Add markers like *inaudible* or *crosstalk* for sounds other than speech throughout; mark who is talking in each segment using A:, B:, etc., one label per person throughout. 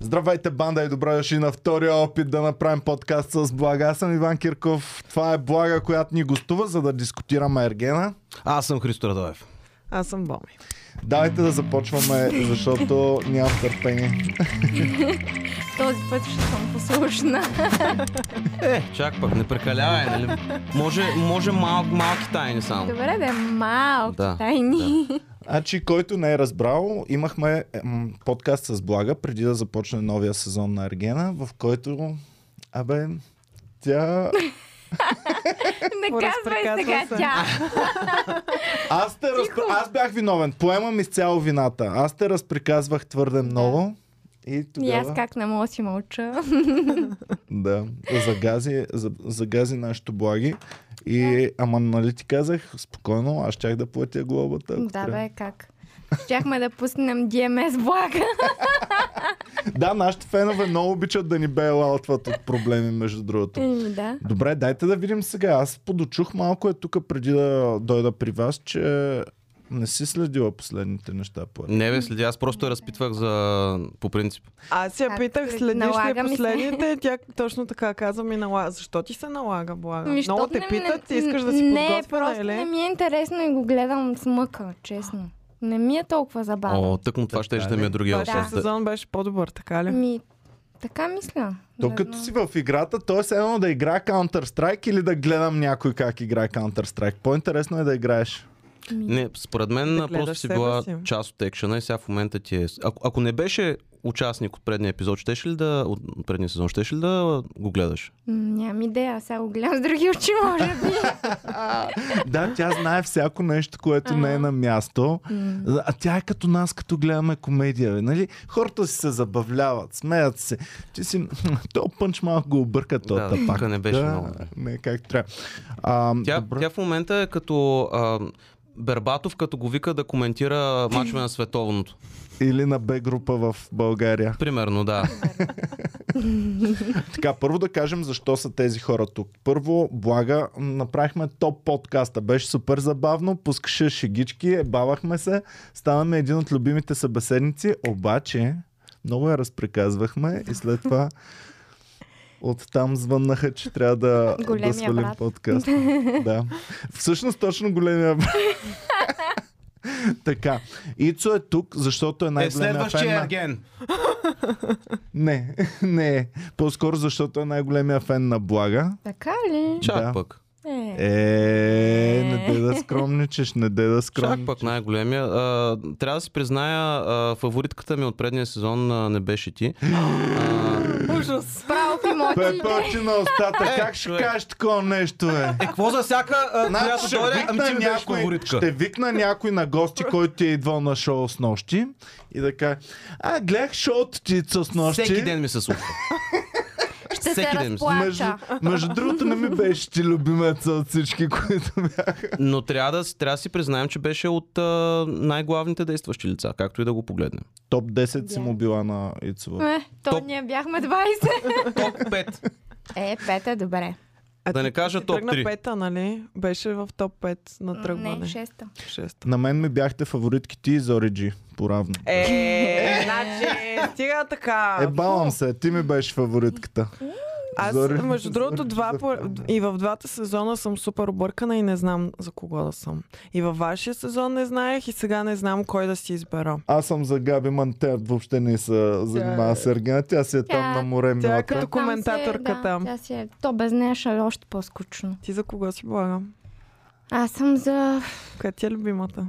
A: Здравейте, банда и добро дошли на втория опит да направим подкаст с Блага. Аз съм Иван Кирков. Това е Блага, която ни гостува, за да дискутираме Ергена.
B: Аз съм Христо Радоев.
C: Аз съм Боми.
A: Давайте да започваме, защото нямам търпение.
D: Този път ще съм послушна.
B: Е, чак пък, не прекалявай, нали? Може, може мал, малки тайни само.
D: Добре, да е малки
B: Да,
D: тайни.
A: Значи, който не е разбрал, имахме ем, подкаст с Блага преди да започне новия сезон на Ергена, в който, абе, тя...
D: *laughs* Не казвай
C: Поразпрекатва
D: сега
C: се.
D: тя.
A: Аз, те разпр... Аз бях виновен. Поемам изцяло вината. Аз те разприказвах твърде много. И
D: И
A: тогава...
D: аз как не мога да си мълча.
A: Да, загази, за- загази нашето благи. И, ама нали ти казах, спокойно, аз щях да платя глобата. ако
D: Да,
A: трябва.
D: бе, как? Щяхме да пуснем DMS блага. *laughs*
A: Да, нашите фенове много обичат да ни бейлаутват от проблеми, между другото.
D: Еми, да.
A: Добре, дайте да видим сега. Аз подочух малко е тук преди да дойда при вас, че не си следила последните неща. По
B: Не бе, следи, аз просто я разпитвах за... по принцип.
C: Аз я
D: Как
C: питах,
D: се-
C: следиш ли
D: налага ми се.
C: последните, тя точно така каза ми налага. Защо ти се налага, блага?
D: Ми,
C: Много
D: Ами, щото
C: те
D: не ми-
C: питат, ти искаш да си нали?
D: Не,
C: подготвена,
D: просто
C: или?
D: не ми е интересно и го гледам с мъка, честно. Не ми е толкова забавно.
B: О, тъкмо това ще
A: Така
B: ще ми е
A: ли?
B: другия
C: Вашия
B: въпрос. Да.
C: сезон беше по-добър, така
D: *laughs*
C: ли?
D: Ми, така мисля.
A: То
D: Не
A: като
D: знам.
A: си в играта, то е все едно да игра Counter-Strike или да гледам някой как играе Counter-Strike. По-интересно е да играеш.
D: Ми,
B: Не, според мен
C: Да
B: просто
C: гледаш
B: си
C: себе
B: била
C: си.
B: част от екшена и сега в момента ти е... Ако, ако не беше участник от предния епизод, щеше ли да... от предния сезон, щеше ли да го гледаш?
D: м, Нямам идея, аз сега го гледам с други очи, може би.
A: Да, тя знае всяко нещо, което не е на място. А тя е като нас, като гледаме комедия. бе, Нали? Хората си се забавляват, смеят се. Ти си... *laughs* То пънч малко го обърка то
B: Да,
A: тапак.
B: тука не беше много, да.
A: Не, как трябва. А,
B: Тя,
A: добре.
B: тя в момента е като... А, Бербатов, като го вика да коментира мачове на световното.
A: Или на Б група в България.
B: Примерно, да.
A: Така, първо да кажем защо са тези хора тук. Първо, блага, м, направихме топ подкаста. Беше супер забавно, пускаше шегички, бавахме се, станаме един от любимите събеседници, обаче много я разприказвахме и след това оттам звъннаха, че трябва да, да
D: Големия
A: свалим
D: брат.
A: подкаст. Да. Всъщност точно големия
D: *laughs*
A: брат. така. Ицо е тук, защото е
B: Е,
A: най-големия фен
B: следващия
A: на...
B: ерген.
A: Не, *laughs* не. е. По-скоро защото е най-големия фен на Блага.
D: Така ли?
B: Чак
A: Да.
B: пък.
D: Е.
A: Е, не дей да скромничеш, не дей да
B: Чак
A: скромничеш.
B: пък най-големия. А, трябва да си призная, а, фаворитката ми от предния сезон а, не беше ти. А,
C: Ужас!
D: Право в
A: Пепе,
D: имотите.
A: очи е на устата,
B: Е,
A: как ще
B: човек.
A: кажеш такова нещо, бе?
B: е, какво за всяка, а, ами
A: Значи ще викна, някой, ще викна някой на гости, който ти е идвал на шоу с нощи и да каже, а гледах шоуто ти Ицо, с нощи.
B: Всеки ден ми се случва.
D: *laughs* Ще се
B: всеки ден.
A: Между,
D: разплача.
A: между другото не ми беше ти любимеца от всички, които бяха.
B: Но трябва да, си- трябва да си признаем, че беше от а, най-главните действащи лица, както и да го погледнем.
A: Топ 10 си
D: Да.
A: му била на Ицова.
D: Е, то
B: Топ.
D: ние бяхме 20.
B: Топ
D: *laughs*
B: 5.
D: Е, пет е добре.
C: А
B: Да
C: ти-
B: не кажа
C: ти
B: топ
C: тръгна
B: три.
C: пета, нали? Беше в топ 5 на тръгване.
D: Не, шеста.
C: Шеста.
A: На мен ми бяхте фаворитки ти и Зори Джи, поравно.
C: *laughs* Е, значи, стига така.
A: Е, балам се, ти ми беше фаворитката.
C: Аз,
A: Зори-
C: между другото,
A: Зори
C: два,
A: за
C: по...
A: фен.
C: и в двата сезона съм супер объркана и не знам за кого да съм. И във вашия сезон не знаех и сега не знам кой да си избера.
A: Аз съм за Габи Мантер, въобще не се занимава с Ергена. Тя си е
D: Тя-
A: там на море
C: Тя е
A: милата.
C: като коментаторка
D: Там
C: там.
D: се, да, тя си е. То без нея ще е още по-скучно.
C: Ти за кого си блага?
D: Аз съм за...
C: Коя ти е любимата?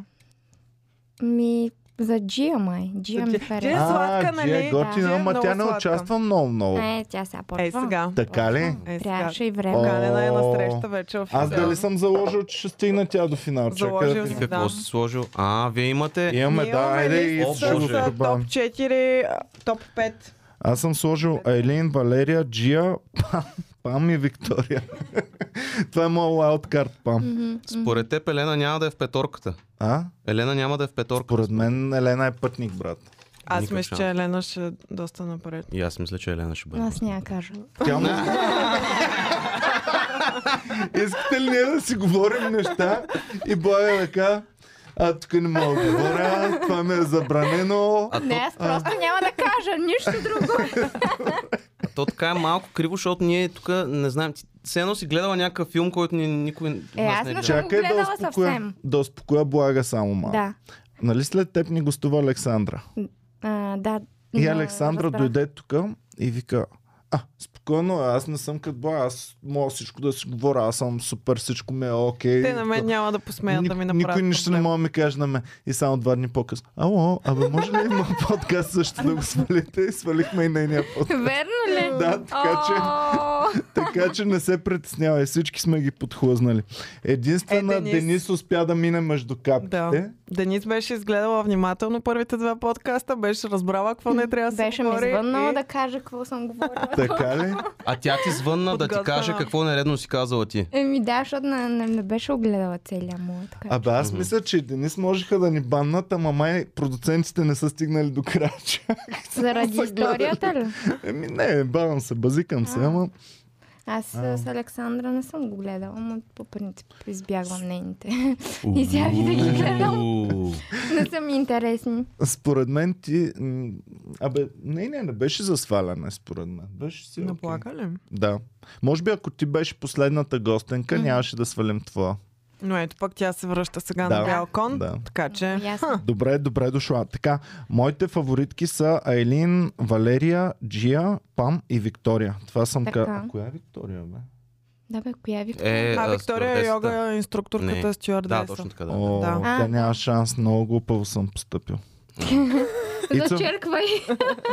D: Ми... За Джия май. Джия ми
C: Джия-
D: хареса.
C: Джия- сладка,
A: А, Джия е
C: нали?
A: готина,
C: Да.
A: ама
C: Много
A: тя не
C: сладка.
A: участва много, много.
D: Е, тя сега почва.
C: Ей сега.
A: Така ли?
C: Е, сега.
D: Трябваше и
A: О,
D: време.
C: Канена е на среща вече в
A: Аз
C: финал.
A: дали съм заложил, че ще стигна тя до финал. Чакай да
C: Заложил
B: И
A: видим.
C: си.
B: какво
C: Да.
B: си сложил? А, вие имате...
A: Имаме,
C: Ние
A: да,
C: имаме
A: айде и
C: лист
B: О,
C: с
A: ще го
B: Боже.
C: а,
A: добавим.
C: топ 4, а, топ 5.
A: Аз съм сложил Елин, Валерия, Джия, Пам, Пам и Виктория. *laughs* Това е моят лайлдкарт, Пам.
B: Според теб Елена няма да е в петорката.
A: А?
B: Елена няма да е в петорката.
A: Поред мен Елена е пътник, брат.
C: Аз
B: Никакъв
C: мисля,
B: шанс.
C: че Елена ще е доста напред.
B: И аз мисля, че Елена ще бъде.
D: Аз няма кажа.
A: Тя му... Искате ли ние да си говорим неща? И Боя е така... а тук не мога да говоря, това ми е забранено.
B: А
D: Не,
B: то,
D: аз просто няма да кажа нищо друго.
B: а то така е малко криво, защото ние тук не знаем. Ти, все едно си гледала някакъв филм, който ни, никой от
D: Е,
B: нас
D: аз
B: не
D: не
B: е гледал.
D: съм-
A: Чакай да
D: гледала
A: успокоя,
D: съвсем.
A: да успокоя блага само малко.
D: Да.
A: Нали след теб ни гостува Александра?
D: А, да.
A: И
D: да,
A: Александра
D: разбрах.
A: дойде тук и вика, а, спокойно, аз не съм като блага, аз мога всичко да си говоря, аз съм супер, всичко ми е окей.
C: Те на мен няма да посмеят да ми направят
A: Никой нищо не
C: проблем.
A: може да ми каже на мен. И само два дни по-късно. Ало, абе може ли има *laughs* подкаст също да го свалите? И свалихме и нейния подкаст.
D: Верно ли?
A: Да, така че-
D: О,
A: Така че не се притеснявай, всички сме ги подхлъзнали. Единствена
C: Е,
A: е,
C: Денис.
A: Денис... успя да мине между капките.
C: Да. Денис беше изгледала внимателно първите два подкаста, беше разбрала какво не трябва да се
D: Беше ми
C: говори.
D: звъннала
C: и...
D: да кажа какво съм говорила.
A: Така ли?
B: А тя ти звънна да ти
C: Подготвена.
B: каже какво нередно си казала ти.
D: Еми да, защото не, не, не беше огледала целия му. Така. че.
A: Абе аз мисля, че и Денис можеха да ни баннат, ама май продуцентите не са стигнали до края. че-
D: Заради историята ли?
A: *laughs* Еми не, бавам се, базикам се, ама
D: Аз
A: А.
D: а. с Александра не съм го гледала, но по принцип избягвам нейните. *laughs* И е сега ще ги гледам.
B: Уу.
D: не са ми интересни.
A: според мен ти... м, Абе, не, не, не беше за сваляне, според мен. Беше си окей.
C: Наплака ли?
A: Да. Може би ако ти беше последната гостенка,
D: Мгм.
A: нямаше да свалим това.
C: Но ето пък тя се връща сега
A: Да.
C: на бял кон,
A: Да.
C: така
A: Е,
C: че...
D: Ясно.
A: Добре, добре дошла. Така, моите фаворитки са Айлин, Валерия, Джия, Пам и Виктория. Това съм
D: Така.
A: ка... А коя е Виктория, бе?
D: Да бе, коя ви? *laughs*
B: Е,
C: А Виктория е
B: стюардесата.
C: йога е инструкторката
B: Не.
C: стюардеса.
B: Да, точно така. Да.
A: О,
C: Да.
A: тя
D: А.
A: няма шанс, много глупаво съм
D: *laughs*
A: поступил. Ицо,
D: Зачерквай.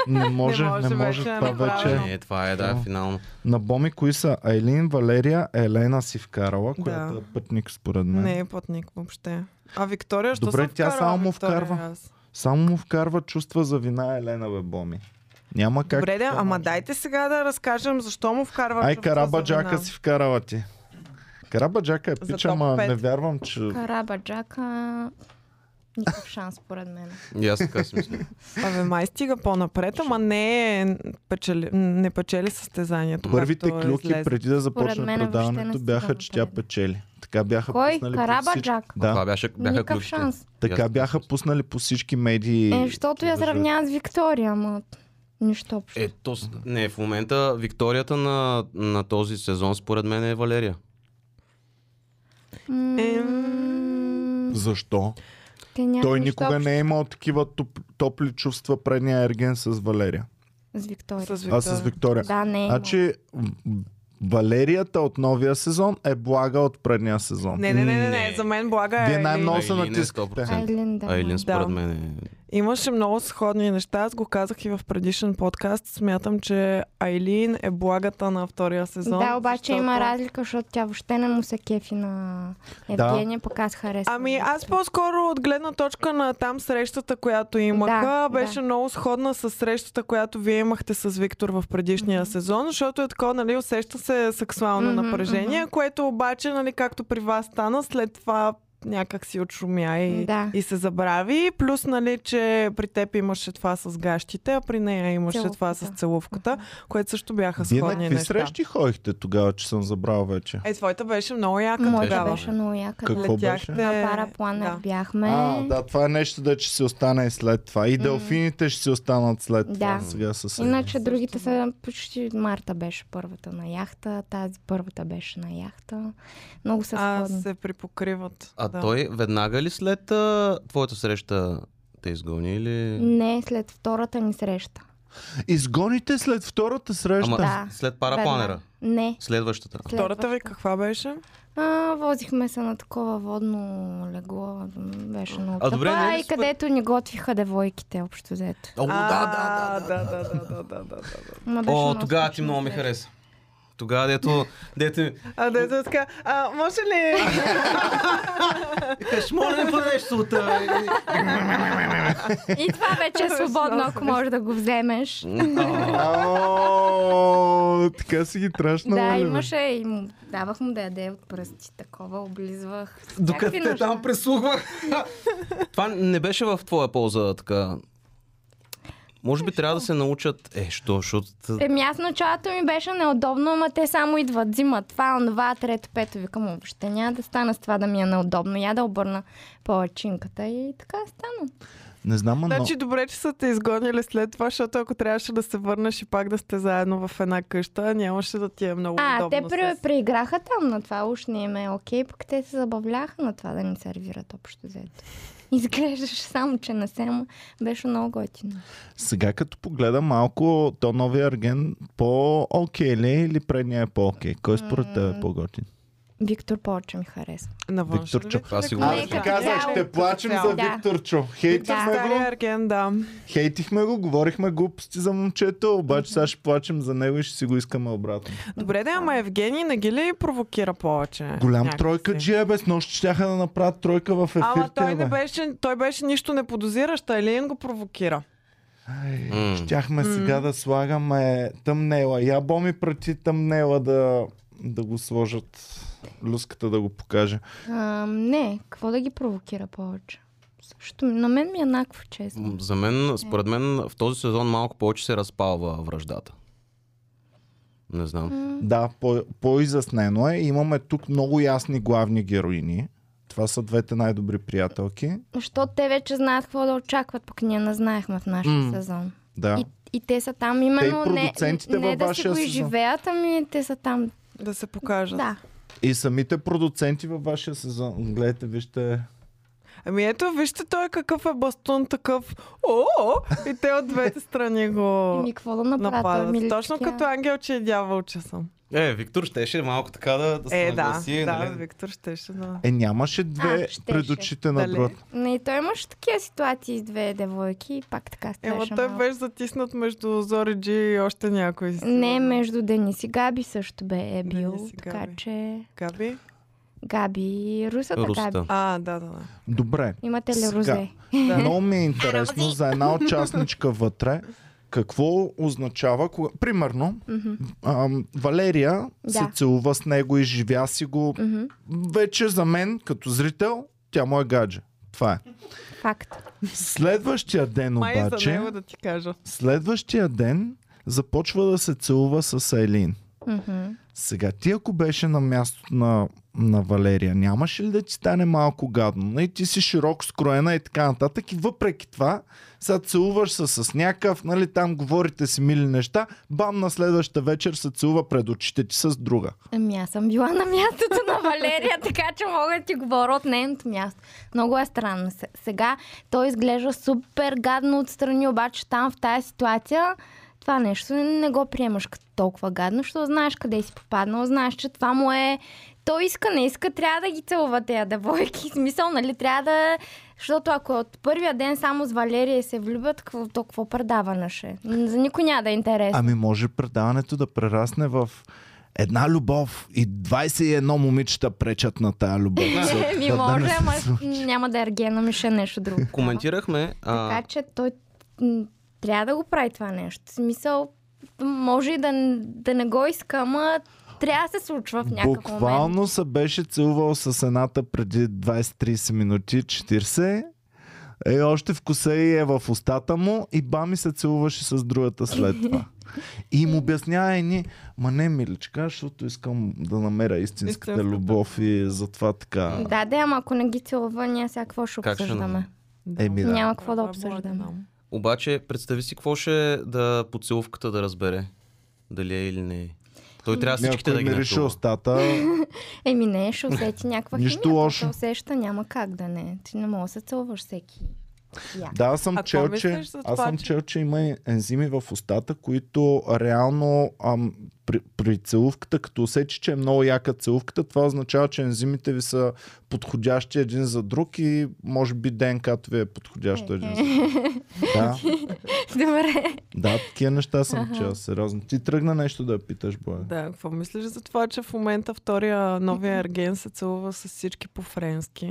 A: не може, не може,
C: може, вече е
A: това
C: неправилно.
A: вече.
C: Правилно.
B: Не, това е, да,
A: Да.
B: финално.
A: На Боми, кои са? Айлин, Валерия, Елена си вкарала, която
C: Да.
A: е пътник според мен.
C: Не е пътник въобще. А Виктория, що
A: Добре,
C: съм
A: тя
C: вкарала
A: само му
C: Виктория
A: вкарва.
C: аз?
A: Само му вкарва чувства за вина Елена, бе, Боми. Няма как.
C: Добре, да,
A: така
C: ама
A: може.
C: дайте сега да разкажем защо му вкарва
A: Ай,
C: чувства за
A: Карабаджака
C: вина.
A: си вкарала ти. Карабаджака е
C: За
A: пича,
C: топ
A: ама
C: пет.
A: не вярвам, че...
D: Караба Джака. Никакъв шанс, според мен.
B: И аз така си мисля.
C: Абе, май стига по-напред, ама не, е печели, не печели състезанието.
A: Първите
C: както
A: клюки
C: е излезе.
A: преди да започне
D: Според мен въобще не
A: предаването
D: стигам
A: бяха, че тя
D: напред.
A: печели. Така бяха
D: Кой?
A: пуснали
D: Караба
A: по всички...
D: Джак?
B: Това
A: Да,
B: беше, бяха
D: Никакъв
B: ключите.
D: шанс.
A: така бяха пуснали по всички медии.
D: Е, защото я сравнявам с Виктория, ама нищо общо.
B: Е, то, с- не, в момента викторията на, на този сезон според мен е Валерия.
D: М,
C: Ем.
A: Е, Защо?
D: Те нямат
A: Той
D: нищо
A: никога
D: общо
A: не е имал такива топ, топли чувства предния ерген с Валерия.
D: С Виктория.
C: С Виктория.
A: А с Виктория.
D: Да, не е. имал.
A: Значи, м, Валерията от новия сезон е блага от предния сезон.
C: Не, не, не, не, не,
B: Не.
C: за мен блага е.
A: Вие най-много
C: Айлин.
A: се
B: Айлин е
A: натискахте.
B: 100%.
D: Айлин, да.
B: Айлин според
C: Да.
B: мен е...
C: Имаше много сходни неща, аз го казах и в предишен подкаст. Смятам, че Айлин е благата на втория сезон.
D: Да, обаче
C: защото-
D: има разлика, защото тя въобще не му се кефи на Евгения, пък аз харесвам.
C: Ами аз по-скоро от гледна точка на там срещата, която имаха,
D: Да,
C: беше
D: да.
C: много сходна с срещата, която вие имахте с Виктор в предишния сезон, защото е такова, нали, усеща се сексуално
D: Мгм,
C: напрежение, което обаче, нали, както при вас стана, след това някак си отшумя и,
D: Да.
C: и се забрави. Плюс, нали, че при теб имаше това с гащите, а при нея имаше това с
D: Целувката.
C: целувката, което също бяха
A: Вие на
C: сходни
A: какви
C: неща.
A: срещи ходихте тогава, че съм забрал вече?
C: Е, твоята беше много яка
D: Моята
C: тогава.
D: беше много яка.
A: Какво
D: да.
A: беше?
C: Летяхте...
D: На парапланер
C: да.
D: бяхме.
A: А, да, това е нещо, да че си остане и след това. И делфините ще си останат след това.
D: Да.
A: Сега с
D: Иначе другите са почти Марта беше първата на яхта, тази първата беше на яхта. Много са
C: А,
D: сходни.
C: се припокриват.
B: А
C: да.
B: той веднага ли след а, твоята среща те изгони или...
D: Не, след втората ни среща.
A: Изгоните след втората среща.
B: Ама
D: Да.
B: след парапланера.
D: Не.
B: Следващата.
D: След-
C: Втората ви каква беше?
D: А, возихме се на такова водно легло. Беше много
B: А, добре,
D: тъпа,
B: не е ли
D: и
B: супер?
D: където ни готвиха девойките, общо взето.
B: О,
C: А, да, да, да, да, да, да, да.
D: Ма беше
B: О,
D: много
B: тогава ти
D: скучна
B: много ми
D: среща.
B: хареса. Тогава дето... Дето ми...
C: А, да, да, така. А, може ли?
B: Викаш, моля ми подадеш султа.
D: И това вече е свободно, ако можеш да го
A: *laughs*
D: вземеш.
A: Ау, така си ги трашнала
D: Да,
A: ли, бе?
D: имаше и му давах му да яде от пръсти, такова, облизвах. с
B: Докато
D: всякакви
B: те
D: неща.
B: там пресухвах. Това не беше в твоя полза така. Може би трябва да се научат. Е, що? Защото.
D: Еми Ами аз началото ми беше неудобно, ама те само идват, взимат това, онова, трето, пето. Викам, въобще няма да стана с това да ми е неудобно. Я да обърна палачинката и така стана.
A: Не знам, но...
C: Значи добре, че са те изгонили след това, защото ако трябваше да се върнеш и пак да сте заедно в една къща, нямаше да ти е много
D: А, те
C: удобно.
D: пре,
C: с-
D: преиграха там на това, уж не им е окей, пък те се забавляха на това да ни сервират общо взето. Изглеждаше само, че не се, ама беше много готино.
A: Сега като погледам малко, то новия арген по-окей ли е или предния е по-окей? Кой според теб е по-готин?
D: Виктор повече ми хареса.
C: На външен
A: Викторчо.
C: ли?
B: Аз си го
D: Не,
B: мисля.
D: като цяло.
C: Като
D: цяло.
A: Викторчо.
D: Да.
A: Хейтихме
C: Стария арген, да.
A: хейтихме го, говорихме глупости за момчето, обаче сега ще плачем за него и ще си го искаме обратно.
C: Добре, да, ама Евгений не ги ли провокира повече?
A: Голям
C: Някакси.
A: тройка джия без нощ, щяха да направят тройка в ефир.
C: Ама той,
A: тя,
C: не
A: бе.
C: беше, той беше нищо неподозиращ, а Елин го провокира.
A: Ай,
B: М.
A: Щяхме сега да слагаме тъмнела. Я Боми прати тъмнела да, да го сложат. Люската да го покаже.
D: А, не, какво да ги провокира повече? Също на мен ми е еднакво,
B: М,
D: честно.
B: За мен, според мен, в този сезон малко повече се разпалва връждата. Не знам.
D: М,
A: Да, по- по-изяснено е. Имаме тук много ясни главни героини. Това са двете най-добри приятелки.
D: Защото те вече знаят какво да очакват, пък ние не знаехме в нашия
A: М.
D: сезон.
A: Да.
D: И, и те са там именно не,
A: продуцентите
D: не
A: във
D: да си
A: вашия
D: го
A: сезон.
D: изживеят, ами те са там.
C: Да се покажат.
D: Да.
A: И самите продуценти във вашия сезон. Гледайте, вижте.
C: Ами ето, вижте той какъв е бастун, такъв о, о и те от двете страни го
D: Ми какво да направят?
C: нападат.
D: Ами,
C: Точно като ангелче и дяволче съм.
B: Е, Виктор щеше малко така да, нали? да
C: Е, да, да, Виктор щеше да...
A: Е, нямаше две
D: щеше.
A: пред очите на
C: Дали?
A: другата.
D: Не, и той имаше такива ситуации с две девойки и пак така
C: Ема
D: стоеше
C: Е, той
D: малко.
C: беше затиснат между Зориджи и още някой. си.
D: Не, между Денис и Габи също бе е бил.
C: Денис и
D: така
C: Габи.
D: че
C: Габи?
D: Габи и русата
B: Русата.
D: Габи.
C: А, да, да, да.
A: Добре.
D: Имате ли
A: Сега.
D: рузе?
C: Да.
A: Много ми е интересно за една участничка вътре. Какво означава, кога... примерно,
D: Мгм,
A: ам, Валерия
D: Да.
A: се целува с него и живя си го.
D: мгм.
A: Вече за мен, като зрител, тя му е гадже. Това
D: *laughs*
A: е.
D: Факт.
A: Следващия ден
C: Май е за
A: обаче,
C: него да ти кажа.
A: следващия ден започва да се целува с Айлин.
D: Мгм.
A: Сега, ти ако беше на мястото на, на Валерия, нямаше ли да ти стане малко гадно? Нали, ти си широко скроена и така нататък. И въпреки това, сега целуваш се с някакъв, нали, там говорите си мили неща, бам, на следващата вечер се целува пред очите ти с друга.
D: Ами аз съм била на мястото на Валерия, така че мога да ти говоря от нейното място. Много е странно. Се- Сега той изглежда супер гадно отстрани, обаче там в тази ситуация това нещо не го приемаш като толкова гадно, защото знаеш къде си попаднал, знаеш, че това му е... Той иска, не иска, трябва да ги целува тези девойки. В Смисъл, нали, трябва да... Защото ако от първия ден само с Валерия се влюбят, какво, то какво предаване ще? е? За никой няма да е интересно.
A: Ами може предаването да прерасне в една любов и 21 момичета пречат на тая
D: *laughs*
A: любов.
D: Еми,
A: Да, да не
D: Е, може,
A: се
D: ама
A: случи.
D: няма да е ергена, ми ще е нещо друго.
B: Коментирахме. А,
D: Така че той м, трябва да го прави това нещо. В смисъл, може и да, н- да не го иска, ама трябва да се случва в някакъв момент.
A: Буквално се беше целувал с едната преди 20-30 минути, 40. Е, още вкуса и е в устата му и бами се целуваше с другата след това. И им обяснява едни, ма не, миличка, защото искам да намеря истинската
C: Истинската.
A: любов и затова така.
D: Да, да, ама ако не ги целува, ние сега какво ще
B: Как ще
D: обсъждаме?
C: Да.
A: Еми, да.
D: Няма какво да
C: Това е моят
D: обсъждаме.
C: нам.
B: обаче, представи си какво ще е да поцелувката да разбере. Дали е или не е. Той трябва
A: Не, е
B: всичките
A: ако
B: да ги
A: им мирише
B: нахлува.
A: устата,
D: Еми не, ще усети някаква
A: Нищо
D: химия. ако
A: лошо.
D: Се усеща, няма как да не. Ти не мога да се целуваш
C: *laughs*
D: всеки. Я.
A: Да, аз съм
C: А какво
A: чел, че,
C: мислиш за
A: аз
C: това,
A: съм
C: че-
A: чел, че има ензими в устата, които реално ам, при, при целувката, като усечи, че е много яка целувката, това означава, че ензимите ви са подходящи един за друг и може би ДНК-то ви е подходящо един за друг.
C: Е. *laughs*
A: Да,
D: Добре.
A: да, такива неща съм чел, сериозно. Ти тръгна нещо да я питаш, Боя.
C: Да, какво мислиш за това, че в момента втория новия ерген се целува с всички по-френски?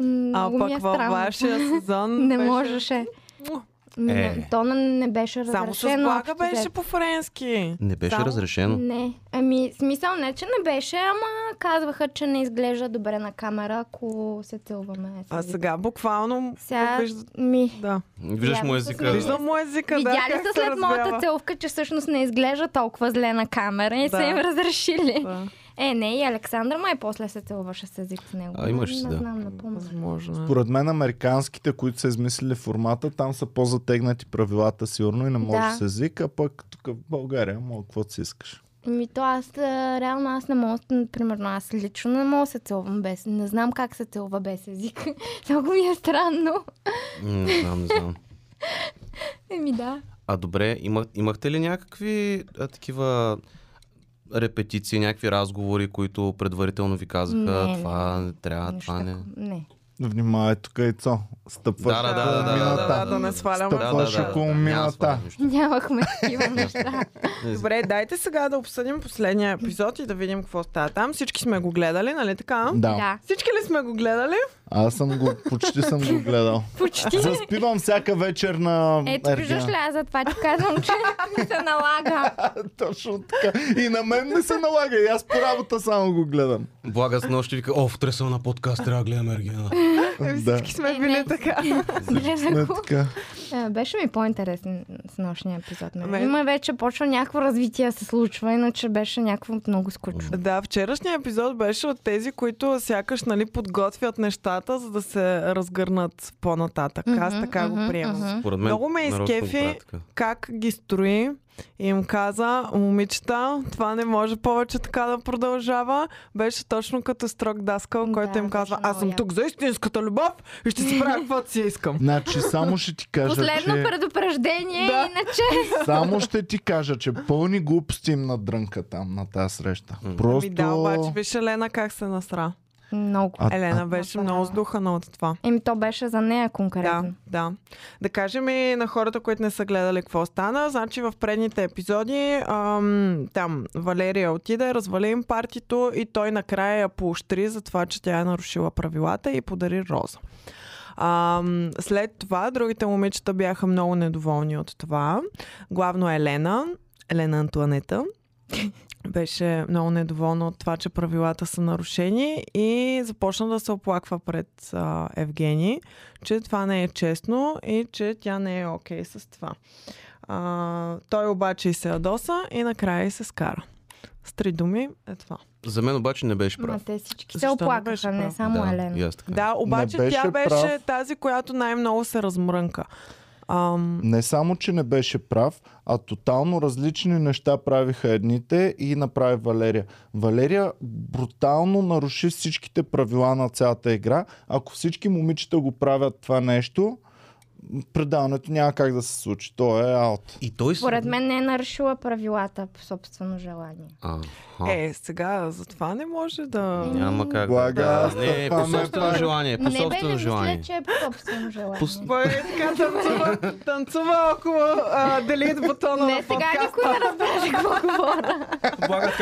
D: М,
C: А
D: Много ми е
C: пък във
D: странно.
C: вашия сезон
D: *laughs* Не
C: беше...
D: можеше.
C: Му,
D: Ми,
B: Е.
D: То не- не беше разрешено.
C: Само с блага
D: общо
C: беше
D: взето.
C: по френски.
B: Не беше
C: Само-
B: разрешено.
D: Не, ами смисъл не, че не беше, ама казваха, че не изглежда добре на камера, ако се целуваме.
C: А сега буквално
D: Сега,
C: вижда-
D: ми,
C: Да.
B: Виждаш му
D: Явно
B: езика.
D: се
B: Виждам.
C: Виждам му езика, да.
D: Видя ли
C: как
D: са
C: се
D: след моята
C: развява.
D: целувка, че всъщност не изглежда толкова зле на камера и
C: Да.
D: са им разрешили?
C: Да,
D: Е, не, и Александър май после се целуваше с език с него.
B: А, имаше си,
D: не,
B: да.
D: Не знам, напомня.
C: възможно. е.
A: Според мен американските, които са измислили формата, там са по-затегнати правилата сигурно и не може да
D: Да.
A: се език, а пък тук в България мога каквото си искаш.
D: Ми Ами, то аз, а, реално аз не мога, примерно аз лично не мога да се целувам без, не знам как се целува без език. *laughs* Много ми е странно.
B: Не знам, не знам.
D: Еми да.
B: А добре, има, имахте ли някакви а, такива репетиции, някакви разговори, които предварително ви казаха,
D: Не,
B: това не трябва,
D: Нищо
B: това не...
D: такова. не. *laughs*
A: Внимавай тук и цо. Стъпваш
B: Да, да,
A: около
B: да, да, да,
A: мината.
B: да, да,
C: да не сваляме.
A: Стъпваш около
B: няма
A: мината.
B: сваляне, нищо.
D: Нямахме такива неща.
C: Добре, дайте сега да обсъдим последния епизод и да видим какво става там. Всички сме го гледали, нали така?
A: Да.
D: Да.
C: Всички ли сме го гледали?
A: Аз съм го, почти съм го гледал.
D: Почти.
A: Заспивам всяка вечер на
D: Ето, Е, виждаш ли,
A: Ергена.
D: аз за това ти казвам, че ми се налага.
A: Точно така. И на мен не се налага. И аз по работа само го гледам.
B: Блага с нощ вика, о, втре съм на подкаст, трябва да гледам Ергена.
C: Еми,
A: Да.
C: Ами Всички сме
D: Е,
C: били
D: не.
C: така.
A: Не
D: Гледах го.
A: така.
D: Е, Беше ми по-интересен с нощния епизод. на
C: Мен-
D: мен. Има вече почва някакво развитие се случва, иначе беше някакво много скучно.
C: Да, вчерашния епизод беше от тези, които сякаш нали, подготвят нещата, за да се разгърнат по-нататък. Аз
D: Мгм,
C: така го
D: мгм,
C: приемам.
D: мгм.
B: Поред мен,
C: Много ме
B: нарочно го
C: изкефи
B: правят така.
C: как ги строи и им каза, момичета, това не може повече така да продължава. Беше точно като строг даскал,
D: Да,
C: който им казва,
D: беше
C: аз съм
D: много
C: тук за истинската любов и ще си правя каквото си искам.
A: Значи само ще ти кажа,
D: Последно
A: че...
D: предупреждение,
C: Да.
D: иначе
A: Само ще ти кажа, че пълни глупости им на дрънка там, на тази среща.
B: М.
A: Просто...
C: Ами да, обаче виж Елена как се насра.
D: много.
A: А,
C: Елена
A: а,
C: беше
D: Насрала.
C: много сдухана от това.
D: Еми, то беше за нея
C: Да,
D: конкретно.
C: да. Да кажем и на хората, които не са гледали какво стана. Значи в предните епизоди ам, там Валерия отиде, развали им партито и той накрая я поощри за това, че тя е нарушила правилата и подари роза. Ам, след това другите момичета бяха много недоволни от това. Главно Елена, Елена Антуанета. Беше много недоволна от това, че правилата са нарушени и започна да се оплаква пред а, Евгений че това не е честно и че тя не е окей okay с това. А, той обаче и се ядоса и накрая и се скара. С три думи е това.
B: За мен обаче не беше
D: Ма
B: прав.
D: те всички се
C: Защо не беше
D: оплакаха, не
C: прав?
D: само
B: да,
D: Елена.
B: и аз така.
C: Да, обаче
A: Не
C: беше
A: беше
C: тя беше
A: прав.
C: тази, която най-много се размрънка. Ам,
A: Не само, че не беше прав, а тотално различни неща правиха едните и направи Валерия. Валерия брутално наруши всичките правила на цялата игра. Ако всички момичета го правят това нещо, предаването няма как да се случи. То е аут.
B: И той... с-
D: Според мен не е нарушила правилата по собствено желание.
B: Аха.
C: е, сега за това не може да...
D: Е,
B: Няма как
A: Блага,
B: да...
A: аз
B: Не, по
A: това ме
B: собствено
A: прави.
B: желание, Е, по
D: не бе ли
B: собствено желание.
D: мисля, че е по собствено желание?
B: Пос-
C: Бой, така танцува, танцува около делит бутона
D: Не,
C: на
D: сега е
C: подкаста.
D: никой не разбираше какво говоря.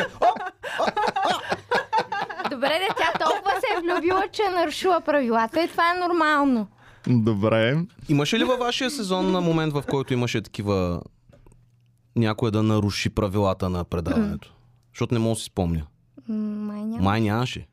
D: Добре, де, тя толкова се е влюбила, че е нарушила правилата и това е нормално.
A: Добре.
B: Имаше ли във вашия сезон на момент, в който имаше такива някой да наруши правилата на предаването? Защото не мога да си спомня.
D: М, Май няма.
B: Май нямаше.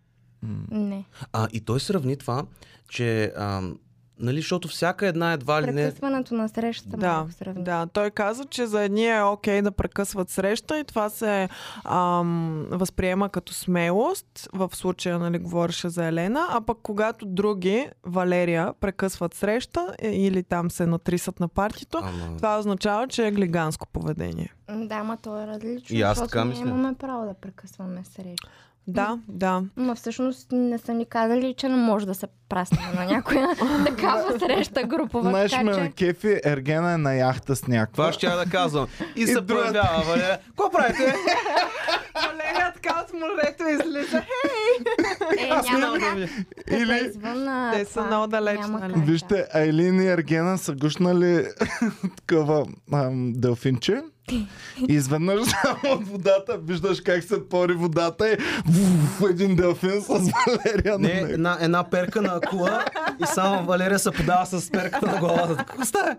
D: Не.
B: А, и той сравни това, че ам, нали, защото всяка една едва ли не...
D: Прекъсването на срещата
C: Да,
D: малко сравни.
C: да, той каза, че за едни е окей да прекъсват среща и това се ам, възприема като смелост. В случая, нали, говореше за Елена, а пък когато други, Валерия, прекъсват среща е, или там се натрисат на партито,
B: Ама...
C: това означава, че е глиганско поведение.
D: М, Да, ма то е различно,
B: И аз
D: защото
B: така
D: ние
B: мисля.
D: имаме право да прекъсваме среща.
C: Да, да.
D: Ма всъщност не са ни казали, че не може да се прасне на *laughs* някоя такава среща групова.
A: Знаеш
D: така
A: ме
D: че-
A: на кефи, Ергена е на яхта с някаква.
B: Това ще я да казвам. И,
A: И
B: се
A: другата.
B: проявява, Валерия. Какво правите?
C: *laughs* Валерия така от морето излиза.
B: *laughs*
D: Е,
A: Аз
D: няма как. Или...
A: Или-
D: Извън, а,
C: Те са
D: това,
C: много далеч,
D: няма
C: нали?
D: как, да.
A: Вижте, Айлин и Ергена са гушнали *laughs* такова ам, делфинче. И изведнъж само от водата виждаш как се пори водата и вуф, един делфин с Валерия на
B: Не,
A: него.
B: една, една перка на акула и само Валерия се подава с перката на главата. Какво става?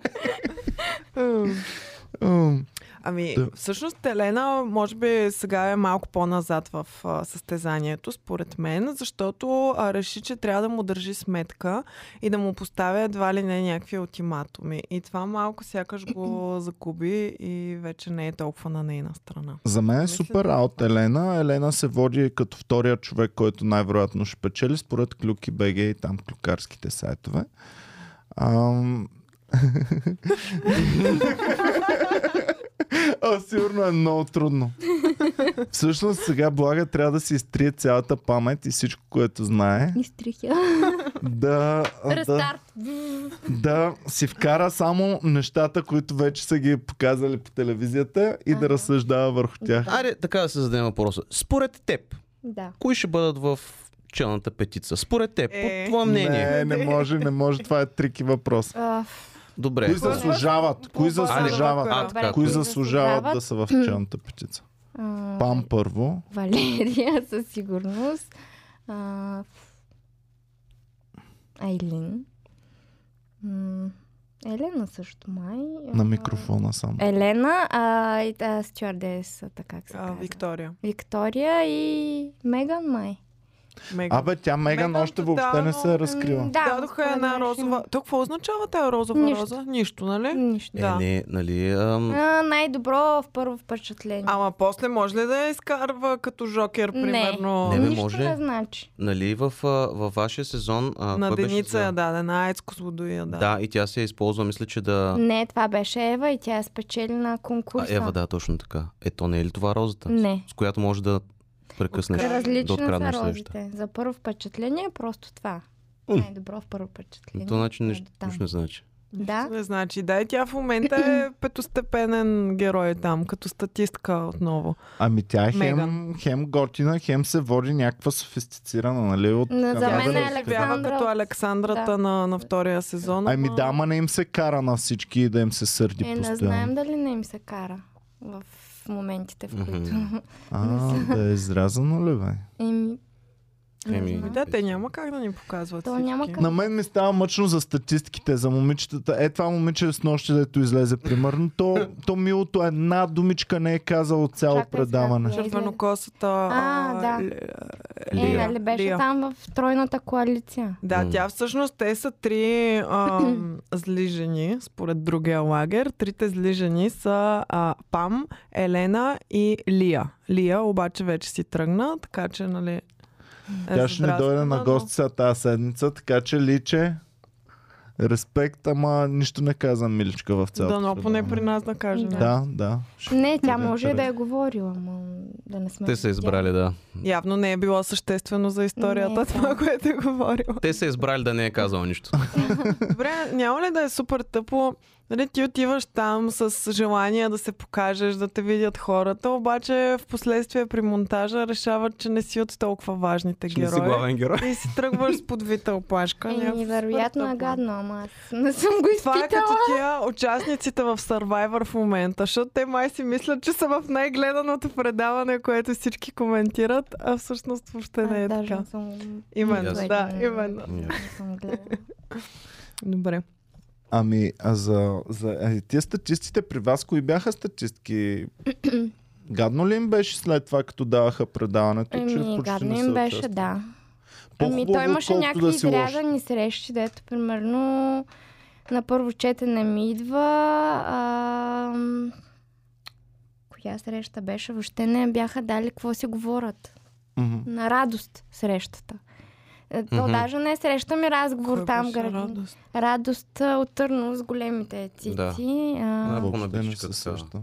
A: Ам,
C: Ами,
A: Да.
C: всъщност Елена, може би сега е малко по-назад в а, състезанието, според мен, защото а, реши, че трябва да му държи сметка и да му поставя едва ли не някакви ултиматуми. И това малко сякаш го загуби и вече не е толкова на нейна страна.
A: За мен е
C: Мисля,
A: супер
C: да.
A: аут Елена. Елена се води като втория човек, който най-вероятно ще печели според Клюки БГ и там клюкарските сайтове. Ам... *laughs* а, сигурно е много трудно. Всъщност сега Блага трябва да си изтрие цялата памет и всичко, което знае.
D: Изтрих я.
A: Да, да,
D: Рестарт.
A: да си вкара само нещата, които вече са ги показали по телевизията и да разсъждава върху тях.
B: Айде така да се зададем въпроса. Според теб,
D: Да.
B: кои ще бъдат в челната петица? Според теб,
C: Е.
B: по твое мнение.
A: Не, не може, не може. Това е трики въпрос.
D: А,
B: Добре.
A: Кои заслужават? Кои
B: А,
A: заслужават?
B: така,
A: Кои
D: е.
B: кои
A: заслужават да са в челната петица?
D: а,
A: Пам първо.
D: Валерия *laughs* със сигурност. А, Айлин. М, Елена също май.
A: На
D: А,
A: микрофона само.
D: Е, Елена, а, и а, стюардесата, как се
C: А,
D: казва?
C: Виктория.
D: Виктория и Меган май.
C: Мега.
A: Абе, тя Меган
C: Меган
A: още въобще не се е
C: тотално-
A: разкрила.
D: Да,
C: Дадоха една розова. То какво означава тази розова
D: Нищо.
C: роза? Нищо, нали?
D: Нищо.
B: Е,
C: Да.
B: не, нали... Ам...
D: А, най-добро в първо впечатление.
C: Ама после може ли да я изкарва като жокер,
D: Не.
C: примерно?
B: Не, бе,
D: Нищо
B: може.
D: не значи.
B: Нали в, а, във вашия сезон... А,
C: на
B: кой беше
C: Деница
B: за-
C: я даде, на Айц Козлодуя
B: Да.
C: да.
B: да, и тя се е използва, мисля, че да...
D: Не, това беше Ева и тя е спечелена
B: А,
D: конкурса.
B: Ева, да, точно така. Ето не е ли това розата?
D: Не.
B: С която може да прекъснеш,
C: Открадна.
B: да
D: Различни
B: откраднеш
D: са
B: следващата.
D: розите. За първо впечатление е просто това.
B: М.
D: Най-добро в първо впечатление.
B: То значи нищо,
D: Там.
B: нищо не значи.
D: Да.
C: Не, значи, да, и тя в момента
D: *clears throat*
C: е петостепенен герой там, като статистка отново.
A: Ами тя е хем,
C: Меган.
A: хем готина, хем се води някаква софистицирана, нали? От
D: Но за
A: Канада
D: мен е
A: до
C: се
A: Скандинавия.
D: Александра
C: изживява като
D: от-
C: Александрата
D: да.
C: на, на втория сезон.
A: Ами
C: ама-
A: да, ма не им се кара на всички и да им се сърди
D: Е, не
A: постоянно.
D: знаем дали не им се кара в моментите, в които... *laughs*
A: А, да е изрязано ли бе?
D: Еми... не
B: Еми,
D: знам.
C: Ами Да, те няма как да ни показват.
D: То
C: всички.
D: няма как.
A: На мен ми става мъчно за статистиките, за момичетата. Е, това момиче с нощи, дето излезе, примерно, то, то милото една думичка не е казало цяло
D: Чакай сега, Е,
A: предаване.
D: коя?
C: Червенокосата.
D: А, да. Е,
B: Лия.
D: нали беше
C: Лия.
D: там в тройната коалиция.
C: Да,
B: М.
C: тя всъщност те са три
A: *clears throat*
C: ам, зли жени, според другия лагер. Трите зли жени са а, Пам, Елена и Лия. Лия обаче вече си тръгна, така че, нали... е
A: Тя ще ни дойде
C: задраскана,
A: на
C: но-
A: гости сега тази седмица, така че личе. Респект, ама нищо не каза Миличка в цялото.
C: Да, но поне
A: предаване.
C: при нас да каже.
D: Да.
C: нещо.
A: Да, да.
D: Не, тя
A: Да,
D: може и да
A: интересно.
D: е говорила, но да не сме...
B: Те са
D: видяли.
B: избрали, да.
C: Явно не е било съществено за историята
D: Не,
C: това, *laughs*
D: да.
C: което е говорила.
B: Те са избрали да не е казал нищо.
C: Добре, няма ли да е супер тъпо? Нали, ти отиваш там с желание да се покажеш, да те видят хората, обаче в последствие при монтажа решават, че не си от толкова важните
B: Че не си
C: герои.
B: главен герой.
C: И си тръгваш с подвита опашка.
D: Еми,
C: Някакво
D: вероятно
C: супер
D: е
C: тъпо.
D: гадно, ама аз не съм го
C: Това е като
D: изпитала.
C: тия участниците в Survivor в момента, защото те май си мислят, че са в най-гледаното предаване, което всички коментират, а всъщност въобще не е
D: Аз даже
C: така.
D: не съм-
C: Именно,
D: Ясно.
C: да, именно.
B: Ами,
D: Не съм гледала.
C: Добре.
A: Ами, а за, за а тия статистите при вас, кои бяха
D: *coughs*
A: статистики? Гадно ли им беше след това, като даваха предаването, че
D: Еми,
A: почти
D: гадно
A: не се
D: им Ами, беше,
A: участва?
D: да. Ами
A: По-хубаво,
D: той имаше
A: отколкото
D: някакви
A: да е си лош.
D: изрязани срещи, дето примерно на първо четене ми идва. А, м, коя среща беше? Въобще не бяха дали какво си говорят.
A: Мгм.
D: На радост срещата. Е, То
B: Мгм.
D: даже не е среща ми разговор
C: Кой
D: там.
C: беше
D: Гради. Радост.
C: радост?
D: радост а, от Търново с големите цици.
B: Да.
D: А,
B: Да.
A: Въобще
B: по-набичка
A: не се
B: така.
A: сещам.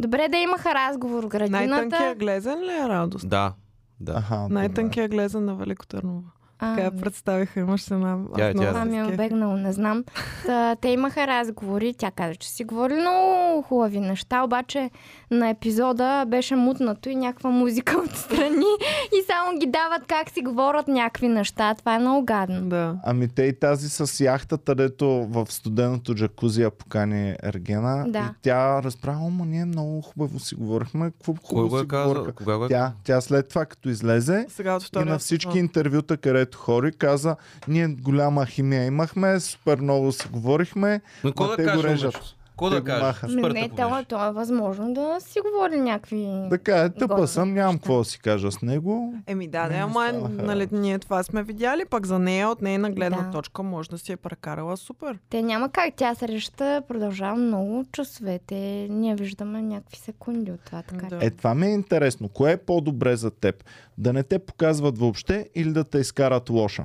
D: добре да имаха разговор в градината.
C: Най-тънкият глезен ли е радост?
B: Да, да.
A: Аха, добре.
C: Най-тънкият глезен на Велико Търново.
D: А,
C: Така я представиха, имаш една... аз
B: Тя е,
C: много
B: тя е.
D: Това
C: се
D: ми е
C: скефих.
D: обегнало, не знам. Та, те имаха разговори, тя каза, че си говорили много хубави неща, обаче на епизода беше мутнато и някаква музика *laughs* отстрани и само ги дават как си говорят някакви неща. Това е много гадно.
C: Да.
A: Ами те и тази с яхтата, дето в студеното джакузи я покани Ергена.
D: Да.
A: И тя разправя, ама ние много хубаво си говорихме. Какво
B: Кой
A: хубаво
B: го
A: си
B: е казал?
A: говориха.
B: Кога го е
A: Тя, тя след това, като излезе,
C: Сега от
A: и
C: втория
A: на всички
C: сезон.
A: интервюта, където хори, каза, ние голяма химия имахме, супер много си говорихме,
B: Но кой
A: но
B: да
A: те го
B: каже?
A: режат.
B: момичето? Кой
A: Те
B: да
A: го
B: каже?
A: махат.
D: Ми,
B: Спер
D: не,
B: те
D: то,
B: побежи.
D: то е възможно да си говори някакви...
A: Така е, тъпа
D: Горе.
A: съм, нямам какво да си кажа с него.
C: Еми да,
A: Не,
C: да,
A: не
C: ама
A: станаха.
C: нали, ние това сме видяли, пък за нея от нейна гледна
D: Да.
C: точка може да си е прекарала супер.
D: Те няма как. Тя среща продължава много часовете. Ние виждаме някакви секунди от това. Така.
C: Да.
A: Е, това ми е интересно. Кое е по-добре за теб? Да не те показват въобще или да те изкарат лоша?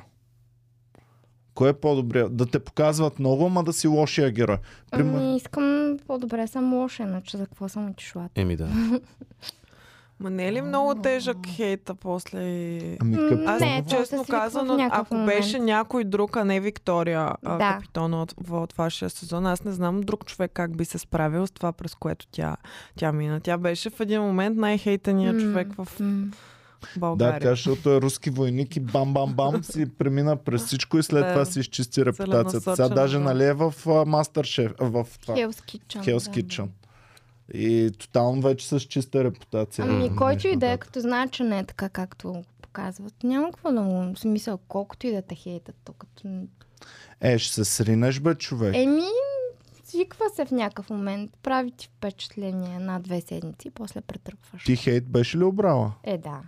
A: Кое е по-добре? Да те показват много, ама да си лошия герой. Пример...
D: Ами, искам по-добре съм лоша, иначе за какво съм отишла?
B: Еми да.
C: Ма не е ли много тежък хейта после?
A: Ами
D: М,
A: какво?
C: Аз
D: не,
A: Не,
D: това- се
C: честно
D: свиква в
C: казано,
D: някакъв
C: ако
D: момент.
C: беше някой друг, а не Виктория а,
D: Да.
C: капитона от, в- от вашия сезон, аз не знам друг човек как би се справил с това, през което тя, тя мина. Тя беше в един момент най-хейтания
D: М,
C: човек в
D: м.
A: Да,
C: България.
A: тя, защото е руски войник и бам-бам-бам си премина през всичко и след
C: Да.
A: това си изчисти репутацията. Сега
C: Целенасочено,
A: даже
C: да.
A: нали е в а, Мастер-шеф, а, в това,
D: Hell's Kitchen.
A: Hell's
D: да.
A: Kitchen. И тотално вече с чиста репутация.
D: Ами, който и да е,
A: е.
D: като знае, че не е така, както го показват, няма какво да му в смисъл, колкото и да те хейтат. То като...
A: Е, ще се сринеш, бе, човек.
D: Еми, свиква се в някакъв момент, прави ти впечатление на две седмици и после претръпваш.
A: Ти хейт беше ли обрала?
D: Е, да.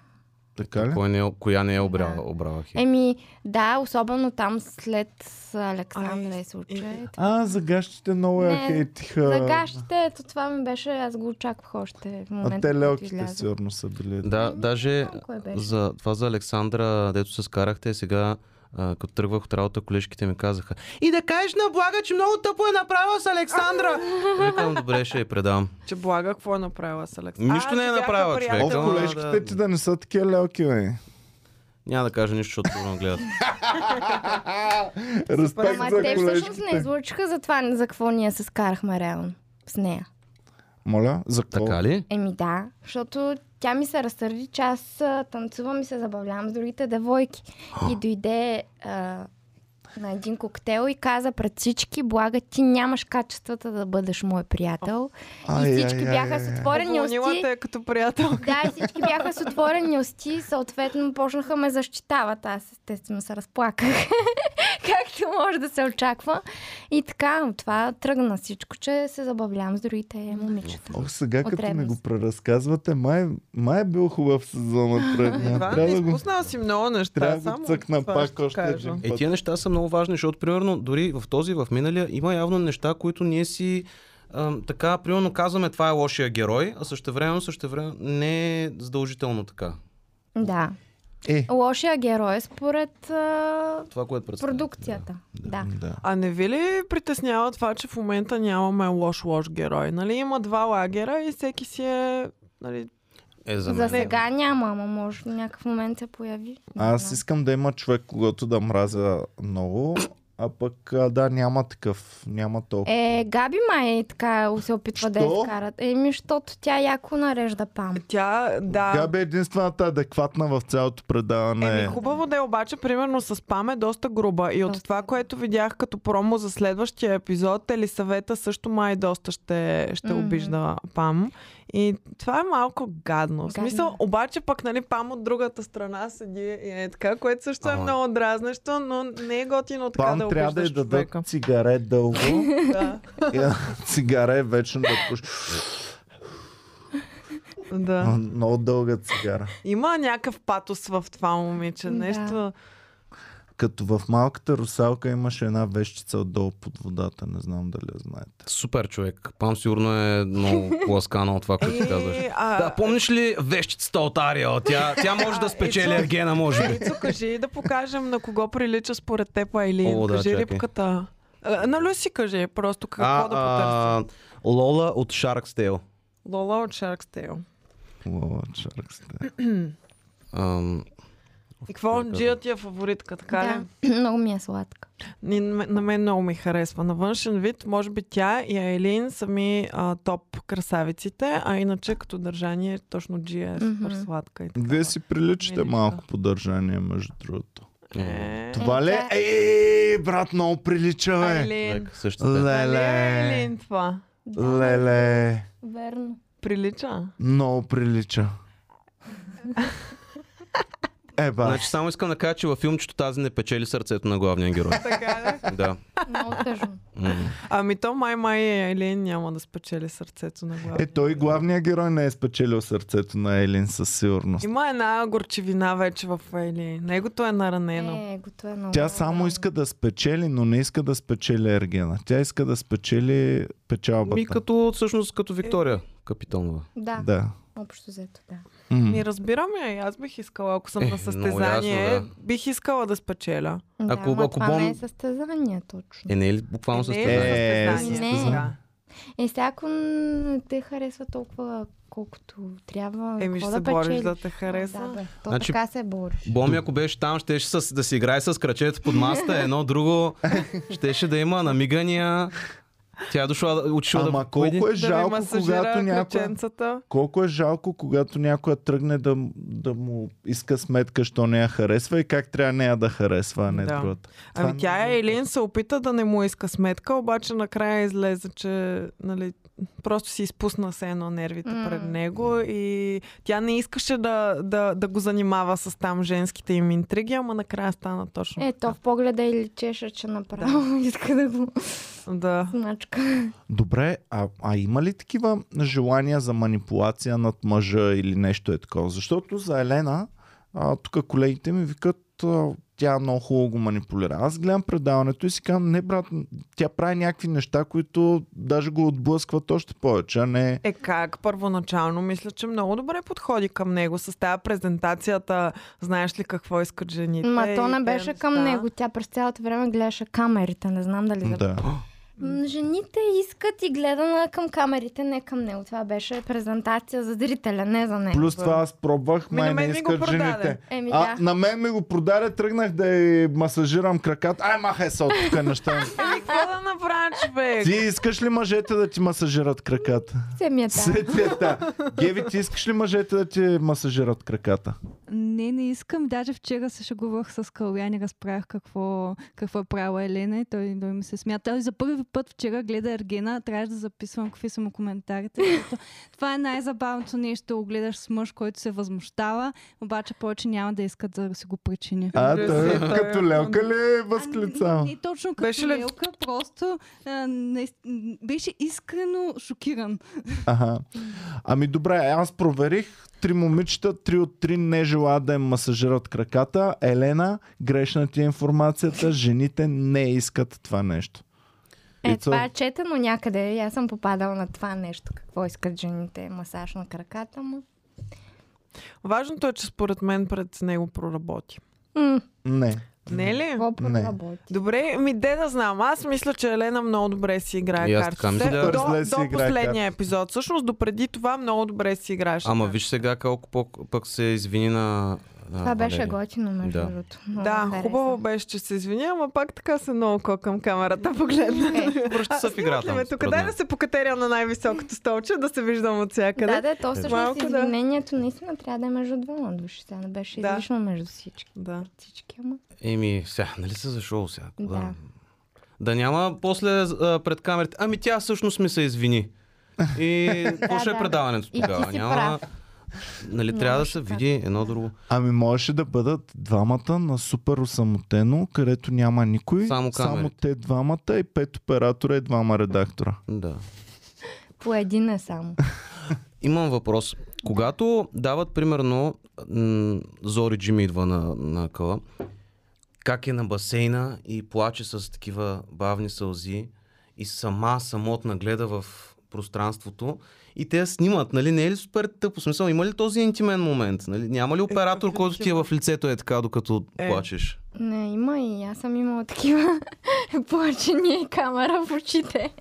A: Така ли?
B: Кой не е, коя не е обрала,
D: Да.
B: обрала хит?
D: Еми, да, особено там след
C: Ай,
D: Александра и
C: и-
D: случай.
A: А, за гащите много я
D: Не,
A: хейтиха.
D: За гащите, ето това ми беше, аз го очаквах още в момента.
A: А те
D: когато
A: лелките
D: излязох.
A: сигурно са били.
B: Да, даже
D: Малко е беше.
B: за това за Александра, дето се скарахте, сега а, като тръгвах от работа, колежките ми казаха И да кажеш на Блага, че много тъпо е направила с
D: *laughs*
B: Александра! Викам, добре, ще я предам.
C: Че блага, какво е направила с Алекс?
B: Нищо
C: А,
B: не е
C: че бяха
B: направила, човек.
A: О,
C: приятелки.
B: Ама,
A: колежките
B: да.
A: ти да не са такива лелки, бе.
B: Няма да кажа нищо, защото сигурно гледат.
A: Респект
D: Ама
A: за
D: те всъщност не
A: колежките.
D: излъчиха за това, за какво ние се скарахме реално с нея.
A: Моля, за какво?
B: Така ли?
D: Еми да, защото тя ми се разсърди, че аз а, танцувам и се забавлявам с другите девойки. И дойде а, на един коктейл и каза пред всички, блага ти нямаш качествата да бъдеш мой приятел.
A: Ай,
D: и
A: ай,
D: всички
A: ай,
D: бяха
A: ай,
D: с
A: ай.
D: отворени
C: Уволнила
D: усти.
C: те е като
A: *laughs*
C: приятел.
D: Да, и всички бяха с отворени усти, съответно почнаха ме защитават. Аз естествено се разплаках, *laughs* както може да се очаква. И така, от това тръгна всичко, че се забавлявам с другите момичета.
A: Ох, сега
D: От
A: като ми
D: ревност.
A: го преразказвате, май, май е бил хубав
D: *laughs*
A: сезонът пред мен.
C: Иван,
A: Трябва да го...
C: изпуснала си много неща.
A: трябва да го
C: само
A: цъкна
C: това
A: пак
C: ще
A: още
C: кажа.
A: един.
B: Е, тия неща са много важни, защото, примерно, дори в този, в миналия, има явно неща, които ние си ам, така, примерно казваме, това е лошия герой, а същевременно, същевременно не е задължително така.
D: Да.
A: Е,
D: Лошия герой според а,
B: Това, което представя.
D: продукцията. Да.
A: да.
C: А не ви ли притеснява това, че в момента нямаме лош-лош герой? Нали, има два лагера и всеки си е... Нали,
B: Е, за,
D: За
B: мен.
D: сега няма, ама може в някакъв момент се появи.
A: Аз искам да има човек, когато да мразя много, а пък а, да, няма такъв. Няма толкова.
D: Е, Габи май така се опитва да я
A: Що?
D: изкарат. Еми, защото тя яко нарежда пам.
C: тя, да...
A: Тя бе единствената адекватна в цялото предаване.
C: Еми, хубаво да е, обаче, примерно с Пам е доста груба. И от
D: Доста.
C: това, което видях като промо за следващия епизод, Елисавета също май доста ще, ще
D: Мгм.
C: обижда Пам. И това е малко гадно. В
D: Гадно
C: смисъл,
D: е.
C: обаче пък, нали, Пам от другата страна седи и е така, което също е
B: Ама-
C: много дразнещо, но не е готино така
A: Пам
C: да
A: трябва да й
C: обиждаш
A: дадат
D: *laughs*
C: човека.
A: цигаре
C: *laughs*
A: дълго.
C: Да,
A: Е, цигара е вечно да пуши.
C: да.
A: А, Много дълга цигара.
C: Има някакъв патос в това момиче.
D: Да.
C: Нещо.
A: Като в малката русалка имаше една вещица отдолу под водата, не знам дали я знаете.
B: Супер човек. Пам сигурно е много
C: *laughs*
B: ласкана от това, което ти казваш.
C: И, Е, а,
B: Да, помниш ли вещицата от Ариел? Тя, тя може да спечели
C: Ицо.
B: Ергена, може би.
C: Ицо, кажи да покажем на кого прилича според теб Айлин.
B: О, да,
C: кажи
B: чакай.
C: рибката. А, На Люси кажи просто какво да потърси.
B: Лола от Shark's Tale.
C: Лола от Shark's Tale.
A: Лола Чаркс. да.
B: Ам,
C: И какво? Джия ти е фаворитка, така ли?
D: Да, *clears throat* много ми е сладка.
C: Ни- м- На мен много ми харесва. На външен вид, може би тя и Айлин са ми а, топ красавиците, а иначе като държание точно Джия е супер
D: Мгм.
C: сладка и така.
A: Вие си приличате
C: Миличка.
A: малко поддържание, между другото.
C: Е,
A: Това ли? е?
D: да.
A: Ей, брат, много прилича,
B: е.
A: бе.
C: Айлин.
E: Същата.
C: Нали е
A: Леле.
C: Айлин това?
D: Да,
A: Леле.
D: Верно. *laughs*
C: Прилича?
A: Много прилича. Еба.
B: Значи само искам да кажа, че във филмчето тази не печели сърцето на главния
A: *laughs*
B: герой.
C: Така ли?
B: да.
D: Много
B: *laughs*
D: тъжно.
B: М.
C: Ами то май май и Айлин няма да спечели сърцето на глава.
A: Е, той главният герой не е спечелил сърцето на Елин със сигурност.
C: Има една горчевина вече в Айлин. Негото е наранено.
D: Е, готова е много.
A: Тя само иска да спечели, но не иска да спечели Ергена. Тя иска да спечели
B: Ми
A: печалбата.
B: като, всъщност, като Виктория Капитонова.
D: Да, да,
A: Да.
D: общо взето, да.
A: М.
C: Ми разбираме, и аз бих искала, ако съм
B: Е,
C: на
B: много
C: състезание,
B: ясно,
C: бих искала да спечеля.
B: Ако-
D: да, ама
B: ако
D: това
B: бом-
D: не е състезание точно.
B: Е, не е ли буквално с
C: не
B: това?
A: Е,
C: е състезание.
D: състезание.
C: Да.
D: Е, сега ако н- те харесва толкова колкото трябва,
C: Еми ще
D: какво
C: се
D: да
C: бориш
D: печели?
C: да те хареса.
D: Да, бе, то
B: Значи-
D: така се бориш.
B: Боми, ако беше там, щеше с, да си играе с крачето под масата,
A: *laughs*
B: едно друго, щеше да има намигания. Тя е дошла, да- отишла да...
A: Ама
B: поеди.
A: колко е
C: да ви
A: жалко, когато
C: масажира
A: някой...
C: кръченцата.
A: Колко е жалко, когато някоя тръгне да, м- да му иска сметка, що не я харесва и как трябва нея да харесва, а не
C: Да.
A: другата. Това
C: Ами тя
A: много
C: е Елин се опита да не му иска сметка, обаче накрая излезе, че нали, просто си изпусна се едно нервите
D: М.
C: пред него и тя не искаше да, да, да го занимава с там женските им интриги, ама накрая стана точно
D: Е, то
C: така.
D: в погледа и личеше, че направо *laughs* иска да го
C: Да.
D: смачка.
A: Добре, а, а има ли такива желания за манипулация над мъжа или нещо е такова? Защото за Елена, а, тук колегите ми викат, а, тя много хубаво го манипулира. Аз гледам предаването и си казвам, не брат, тя прави някакви неща, които даже го отблъскват още повече, а не...
C: Е как? Първоначално мисля, че много добре подходи към него с тази презентацията. Знаеш ли какво искат жените?
D: Ма
C: и Е,
D: то не
C: те
D: беше към
C: неща.
D: него. Тя през цялото време гледаше камерите. Не знам дали за...
A: Да.
D: М, Жените искат и гледана към камерите, не към него. Това беше презентация за зрителя, не за него.
A: Плюс това аз пробвах,
C: е Ми, на
A: май не
C: мен ми го
A: искат
C: продаде.
A: жените.
D: Еми
A: А,
D: да.
A: на мен ми го продаде, тръгнах да й масажирам краката. Ай, махай се от тук неща.
C: *laughs* Еми, какво да направя, човек?
A: Ти искаш ли мъжете да ти масажират краката?
D: Се ми е да.
A: Сетията. Геви, ти искаш ли мъжете да ти масажират краката?
F: Не, не искам. Даже вчера се шегувах с Калян и разправях какво, какво е правила Елена и той, той ми се смята. Той за първи път вчера гледа Ергена, трябваше да записвам какви са му коментарите. защото Това е най-забавното нещо. Го гледаш с мъж, който се възмущава, обаче повече няма да искат да си го причини.
A: А,
C: Разбира
A: той
C: се, той е
A: като лелка ли е
F: А,
A: възклицал?
F: Не, не точно като
C: Беше
F: Беше
C: ли-
F: лелка, просто а, не, беше искрено шокиран.
A: Ага. Ами добре, аз проверих. Три момичета, три от три не желаят да им масажират краката. Елена, грешна ти е информацията. Жените не искат това нещо.
D: Е,
A: Ицо,
D: това е четено някъде. И аз съм попадала на това нещо. Какво искат жените? Масаж на краката му.
C: Важното е, че според мен пред него проработи.
D: М,
A: Не.
C: Не ли?
D: Какво проработи?
C: Добре, ми де да знам. Аз мисля, че Елена много добре си играе
B: И аз така
C: картите.
B: мисля.
A: Супер зле
C: До,
A: си
C: до
A: играе
C: последния епизод. Всъщност, допреди това много добре си играеше.
B: Ама виж сега колко по- пък се извини на... на
D: Това беше
B: Валерия.
D: готино, между
B: Да.
D: другото. Много
C: Да,
D: хареса.
C: хубаво беше, че се извиня, ама пак така се много ко- към камерата погледна.
D: Е,
B: Връща се в играта.
C: Ме, Ами, тук
B: според
C: дай
B: мен.
C: да се покатеря на най-високото столче, да се виждам от всякъде.
D: Да, да, то всъщност
C: Малко да.
D: извинението наистина трябва да е между двама души. Сега не беше
C: Да.
D: излишно между всички.
C: да.
D: всички ама...
B: Еми, сега, нали се за шоу сега?
D: Да.
B: Да няма после а, пред камерите. Ами тя всъщност ми се извини. И
D: *laughs*
B: какво ще е
D: да.
B: предаването
D: И ти
B: тогава?
D: си
B: Няма. Нали, трябва да се види едно друго.
A: Ами можеше да бъдат двамата на супер осамотено, където няма никой.
B: Само
A: само
B: камерите.
A: те двамата и пет оператора и двама редактора.
B: Да.
D: По един е само.
B: Имам въпрос. Когато дават, примерно, м, Зори Джими идва на, на къла, как е на басейна и плаче с такива бавни сълзи и сама, самотна гледа в пространството и те я снимат. Нали? Не е ли супер тъпо? В Смисъл, има ли този интимен момент? Нали? Няма ли оператор,
C: какъв
B: който ти е в лицето е така, докато
C: Е.
B: плачеш?
D: Не, има и аз съм имала такива *laughs* плачения и камера в очите.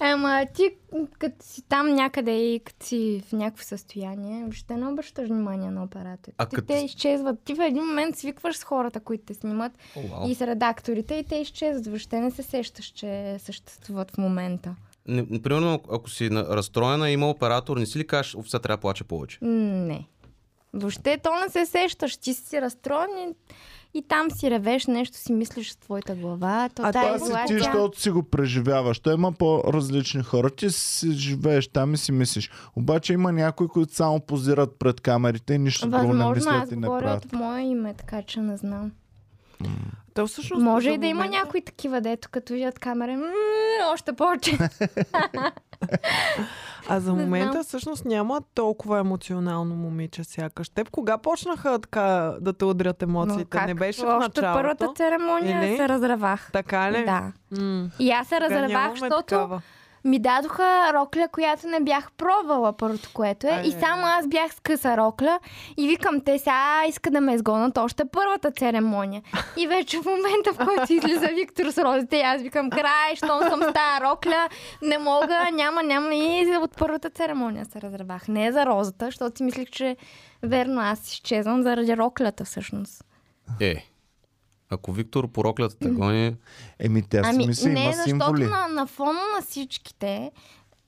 D: Ама ти като си там някъде и като си в някакво състояние, въобще не обръщаш внимание на операторите.
B: А като-
D: Те изчезват. Ти в един момент свикваш с хората, които те снимат
B: *laughs* О, вау.
D: и с редакторите и те изчезват. Въобще не се сещаш, че съществуват в момента.
B: Не, примерно, ако си на- разстроена, има оператор, не си ли кажеш, овца трябва да плача повече?
D: Не. Въобще то не се сещаш. Ти си разстроен и, и там си ревеш, нещо си мислиш с твоята глава. То
C: А
D: тая
A: Това
C: това е
A: си
D: глава,
A: ти,
D: тя-
A: защото си го преживяваш. Той има по-различни хора. Ти си живееш там и си мислиш. Обаче има някои, които само позират пред камерите и нищо друго не
D: Възможно, аз
A: мислят и не
D: говоря
A: правят.
D: от мое име, така че не знам.
C: Та всъщност
D: Може
C: за
D: и да има
C: момента-
D: някои такива, дето като видят камера, «М, още повече.
C: А за
D: Не знам.
C: момента всъщност няма толкова емоционално момиче сякаш. Теб кога почнаха така да те удрят *laughs*
D: Но
C: емоциите?
D: как?
C: Не беше в
D: Още
C: началото.
D: първата церемония
C: Или?
D: се разравах.
C: Така ли?
D: Да.
C: М,
D: И аз се
C: сега
D: разравах,
C: нямаме
D: защото
C: такава.
D: ми дадоха рокля, която не бях пробвала първото, което е.
C: Ай,
D: и само аз бях с къса рокля и викам, те сега иска да ме изгонат още първата церемония. И вече в момента, в който излиза Виктор с розите, и аз викам, край, щом съм с тая рокля, не мога, няма, няма. И от първата церемония се разравах. Не за розата, защото си мислих, че верно, аз изчезвам заради роклята всъщност.
B: Е, ако Виктор по роклята те гони,
A: Еми, тя си
D: Ами,
A: мисли,
D: не,
A: има
D: защото
A: символи.
D: На, на фона на всичките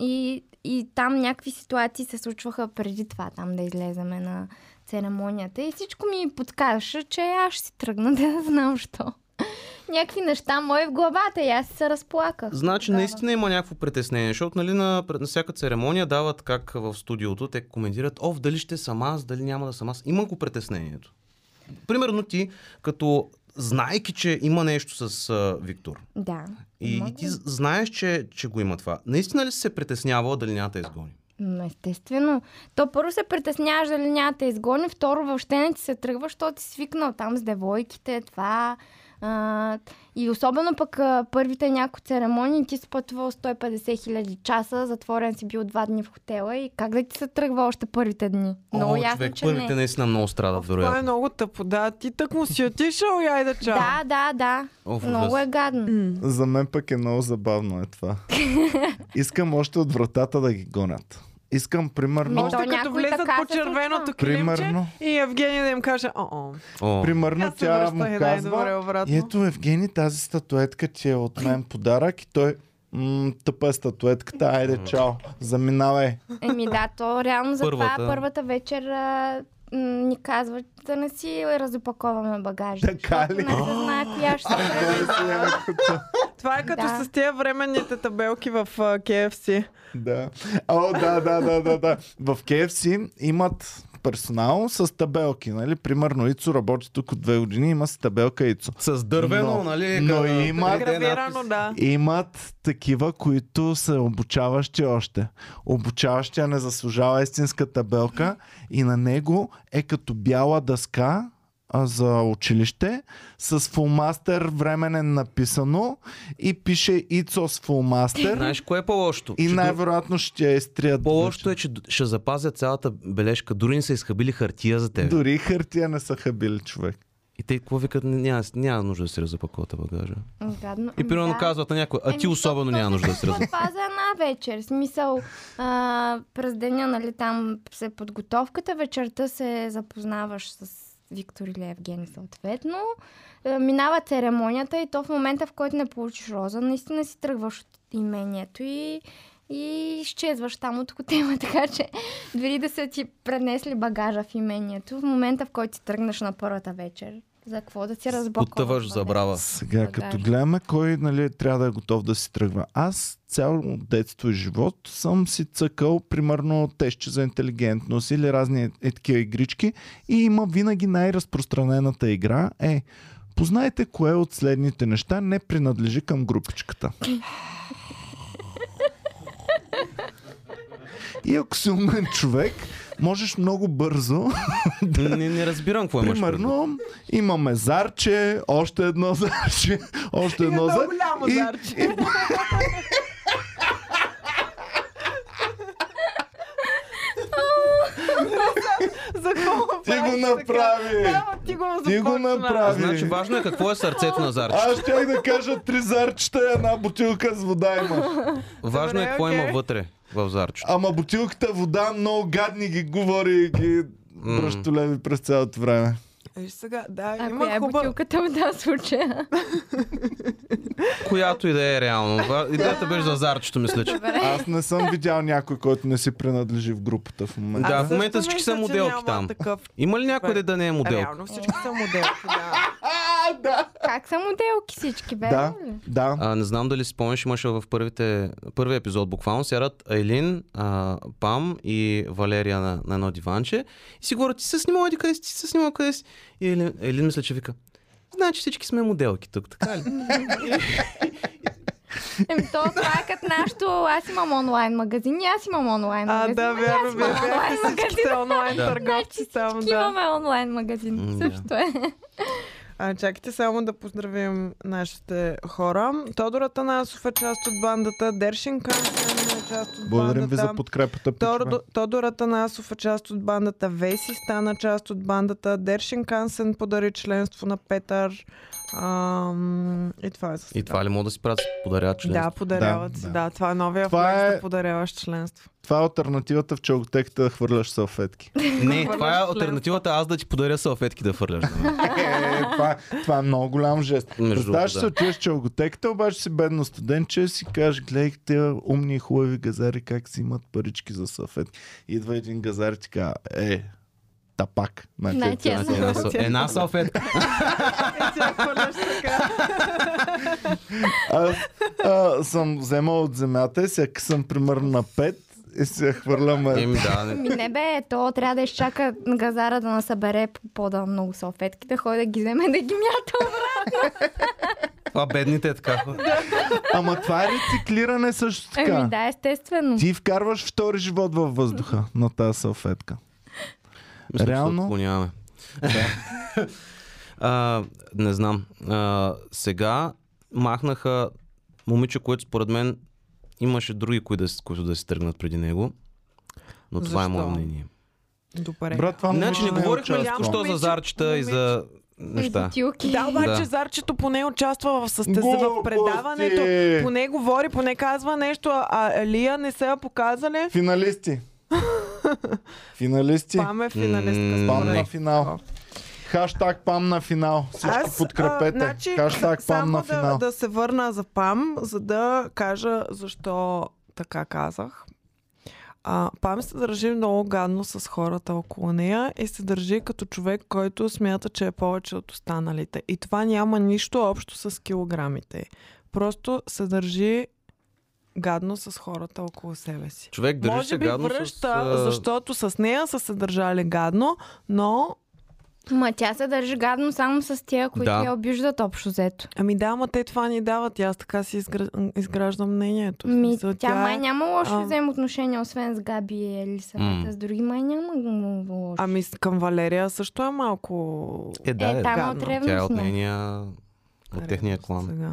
D: и, и там някакви ситуации се случваха преди това, там да излеземе на церемонията и всичко ми подказваше, че аз ще си тръгна *laughs* да знам що. Някакви неща мои в главата и аз се
B: *clears throat*
D: разплаках.
B: Значи
D: тогава.
B: наистина има някакво притеснение, защото нали, на, пред- на всяка церемония дават как в студиото, те коментират, ов, дали ще съм аз, дали няма да съм аз. Има го притеснението. Примерно ти, като знаеки, че има нещо с а, Виктор
D: Да.
B: и,
D: Има
B: и ти
D: го.
B: знаеш, че, че го има това, наистина ли си се притеснявала дали няма да те изгони?
D: М, Естествено. То първо се притесняваш дали няма да те изгони, второ въобще не ти се тръгва, защото си свикнал там с девойките, това. А, и особено пък а, първите някои церемонии ти си пътувал 150 хиляди часа, затворен си бил два дни в хотела и как да ти се тръгва още първите дни? Много
B: О,
D: ясно,
B: човек,
D: че
B: първите
D: не.
B: наистина много страдат,
C: Това е
B: вероятно.
C: много тъпо, да. Ти так му си отишъл, яй да чао.
D: Да, да, да.
B: Оф,
D: Много
B: ужас.
D: е гадно.
C: М,
A: За мен пък е много забавно е
D: *laughs*
A: това. Искам още от вратата да ги гонят. Искам примерно...
D: Ми, Ами,
C: Още
D: то
C: като
D: някой
C: влезат
D: така
C: по
D: се случва.
C: червеното килимче
A: Примерно.
C: и Евгений да им каже о
B: О,
A: Примерно
C: Аз се
A: тя
C: връщах
A: му
C: и най-добре
A: казва, «Е,
C: обратно.
A: ето Евгений, тази статуетка ти е от мен подарък и той м- тъпа е статуетката, айде чао, заминавай.
D: Еми да, то реално за
B: Първата.
D: това първата вечер а, м, ни казват да не си разопаковаме багажа.
A: Така
D: защото
A: ли?
D: Не се знае
A: *laughs*
D: коя ще бъде.
A: Той си якото.
C: Това е като
D: Да.
C: с тия временните табелки в а, KFC.
A: Да. О, да, да, да, да, да. В KFC имат персонал с табелки, нали? Примерно Ицо работи тук от две години, има с табелка Ицо.
B: С дървено,
A: Но-
B: нали?
A: но
B: къде-
A: има-
B: къде е
C: Гравирано,
B: надпис?
C: да.
A: Имат такива, които са обучаващи още. Обучаващия не заслужава истинска табелка и на него е като бяла дъска а, за училище с фулмастер временен написано и пише Ицо с фулмастер
B: Знаеш, кое е по-лошото?
A: и
B: Че до-
A: най-вероятно ще я изтрият.
B: По-лошото е,
C: Значи.
B: че д- ще запазят цялата бележка. Дори не са изхабили хартия за теб.
A: Дори хартия не са хабили човек.
B: И те какво викат, «Не, няма, няма нужда да си разопаковате багажа.
D: Гадно.
B: И примерно
D: Да.
B: казват на някой, а
D: Еми,
B: ти
D: то-
B: особено
D: то
B: няма
D: се
B: нужда да си
D: случва
B: разопаковате.
D: Това за една вечер. В Смисъл, а, през деня, нали, там се подготовката, вечерта се запознаваш с Виктор или Евгений съответно. Е, Минава церемонията и то в момента, в който не получиш роза, наистина си тръгваш от имението и, и изчезваш там от хотела, *laughs* така че дори да са ти пренесли багажа в имението, в момента, в който си тръгнеш на първата вечер, за какво да си разбокал?
B: Потъваш
D: *laughs*
B: забрава.
A: Сега,
D: Багаж.
A: като гледаме кой нали, трябва да е готов да си тръгва. Аз цяло детство и живот съм си цъкал, примерно, тещи за интелигентност или разни е, е такива игрички. И има винаги най-разпространената игра е Познайте кое от следните неща не принадлежи към групичката. И ако си умен човек, можеш много бързо
B: Не, не разбирам какво имаш. предвид.
A: Примерно имаме зарче, още едно *laughs* зарче, още
C: И
A: едно
C: едно
A: зарче.
C: голямо
A: и-
C: зарче.
A: и-
C: За какво
A: Ти го
C: правиш
A: направи!
C: Така? Да, ти го,
A: Ти го
C: започна.
B: А,
A: направи.
B: значи важно е какво е сърцето на зарчето.
A: Аз щях да кажа три зарчета и една бутилка с вода има.
B: Важно е
C: Добре,
B: какво има
C: окей.
B: вътре в зарчето.
A: Ама бутилката вода много гадни ги говори и ги
B: М.
A: бръщолеви през цялото време.
C: Виж Е, сега, да,
D: А коя
C: има
D: е
C: хубав...
D: бутилката *laughs* в тази случая?
B: Която и да е реално. Ва- Идеята беше за зарчето, мисля, че.
A: Аз не съм видял някой, който не си принадлежи в групата в момента.
B: Да,
C: Аз
B: в момента
C: също
B: всички са
C: мисля, че
B: моделки
C: няма
B: там.
C: Такъв.
B: Има ли някой де да не е модел?
C: Реално всички са моделки, да.
A: А, да!
D: Как са моделки всички, бе?
A: Да, да.
B: А, не знам дали си спомняш, имаше в първите, първи епизод буквално, сядат Айлин, а, Пам и Валерия на, на едно диванче и си говорят, ти се снимал еди къде си, ти се снимал къде си. И Айлин, Айлин мисля, че вика, значи всички сме моделки тук, така ли?
D: Еми, то това е като нашото... Аз имам онлайн магазин и аз имам онлайн
C: А,
D: магазин.
C: да,
D: ама и
C: вярно,
D: аз
C: вие
D: имам онлайн
C: бяхте
D: магазин.
C: всичките онлайн
B: Да.
C: търговци там,
D: Всички
C: да.
D: Имаме онлайн магазин.
B: М, да.
D: Също е.
C: А, чакайте само да поздравим нашите хора. Тодор Атанасов е част от бандата, Дершин Кънчен е част от
A: Благодарим ви
C: бандата.
A: за подкрепата.
C: Тодор,
A: пичове.
C: Тодор Атанасов е част от бандата, Веси стана част от бандата, Дершин Кансен подари членство на Петър. Ам, и това е за сега.
B: И това ли мога да си правят, подаряват членство?
C: Да, подаряват
A: е Да,
C: си.
A: да.
C: Да. това е новия
A: Това
C: флекс
A: е-
C: да подаряваш членство.
A: Това е альтернативата в чоготеката да хвърляш салфетки.
B: Не, това е альтернативата аз да ти подаря салфетки да нали? фърляш. на мен.
A: Е, това, е- това е много голям жест.
B: Между
A: Представяш се,
B: другото, да.
A: отиваш в чалготеката, обаче си бедно студенче, си кажеш, гледай тия умни и хубави газари как си имат парички за салфетки. Идва един газар и ти казва, е, тапак. На
D: На
A: тия
D: тия
A: цена.
B: Значи Една, са- една салфетка.
C: И тя хвърляш така.
A: Аз а, съм вземал от земята и сега съм примерно на 5 и се хвърлям. е,
B: Еми да, не.
D: Ми Ами не бе, то трябва да изчака газара да насъбере по пода много салфетки, да ходи да ги вземе да ги мята.
B: това бедните е така.
A: Ама това е рециклиране също така.
D: Еми Ами да, естествено.
A: Ти вкарваш втори живот във въздуха на тази салфетка.
B: Мисля, че се
A: Реално.
B: отклоняваме. *laughs* а, не знам. А, сега махнаха момиче, което според мен имаше други, които да, с- които да си тръгнат преди него. Но това е мое
C: Защо?
B: мнение.
C: Добре.
A: Брат, това
B: Значи не
A: може да
B: говорихме
A: е
B: ли
A: участвал.
B: току-що за
C: Момиче, Ами,
B: зарчета и за неща?
D: Бутилки.
C: Да, обаче
B: Да.
C: зарчето поне участва в, състез... в
A: Глупости!
C: предаването, поне говори, поне казва нещо, а- а Лия не е са я показали.
A: Финалисти. Финалисти.
C: Пам е финалистка.
B: М,
A: Пам
C: според
B: не.
A: на финал. Хаштаг пам на финал. Всички
C: Аз,
A: подкрепете.
C: А, значи,
A: Хаштаг
C: *laughs*
A: пам
C: само
A: на
C: да,
A: финал.
C: да се върна за пам, за да кажа защо така казах. А, пам се държи много гадно с хората около нея и се държи като човек, който смята, че е повече от останалите. И това няма нищо общо с килограмите. Просто се държи гадно с хората около себе си.
B: Човек държи
C: Може
B: се
C: би
B: гадно
C: връща,
B: с... а,
C: защото с нея са се държали гадно, но
D: Ма тя се държи гадно само с тия, които
B: Да.
D: я обиждат общо взето.
C: Ами да, ама те това ни дават. И аз така си изгра... изграждам мнението. В
D: Ми,
C: смисъл,
D: тя май
C: е-
D: няма лошо
C: а.
D: взаимоотношения, освен с Габи и Елисавета.
B: М.
D: С други май няма много лошо.
C: Ами с- към Валерия също е малко...
B: Е, да, е,
D: е, там
C: гадно.
D: от
C: Тя е
B: тя е от
D: ревностна.
B: нейния... От техния клан.
C: Сега.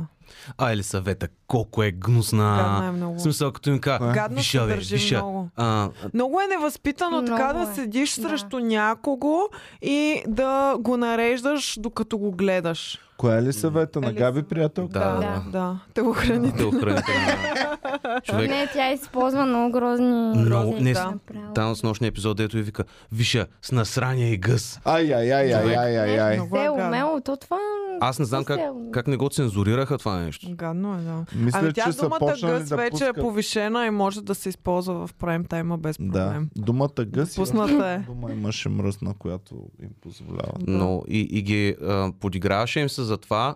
B: А, Елисавета, колко е гнусна.
C: Гадна е много.
B: В смисъл, като им
A: Е.
B: кажа,
C: Гадно се
B: виша, бе,
C: държи
B: виша.
C: много.
B: А,
C: Много е невъзпитано
D: Много
C: така да
D: е.
C: седиш
D: Да.
C: срещу някого и да го нареждаш докато го гледаш.
A: Коя е ли съвета на
C: Елиса.
A: Габи, приятел?
B: Да.
C: да. да. Те го храните.
B: те охранителна. Човек,
D: Не, тя използва много грозни...
B: Много,
D: грозни
B: не,
D: неща
B: с-
D: направо.
B: там с нощния епизод, дето и вика, виша, с насрания и гъс.
A: Ай, ай, ай, ай,
B: Човек.
A: ай, ай, ай.
C: Много
D: Те
C: е
D: е
C: гадно.
D: умело, то това...
B: Аз не знам как,
D: Смисъл.
B: как не го цензурираха това нещо.
C: Гадно е, да.
A: Мисля,
C: ами тя
A: че са
C: думата
A: почнали
C: гъс
A: да
C: вече
A: пускат...
C: е повишена и може да се използва в прайм тайма без
A: Да,
C: проблем.
A: думата гъс
C: Пусната е.
A: дума имаше мръсна, която им позволява.
B: Но и, и ги а, подиграваше им се за това,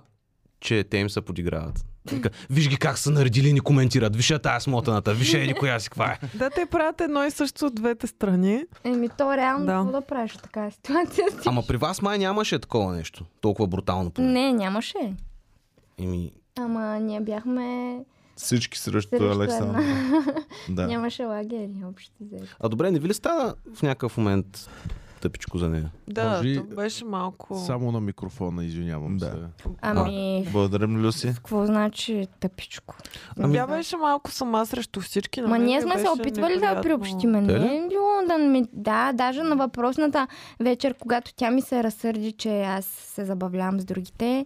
B: че те им се подиграват. Вика, Виж ги как са наредили и ни коментират. Виша тая е смотаната, виша еди коя си каква е.
C: Да, те правят едно и също от двете страни.
D: Еми, то реално
C: Да.
D: какво да правиш в такава ситуация си?
B: Ама при вас май нямаше такова нещо. Толкова брутално. Ами, поне.
D: Не, нямаше.
B: Еми,
D: Ама ние бяхме...
A: Всички срещу,
D: Срещу
A: Александър. *laughs* Да.
D: Нямаше лагери, общо взето.
B: а добре, не ви ли стана в някакъв момент тъпичко за нея?
C: Да,
E: Може-
C: то беше малко...
E: Само на микрофона, извинявам
A: Да.
E: се.
D: Ами, в-
A: Благодарим, Люси.
D: какво значи тъпичко?
B: Ами
C: Тя
B: да.
C: беше малко сама срещу всички. на
D: Ма
C: мен
D: ние
C: ми
D: сме се
C: беше
D: опитвали да я
C: неприятно.
D: приобщиме.
B: Е,
D: Не
B: ли?
D: е било да Ами да, даже на въпросната вечер, когато тя ми се разсърди, че аз се забавлявам с другите,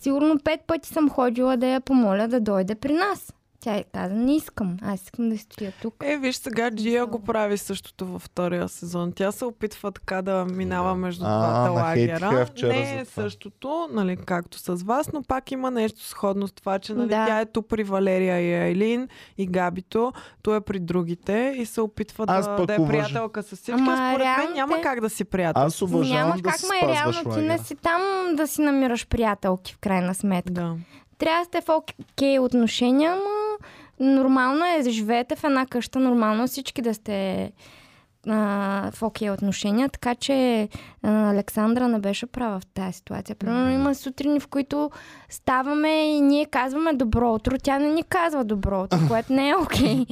D: сигурно пет пъти съм ходила да я помоля да дойде при нас. Тя е каза, не искам, аз искам да стоя тук.
C: Е, виж сега, Джия го прави същото във втория сезон. Тя се опитва така да минава между
A: А,
C: двата
A: нахейтиха я
C: лагера.
A: вчера
C: не е
A: за това.
C: същото, нали, както с вас, но пак има нещо сходно с това, че нали,
D: Да.
C: тя е тук при Валерия и Айлин и Габито, то е при другите и се опитва
A: Аз
C: да,
A: пък
C: да е
A: уважа-
C: приятелка с всички.
D: Ама
C: Според мен
D: реално
C: няма
D: те-
C: как да си приятел.
A: Аз уважавам
D: Няма
A: да
D: как,
A: си
D: ма е
A: спазваш
D: реално, ти
A: лагера.
D: не си там да си намираш приятелки в крайна сметка.
C: Да.
D: Трябва да сте в окей отношения, но нормално е да живеете в една къща, нормално е всички да сте а, в окей отношения, така че а, Александра не беше права в тази ситуация. Примерно има сутрини, в които ставаме и ние казваме добро утро, тя не ни казва добро утро, което не е окей.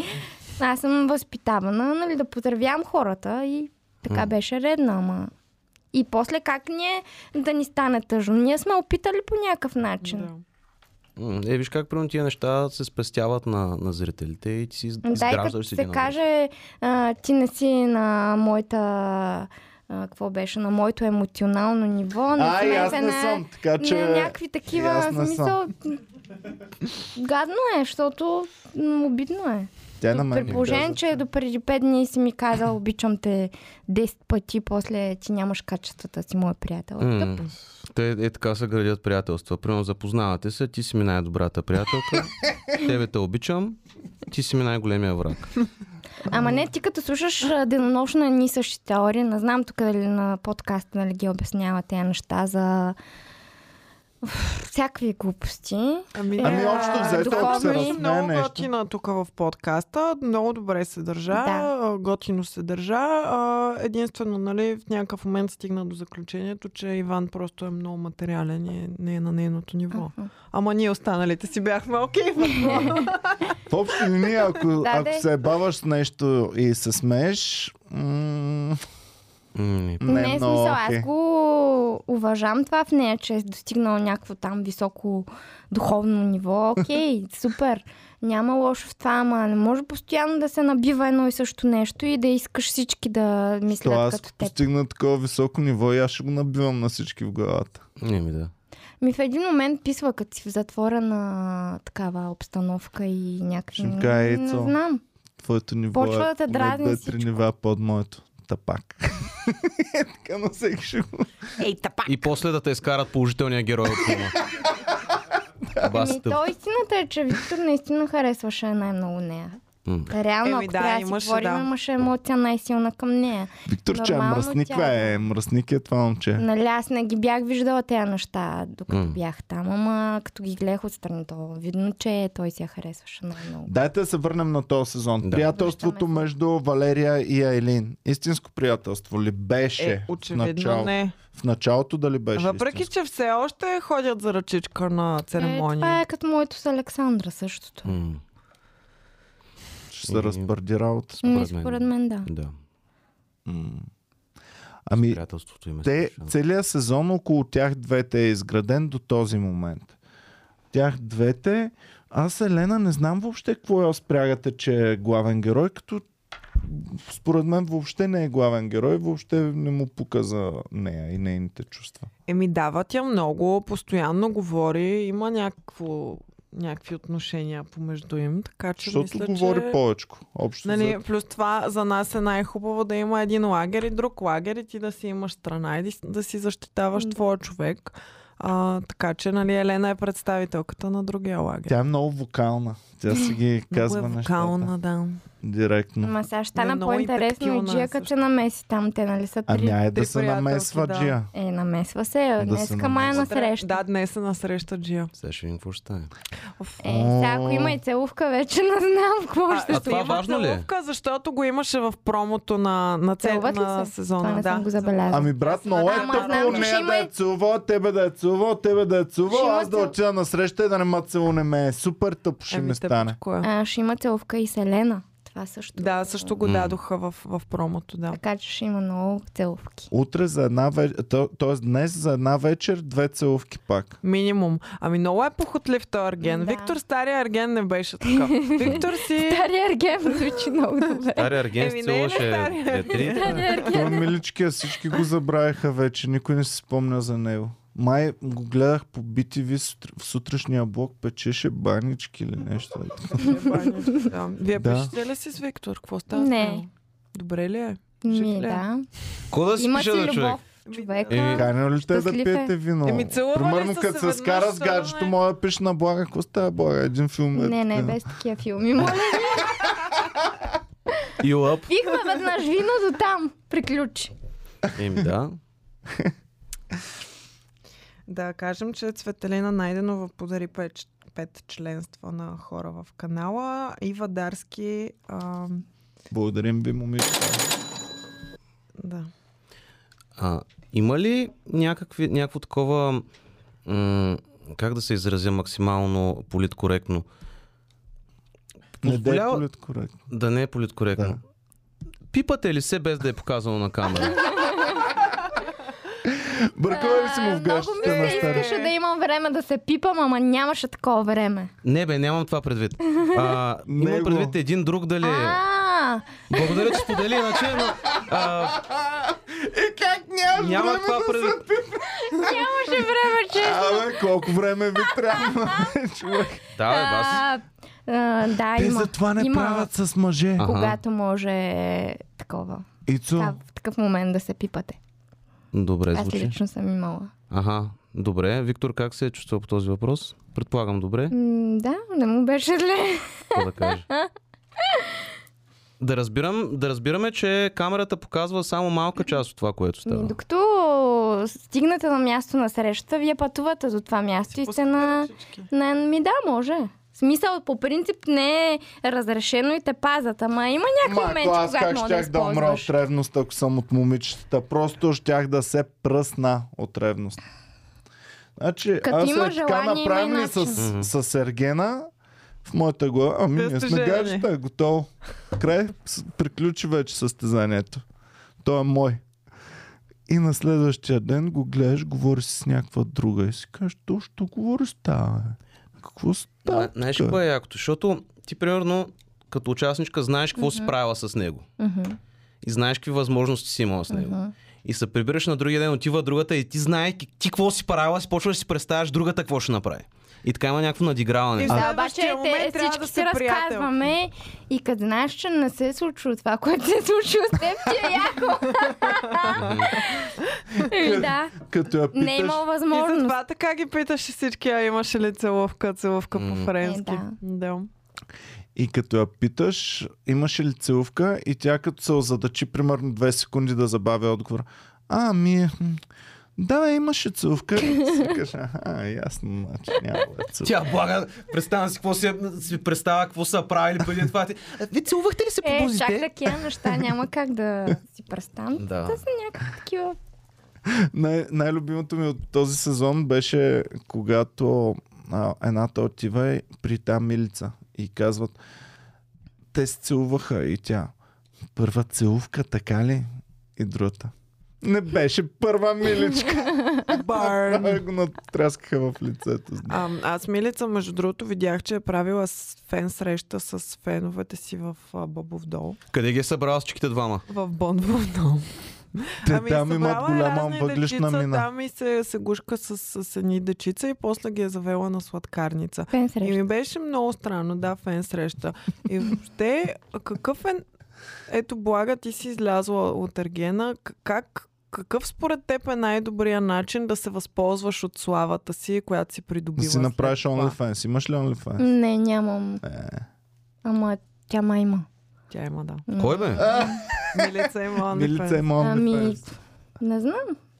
D: Аз съм възпитавана, нали, да поздравявам хората и така беше редна, ама... И после как ние да ни стане тъжно? Ние сме опитали по някакъв начин.
C: да.
B: М, Е, виж как примерно тия неща се спестяват на, на зрителите и ти си из-
D: Да, и като
B: изграждаш си
D: се
B: един образ.
D: каже, а, ти не си на моята а, какво беше, на моето емоционално ниво. Не
A: Ай,
D: сме
A: аз
D: в
A: не
D: една-
A: съм, така че...
D: На някакви
A: и
D: такива
A: аз не
D: смисъл. Гадно е, защото м, обидно е.
A: Тя на мен
D: При
A: ми
D: положение,
A: каза.
D: че е до преди 5 дни си ми казал обичам те 10 пъти, после ти нямаш качествата си, мой приятел.
B: М, Те е така се градят приятелства. Примерно запознавате се, ти си ми най-добрата
D: *laughs*
B: приятелка, тебе те обичам, ти си ми най-големия враг.
D: Ама не, ти като слушаш а, денонощно едни и същи теории, не знам тук дали на подкаста нали ги обяснява тези неща за Уф, всякакви глупости.
C: Ами,
A: Ами,
C: не,
A: общо
C: а,
A: взето,
D: ако се
C: духовно
A: разсмее
C: много
A: нещо.
C: готина тук в подкаста. Много добре се държа.
D: Да.
C: а, Готино се държа. а, Единствено, нали, в някакъв момент стигна до заключението, че Иван просто е много материален и не е на нейното ниво. Ама ние останалите си бяхме
D: *laughs* Е,
C: окей. Okay.
A: В общи линии, ако, ако
D: да.
A: се баваш с нещо и се смееш, м- не,
B: М,
D: Не,
A: е
D: е
A: много
D: смисъл,
A: окей.
D: аз го уважавам това в нея, че е достигнал някакво там високо духовно ниво.
A: *laughs*
D: Окей, супер. Няма лошо в това, ама не може постоянно да се набива едно и също нещо и да искаш всички да
A: С Това
D: мислят
A: аз
D: като
A: като
D: теб.
A: постигна такова високо ниво и аз ще го набивам на всички в главата.
B: Не ми да.
D: Ми в един момент писва, като си в затвора на такава обстановка и някакви...
A: Ще ми кажа,
D: не,
A: Ецо.
D: знам.
A: Твоето ниво
D: Почва
A: е
D: да те
A: поне
D: дразни
A: две-три
D: всичко.
A: нива под моето. Та пак. *laughs* Е, така на всеки ще го...
B: И после да те изкарат положителния герой от филма.
D: *laughs* Ами, то истината е, че Виктор наистина харесваше най-много нея.
B: М.
D: Реално,
C: Еми, да,
D: ако трябва да си
C: имаше,
D: говорим,
C: да.
D: имаше емоция най-силна към нея.
A: Виктор, че е
D: Нормално
A: мръсник,
D: тя
A: бе, е. Мръсник е това момче.
D: Нали, аз не ги бях виждала тези неща, докато
B: М.
D: бях там, ама като ги гледах отстрани, то видно, че той си я харесваше най-много.
A: Дайте да се върнем на този сезон.
B: Да.
A: Приятелството
D: Връщаме се.
A: между Валерия и Айлин. Истинско приятелство ли беше?
C: Е,
A: в
C: очевидно
A: начало?
C: не.
A: В началото дали беше?
C: Въпреки,
A: истинско?
C: че все още ходят за ръчичка на
D: Е, това
C: церемония.
D: е като моето с Александра същото.
B: М,
A: Ще се разпърди работа.
D: М,
B: според мен.
D: Според мен да.
B: Да.
A: М. Ами,
B: Приятелството им е
A: те,
B: страшно.
A: целият сезон около тях двете е изграден до този момент. Тях двете. Аз, Елена, не знам въобще какво я спрягате, че е главен герой, като според мен въобще не е главен герой, въобще не му пука за нея и нейните чувства.
C: Еми дава тя много, постоянно говори, има някакво, някакви отношения помежду им, така че
A: Защото
C: мисля,
A: говори
C: че...
A: повечко. Общо
C: Нали,
A: за...
C: плюс това за нас е най-хубаво да има един лагер и друг лагер и ти да си имаш страна и да си- да си защитаваш
D: Да.
C: твоя човек. А, така че нали, Елена е представителката на другия лагер.
A: Тя е много вокална. Тя си ги
C: Много
A: казва
C: е
A: нещата
C: вокална, да.
A: директно.
D: Ама сега ще
C: Да,
D: стана
C: много
D: по-интересно и
C: импактилна
D: Джия като
C: също.
D: се намеси там. Те нали са три.
A: Ами ай да
C: Три
A: се намесва
C: приятелки, да.
A: Джия.
D: Е, намесва се.
A: Да се
D: Днеска май е на
A: намесва.
D: среща.
C: Да, днес е на среща Джия.
B: Сега ще видим какво ще стане.
D: Е, сега ако има и целувка, вече не знам какво ще...
B: а това
C: има
B: важно ли е?
C: целувка, защото го имаше в промото на, на, цел,
D: Целуват ли
C: на
D: се?
C: сезона.
D: Това не
C: да.
D: съм го забелязала.
A: Ами брат, много е
D: Ама
A: тъпо
D: знам, че ще
A: нея
D: има
A: да
D: и-
A: е целува, тебе да е целува, тебе да е
D: Ще
A: целува,
D: има
A: аз да
D: цел-
A: отида на среща и да не ма целуне ме. е. Супер тъпо ще
D: Ами,
C: Еми,
A: ми
C: те
A: стане.
C: пък кое?
D: А, ще има целувка и с Елена. Това също.
C: Да, също го
B: М.
C: дадоха в, в промото, да.
D: Така че ще има много целувки.
A: Утре за една вечер, т.е. днес за една вечер две целувки
D: *laughs*
A: пак.
C: Минимум. Ами много е похотлив този арген.
D: Да.
C: Виктор, стария арген не беше такъв. Виктор
D: *laughs*
C: си...
D: Стария Ерген звучи много добре.
B: Стария арген
C: Еми, не е ли
B: целуваше
C: стария?
B: детрите.
D: Стария Ерген.
A: Той миличкия, всички го забравиха вече, никой не си спомня за него. Май го гледах по BTV сутр- в сутрешния блок, печеше банички или нещо.
C: Е, да. Вие
A: Да.
C: пишете ли си с Виктор? Какво става? с
D: Не.
C: него? Добре ли е?
D: Ми,
C: Жив ли е?
D: да.
B: Какво да си
D: Има
B: пише
D: си
B: на човек?
D: любов. Човека.
B: Еми,
A: Каня ли те да
D: Щастлив е.
A: пиете вино?
C: Еми, целували
A: Примерно,
C: са се
A: като се
C: веднъж,
A: скара с
C: само
A: гаджето,
C: е.
A: моя да пише на блага, какво става блага? Един филм е.
D: Не, не,
A: така.
D: без такива филми. Моля,
B: You up?
D: пихме веднъж вино до там. Приключи.
B: Еми да.
C: Да, кажем, че Цветелина Найденова подари пет, пет членства на хора в канала. Ива Дарски... А,
A: Благодарим ви, момичета.
C: да.
B: А, има ли някакви, някакво такова, м- как да се изразя максимално политкоректно?
A: Не дей
B: Позволява-
A: политкоректно.
B: Да не е политкоректно.
A: Да.
B: Пипате ли се без да е показано на камера?
A: Бъркала ли си му в гащите
D: Много
A: на
D: ми се
A: стари?
D: искаше да имам време да се пипам, ама нямаше такова време.
B: не бе, нямам това предвид. А, имам
A: Него.
B: предвид един друг дали е.
D: А,
B: Благодаря, че сподели, иначе... Но, а,
A: И как нямаш
B: няма
A: време
B: това
A: да
B: предвид.
D: нямаше време, че...
A: Абе, колко време ви трябва, човек?
B: Да, бе, бас.
D: А, а, да,
A: Те
D: има.
A: затова не
D: има,
A: правят с мъже.
B: А.
D: Когато може такова.
A: Ицо,
D: Така, в такъв момент да се пипате.
B: Добре
D: Аз
B: звучи.
D: лично съм имала.
B: Аха, добре. Виктор, как се е чувствал по този въпрос? Предполагам добре.
D: М, да, не му беше зле.
B: Какво да кажа? Да, разбирам, да разбираме, че камерата показва само малка част от това, което
D: Ми,
B: става.
D: Ами, Докато стигнете на място на срещата, вие пътувате до това място и сте на... на... Ми да, може. В смисъл, по принцип не е разрешено и те пазат, ама има някакви
A: Мако,
D: моменти,
A: аз
D: когато
A: как
D: мога да
A: щях да умра
D: използваш.
A: от ревност, ако съм от момичетата. Просто щях да се пръсна от ревност. Значи,
D: Като
A: аз
D: има
A: е така
D: желание, има
A: направен
D: и
A: ли с,
B: начин.
A: с Сергена в моята глава. Ами,
C: Да
A: ние
C: сте
A: сме
C: женени.
A: гаджета, готово. Край, с- приключи вече състезанието. Той е мой. И на следващия ден го гледаш, говориш с някаква друга и си кажеш, то що говориш с тая? бе? Какво става?
B: Зна- Знаеш
A: тука?
B: какво е якото? Защото ти, примерно, като участничка знаеш какво си правила с него.
D: Мгм.
B: И знаеш какви възможности си имала с него. И се прибираш на другия ден, отива другата и ти знаеки ти какво си правила, си почваш да си представяш другата какво ще направи. И така има някакво надиграване.
C: И
B: А,
C: за-
D: Да,
C: следващия
D: обаче те-
C: момент трябва
D: всички
C: да
D: си
C: са приятелки.
D: разказваме и като знаеш, че не се е случило това, което се е случило с теб, ти е яко. Еми, да,
A: Като я
D: не е
A: питаш,
D: имало
C: И
D: възможност.
C: затова така ги питаш и всички, а имаше ли целувка, целувка по
B: М.
C: френски.
D: Е,
C: да.
A: И като я питаш, имаше ли целувка и тя като се озадачи примерно две секунди да забавя отговор. А, ми... м, Да, бе, имаше целувка. И си кажа, аха, ясно, значи няма да е целувка.
B: Тя блага, представя си какво си, е- си представя, какво са правили преди това. Ти... А, Вие целувахте ли се по
D: Е, чак
B: бузите?
D: такива неща няма как да си престан.
B: Да.
D: Да са някакви такива.
A: Най- най-любимото ми от този сезон беше когато а, едната отива и при та милица и казват те се целуваха и тя първа целувка, така ли? И другата. Не беше първа миличка.
C: Барн.
A: Ай, го натряскаха в лицето.
C: А, аз Милица, между другото, видях, че е правила с фен среща с феновете си в а, Бобов дол.
B: Къде ги е събрал всичките двама?
C: В Бонбов дол.
A: Те там имат
C: събрала е
A: голяма
C: разни
A: въглишна
C: дечица,
A: мина.
C: Там и се, се гушка с, с, с едни дечица и после ги е завела на сладкарница.
D: Фен
C: И
D: среща.
C: ми беше много странно, да, фен среща. И въобще, какъв е... Ето, блага, ти си излязла от Ергена. К- Как, какъв според теб е най-добрият начин да се възползваш от славата си, която си придобила?
A: Да си направиш
C: след това?
A: OnlyFans. Имаш ли OnlyFans?
D: Не, нямам. Ама тя ма има.
C: Тя има, да.
B: Кой бе?
C: Милица има
B: е
A: Милица
C: OnlyFans.
A: има
D: Ами,
A: OnlyFans.
D: не знам.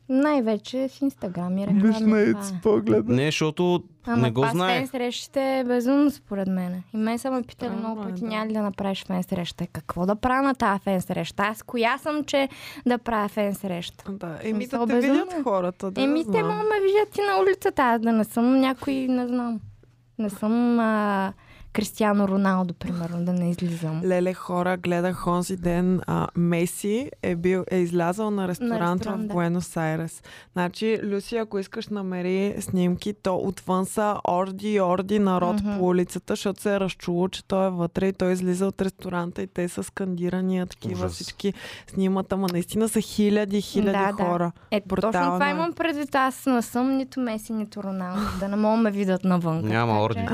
D: Най-вече в Инстаграм и
A: Виж
D: реклами.
A: на
D: това
A: Ец
D: е.
A: поглед.
B: Не, защото
D: Ама
B: не го
D: това с
B: знаех.
D: фен срещите е безумно според мен. И мен са ме питали
C: Странно
D: много
C: е,
D: пъти,
C: да.
D: няма ли да направиш фен среща? Какво да правя на тази фен среща? Аз коя съм, че да правя фен среща?
C: Да, еми да
D: Смисъл,
C: те видят
D: безумно.
C: хората. Да
D: Еми,
C: да
D: те
C: знам.
D: могат ме виждат и на улицата, аз да не съм някой, не знам. Не съм, а, Кристиано Роналдо, примерно, да не излизам.
C: Леле хора, гледах онзи ден а, Меси е, бил, е излязъл на ресторант,
D: ресторант,
C: в
D: да.
C: Буенос Айрес. Значи, Люси, ако искаш намери снимки, то отвън са орди и орди народ
D: Мгм.
C: mm-hmm. по улицата, защото се е разчуло, че той е вътре и той излиза от ресторанта и те са скандирани, а такива
B: Ужас.
C: всички снимат, ама наистина са хиляди, хиляди
D: Да, да.
C: хора.
D: Е, точно
C: Брутално
D: това
C: е.
D: имам предвид. Аз не съм нито Меси, нито Роналдо. Да не мога да ме видят навън.
B: Няма орди.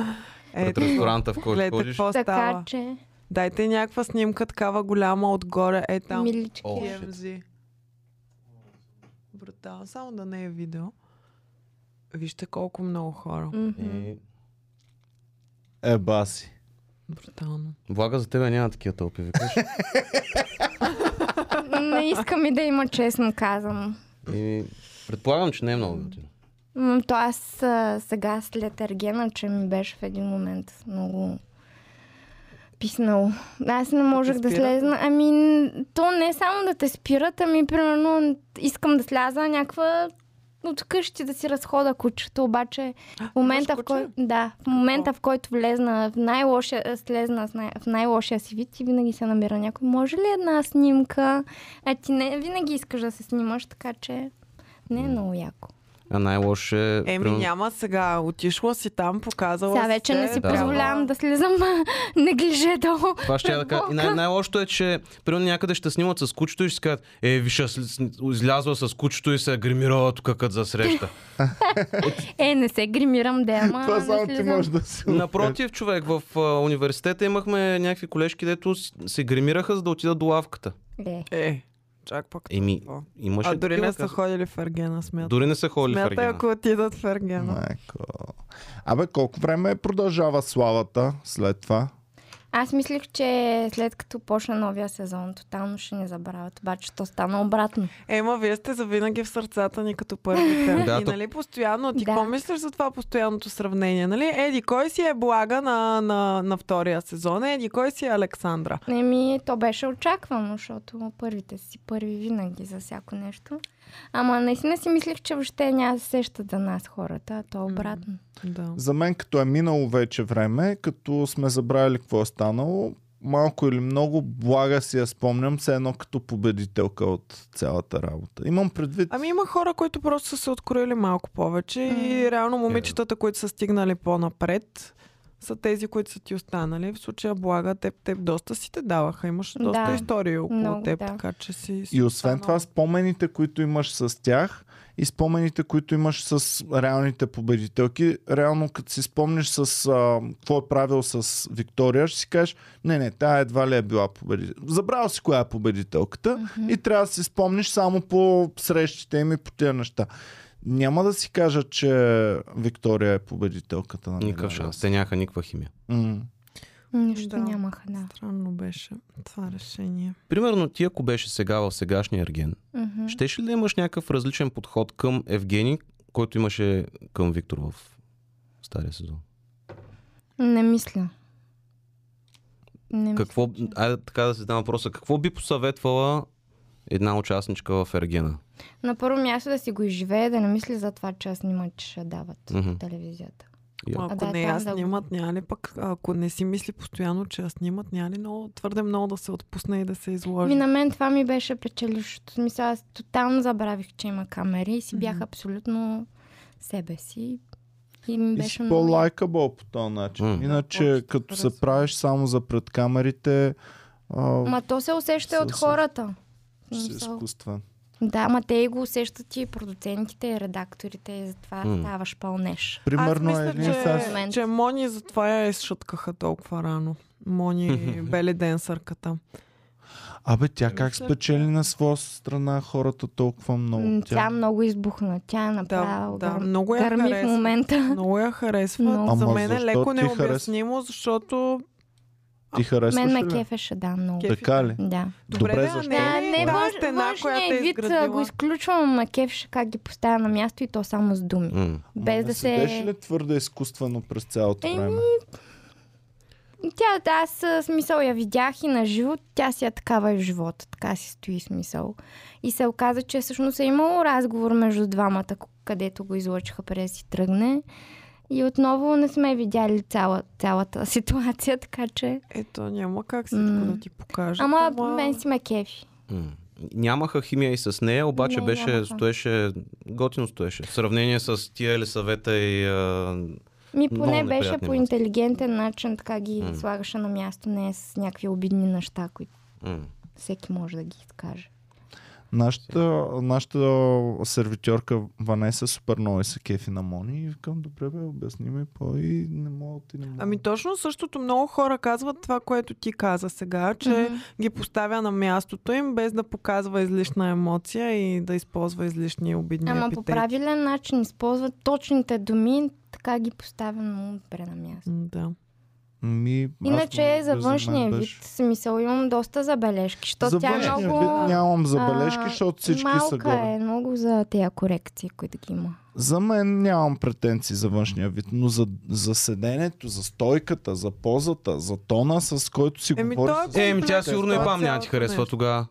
C: Е,
B: Пред ресторанта, в който
C: гледайте
B: ходиш.
C: какво
D: Така
C: става.
D: че,
C: Дайте някаква снимка такава голяма отгоре. Е там.
D: милички.
B: О,
D: е.
B: shit.
C: TMZ. Брутално, само да не е видео. Вижте колко много хора.
D: Мгм.
B: Е,
A: Е, баси.
C: Брутално.
B: Влага за тебе няма такива тълпи, викаш.
D: Не искам и да има, честно казвам.
B: И предполагам, че не е много готино.
D: М, То аз а, сега след Ергена, че ми беше в един момент много писнало. Аз не можех да
C: спират?
D: слезна. Ами, н- то не е само да те спират, ами, примерно, искам да сляза някаква от къщи да си разхода кучето, обаче в момента, в,
C: имаш
D: кой...
C: куче?
D: да, в, момента в който влезна в най-лошия, а, слезна с най- в най-лошия си вид и винаги се намира някой. Може ли една снимка? А ти не винаги искаш да се снимаш, така че не е много яко.
B: А най-лошо е...
C: Еми
B: примерно,
C: няма сега. Отишла си там, показала
D: Сега
C: си
D: вече
C: се,
D: не
A: е,
D: си
B: да.
D: позволявам да слизам *laughs* неглиже долу.
B: Това ще я да кажа. И най- най-лошото е, че примерно някъде ще снимат с кучето и ще си кажат, е, виж, аз с- излязла с кучето и се е гримирала тук, като
C: *laughs*
B: засреща.
D: Е, не се гримирам, да, ама
A: Това
D: не
A: само ти
D: слизам.
A: можеш да си го
B: Напротив, човек, в а, университета имахме някакви колежки, дето с- се гримираха, за да отидат до лавката.
D: Е,
C: Е, чак пък.
B: Еми,
C: какво?
B: имаше
C: а дори не
B: такива,
C: са
B: казвам.
C: ходили в Ергена, смят.
B: Дори не са ходили в
C: Смятай,
B: Аргена.
C: ако отидат в Ергена.
A: Майко. Абе, колко време продължава славата след това?
D: Аз мислих, че след като почне новия сезон, тотално ще ни забравят. Обаче то стана обратно.
C: Ема, вие сте завинаги в сърцата ни като първите.
B: *laughs* Да,
C: и
B: то-
C: нали постоянно, ти
D: Да.
C: какво мислиш за това постоянното сравнение? Нали? Еди, кой си е блага на, на, на втория сезон? Еди, кой си е Александра?
D: Еми, то беше очаквано, защото първите си първи винаги за всяко нещо. Ама наистина си мислих, че въобще няма да се сещат за нас хората, а то е обратно.
C: Да.
A: За мен, като е минало вече време, като сме забравили какво е станало, малко или много блага си я спомням, все едно като победителка от цялата работа. Имам предвид,
C: Ами има хора, които просто са се откроили малко повече и
B: Е.
C: реално момичетата, които са стигнали по-напред, са тези, които са ти останали. В случая блага теб, теб доста си те даваха. Имаше доста
D: Да.
C: истории около
D: Много,
C: теб,
D: да.
C: така че си... си
A: и освен
C: останала.
A: това, спомените, които имаш с тях и спомените, които имаш с реалните победителки, реално като си спомниш с а, какво е правил с Виктория, ще си кажеш, не, не, тя едва ли е била победителка. Забрал си коя е победителката,
D: Мгм.
A: и трябва да си спомниш само по срещите им и по тия неща. Няма да си кажа, че Виктория е победителката на
B: Никакъв
A: Милена.
B: шанс. Нали, Те нямаха никаква химия.
A: М.
D: Нищо
C: Да.
D: нямаха, да.
C: Странно беше това решение.
B: Примерно ти, ако беше сега в сегашния Ерген,
D: Мгм.
B: щеше ли да имаш някакъв различен подход към Евгений, който имаше към Виктор в стария сезон?
D: Не мисля. Не
B: Какво,
D: Ами, мисля, че-
B: айде така да се задам въпроса, какво би посъветвала една участничка в Ергена?
D: На първо място да си го изживее, да не мисли за това, че я снимат, че ще я дават
B: Мгм.
D: по телевизията.
B: Я.
C: Ма,
D: А,
C: ако
D: да,
C: не
D: там
C: я
D: да го-
C: снимат, няма ли пък, ако не си мисли постоянно, че я снимат, няма ли много, твърде много да се отпусне и да се изложи?
D: Ми на мен това ми беше печелившото. В Смисъл, аз тотално забравих, че има камери и си
C: Мгм.
D: бях абсолютно себе си. И ми
A: И
D: беше
A: си
D: много...
A: по-лайкабъл по този начин.
B: М.
A: Иначе,
C: Общо
A: като се
C: разбирам.
A: правиш само за пред камерите, а,
D: Ма то се усеща
A: Се
D: от
A: усеща.
D: хората.
A: си
D: Мисъл,
A: изкуствен.
D: Да, ма те и го усещат и продуцентите, и редакторите, и затова
B: М.
D: ставаш пълнеш.
A: Примерно
C: Аз
A: един
C: мисля,
A: сас-
D: Момент.
C: че, че Мони затова я изшуткаха толкова рано. Мони Бели Денсърката.
A: Абе, тя как
C: Мисля,
A: спечели на своя страна хората толкова много?
D: М, Тя много избухна. Тя е
C: Да,
D: направила.
C: да,
D: гар-
C: много я
D: Гърми в
C: харесва.
D: момента.
C: Много я харесва.
D: Много.
C: За
A: Ама
C: мен е
A: защо
C: леко
A: ти харесва?
C: необяснимо, защото...
A: Ти харесваш
D: Мен ме
A: ли?
D: кефеше, да, много.
C: Кеф-
A: Така ли?
D: Да.
A: Добре,
C: да,
A: защо?
C: не,
D: Да, не,
C: да,
D: вън,
C: стена, която е
D: външния вид а, го
C: изградила.
D: изключвам, ма кефше как ги поставя на място и то само с думи.
B: М.
A: Ама
D: Без
A: не
D: да
A: си
D: се...
A: Беше ли твърде изкуствено през цялото
D: Еми,
A: време?
D: Тя, да, аз а, смисъл я видях и на живот, тя си е такава и в живота, така си стои смисъл. И се оказа, че всъщност е имало разговор между двамата, к- където го излъчиха преди да си тръгне. И отново не сме видяли цяла, цялата ситуация, така че...
C: Ето, няма как всичко
D: М.
C: да ти покажа.
D: Ама мен си ме кефи.
B: М. Нямаха химия и с нея, обаче
D: Не,
B: беше,
D: нямаха.
B: стоеше, готино стоеше. В сравнение с тия Елисавета и... А...
D: Ми
B: Много
D: поне беше
B: неприятни
D: по
B: емоции.
D: интелигентен начин, така ги
B: М.
D: слагаше на място, не с някакви обидни неща, които
B: м.
D: всеки може да ги изкаже.
A: Нашата, нашата сервитьорка Ванеса супер много и се кефи на Мони и викам, добре бе, обясни ми по и не мога ти не мога.
C: Ами точно същото много хора казват това, което ти каза сега, че
D: Мгм.
C: ги поставя на мястото им, без да показва излишна емоция и да използва излишни обидни
D: Ама по
C: епитети.
D: правилен начин използват точните думи, така ги поставя много добре на място.
C: М, Да.
A: Ми, аз
D: Иначе е
A: без
D: за
A: мен
D: външния вид,
A: беше.
D: смисъл, имам доста забележки, защото
A: За
D: тя е
A: външния
D: много...
A: вид нямам забележки,
D: а,
A: защото всички са
D: малка
A: горе.
D: е много за тези корекции, които ги има.
A: За мен нямам претенции за външния вид, но за, за седенето, за стойката, за позата, за тона, с който си
C: Еми,
A: говори.
C: той е
A: с-
B: Е, ми тя сигурно и
C: Това
B: пам няма ти
C: цялото
B: харесва
C: нещо.
B: тогава.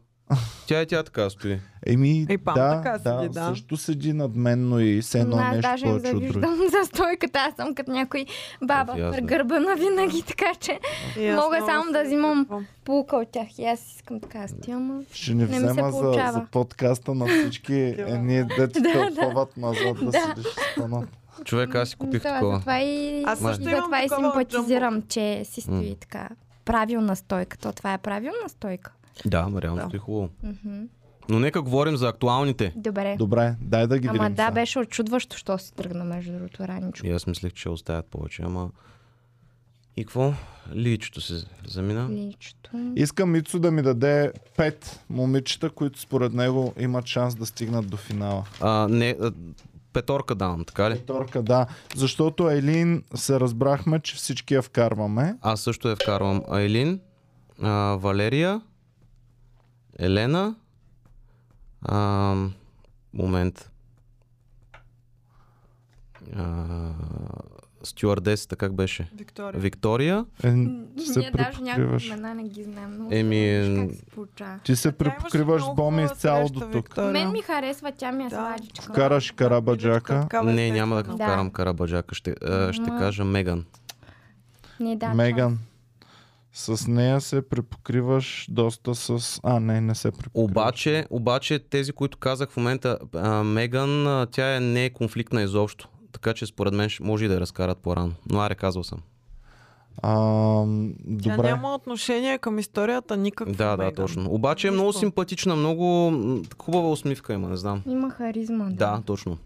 B: Тя и тя така стои.
A: Еми,
C: Е, пам
A: да,
C: така
A: да,
C: седи, да.
A: също седи над мен, но и все едно
D: М, Аз
A: нещо
D: даже им
A: повече от други.
D: завиждам *laughs* за стойката, аз съм като някой
B: Аз и аз,
D: баба,
B: да.
D: гърбана винаги, *laughs* така че
C: И аз
D: Мога
C: много
D: само
C: се
D: да взимам.
C: изтъквам.
D: полука от тях и аз искам така да стоя, ама...
A: Ще ни
D: Не ми се
A: взема за,
D: получава.
A: за подкаста на всички
C: *laughs*
A: едни дети
D: *laughs* Да,
A: те
D: да.
A: отплават назад да,
D: Да.
A: седиш с тона.
B: Човек, аз си купих
D: Мисля,
B: такова.
D: Затова и,
C: Аз
B: също
D: и
C: имам
D: затова и
C: такова
D: симпатизирам, че си стои
B: М.
D: така. Правилна стойка. То това е правилна стойка.
B: Да, ама реално
C: Да.
B: стои хубаво.
D: Мгм.
B: Но нека говорим за актуалните.
D: Добре.
A: Добре, дай да ги
D: Ама
A: видим.
D: да,
A: сега. Е.
D: беше очудващо, що си тръгна между другото раничко.
B: И аз мислех, че оставят повече, ама... И какво? Личето се замина.
D: Личото.
A: Искам Ицо да ми даде пет момичета, които според него имат шанс да стигнат до финала.
B: А, не, а, петорка давам, така ли?
A: Петорка, да. Защото Елин се разбрахме, че всички я вкарваме.
B: Аз също я вкарвам. Айлин, а, Валерия, Елена. А, момент. А, стюардесата как беше?
C: Виктория.
B: Виктория.
A: Е, ти
D: Ние
A: се
D: даже някои
A: припокриваш.
D: имена не ги знаем много.
B: Еми,
D: добре, виж Как се получава.
A: Ти се
C: Тя имаше
A: припокриваш с
C: много
A: Боми
C: хубава
A: изцяло
C: среща,
A: до тук.
C: Виктория.
D: Мен ми харесва, тя ми е
C: Да.
D: сладичка.
A: Караш Карабаджака.
C: Такава
B: Не,
C: е
B: няма да
C: среща.
B: вкарам Карабаджака. Ще, а, ще
D: Ма.
B: кажа Меган.
D: Не, да,
A: Меган. С нея се припокриваш доста с... А, не, не се припокриваш.
B: Обаче, обаче тези, които казах в момента, а, Меган, а, тя е не е конфликтна изобщо. Така че според мен ще- може и да я разкарат по-рано. Но аре, казал съм.
A: А,
C: Тя
A: добре.
C: няма отношение към историята никакво.
B: Да, да,
C: Меган.
B: точно. Обаче е много
C: Нищо.
B: симпатична, много м, хубава усмивка има, не знам.
D: Има харизма.
B: Да, точно.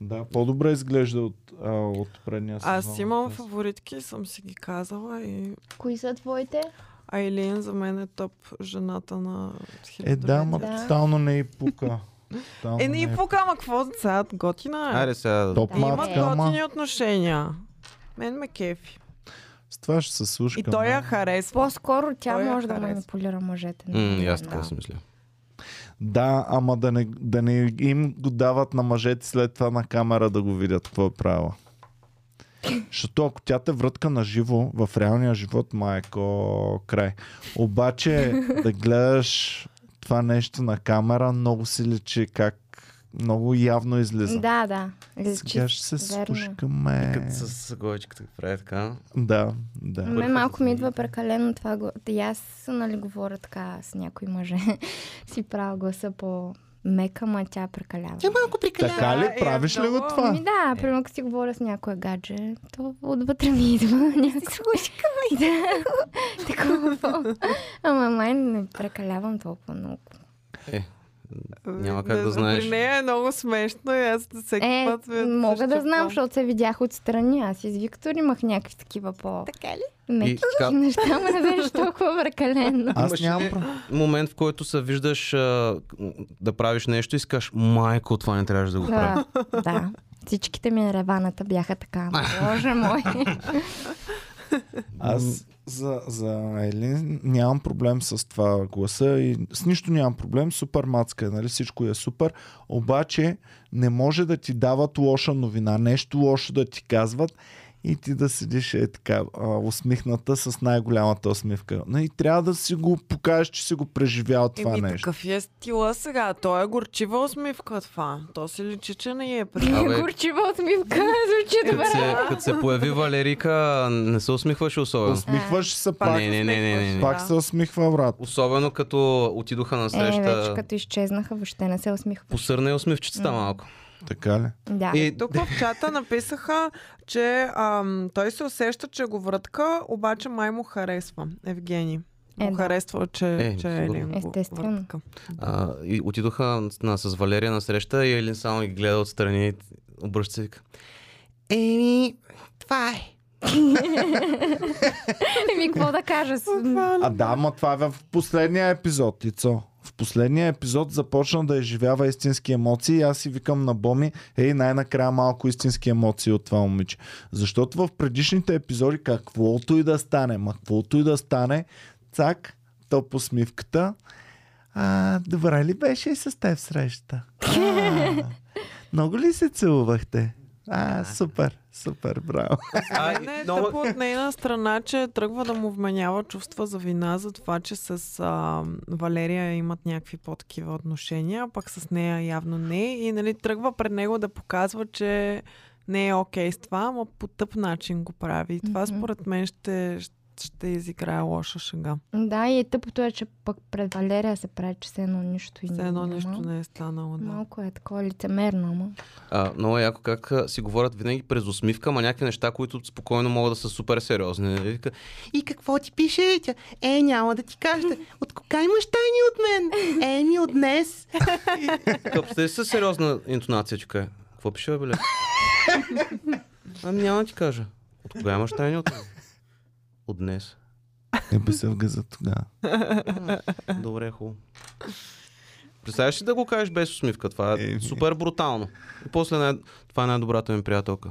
A: Да, по-добре изглежда от, а, от предния сезон.
C: Аз имам фаворитки, съм си ги казала и
D: Кои са твоите?
C: Айлин за мен е топ жената на
A: Е, да, ама
C: хилядолетието.
D: Да.
A: тотално не и пука. Тотално
C: Е, не и
A: й
C: пука, ама какво за сега? Готина е.
B: Аре сега.
A: Топ
D: Е, има
C: Имат
A: мацка, ама
C: готини отношения. Мен ме кефи.
A: с това ще се слушка.
C: И той я
A: ма.
C: харесва.
D: По-скоро тя
C: Той
A: е
C: я
D: може да
C: харесва.
D: манипулира мъжете.
B: М, и аз
D: Да.
B: така си мисля.
A: Да, ама да не, да не им го дават на мъжете след това на камера да го видят какво е правила. Защото ако тя те врътка на живо, в реалния живот, майко, край. Обаче да гледаш това нещо на камера, много си личи как много явно излиза.
D: Да, да.
A: Сега
D: Личи.
A: ще се
D: верно.
A: спушкаме.
B: с гоечката прави така.
A: Да, да.
D: Мен малко ми идва прекалено това. го- И аз, нали, говоря така с някои мъже. *laughs* си правя гласа по мека, ма тя прекалява.
A: Така ли?
C: Е,
A: Правиш ли го
C: много-
A: това?
D: Ми да, примерно като си говоря с някое гадже, то отвътре ми идва *laughs* някакво. Слушкаме. *laughs* Да. Такова. по- Ама май не прекалявам толкова много.
B: Няма как да
C: При
B: знаеш.
C: нея е много смешно и аз за всеки
D: Е,
C: път... ме
D: мога да знам,
C: разчупвам.
D: защото се видях отстрани. Аз и с Виктор имах някакви такива по... Така ли?
B: И
D: Меки
B: така-
D: *laughs* неща, ма не беше толкова прекалено.
A: Аз
B: Имаш
A: нямам
B: ли-
A: про-
B: Момент, в който се виждаш а, м, да правиш нещо и си кажеш, майко, това не трябваше да го правя.
D: Да, да. Всичките ми на реваната бяха така. Боже мой.
A: Аз за, за Елин нямам проблем с това гласа и с нищо нямам проблем. Супер мацка е, нали? Всичко е супер. Обаче не може да ти дават лоша новина, нещо лошо да ти казват и ти да седиш е така а, усмихната с най-голямата усмивка. Но и трябва да си го покажеш, че си го преживял това
C: Еми,
A: нещо.
C: такъв е стила сега. Той е горчива усмивка това. То се личи, че не е при...
B: Абе.
D: Горчива усмивка, звучи
B: Като
D: добре.
B: се, като се появи Валерика, не се усмихваше особено.
A: Усмихваш се пак.
B: не, не, не, не, не, не.
A: Пак се усмихва, брат.
B: Особено като отидоха на
D: Е, вече
B: среща.
D: като изчезнаха, въобще не се усмихва.
B: Посърна и усмивчицата малко.
A: Така ли?
D: Да.
B: И
C: Тук в чата написаха, че ам, той се усеща, че го врътка, обаче май му харесва. Евгений. Му
D: Е, да.
C: харесва, че,
B: Е,
C: че
B: сигурно.
C: Елин го
D: Естествено.
C: врътка.
B: А, и отидоха на, с Валерия на среща и Елин само ги гледа отстрани, обръща се и вика. Еми, това е.
D: Еми, Е, какво да кажа? С-
A: А да, ма това е в последния епизод, Ицо. В последния епизод започна да изживява истински емоции и аз си викам на Боми, ей, най-накрая малко истински емоции от това момиче. Защото в предишните епизоди, каквото и да стане, ма каквото и да стане, цак, то посмивката. А, добра ли беше и с теб *laughs* среща? А, много ли се целувахте? А, супер, супер, браво.
B: А,
C: Не е
B: много-
C: тъпо от нейна страна, че тръгва да му вменява чувства за вина за това, че с а, Валерия имат някакви по-такива отношения, а пък с нея явно не. И нали, тръгва пред него да показва, че не е окей с това, ама по тъп начин го прави. И това
D: Мгм.
C: според мен ще, ще изиграе лоша шега.
D: Да, и тъпото е, че пък пред Валерия се прави, че все едно нищо и
C: Все едно
D: няма.
C: нещо не е станало. Да.
D: Малко е такова лицемерно, ама.
B: а, много е яко как а, си говорят винаги през усмивка, ма някакви неща, които спокойно могат да са супер сериозни. И Вика,
G: И какво ти пише? Тя, е, няма да ти кажа. От кога имаш тайни от мен? Е, ми от днес.
B: Къпсте с сериозна интонация, че кае. Какво пише, бе, бе? Ами няма да ти кажа. От кога имаш тайни от мен? От днес.
A: Не би се вгъза тогава.
B: Добре, хубаво. Представяш ли да го кажеш без усмивка? Това е
A: Еми.
B: супер брутално. И после най- това е най-добрата ми приятелка.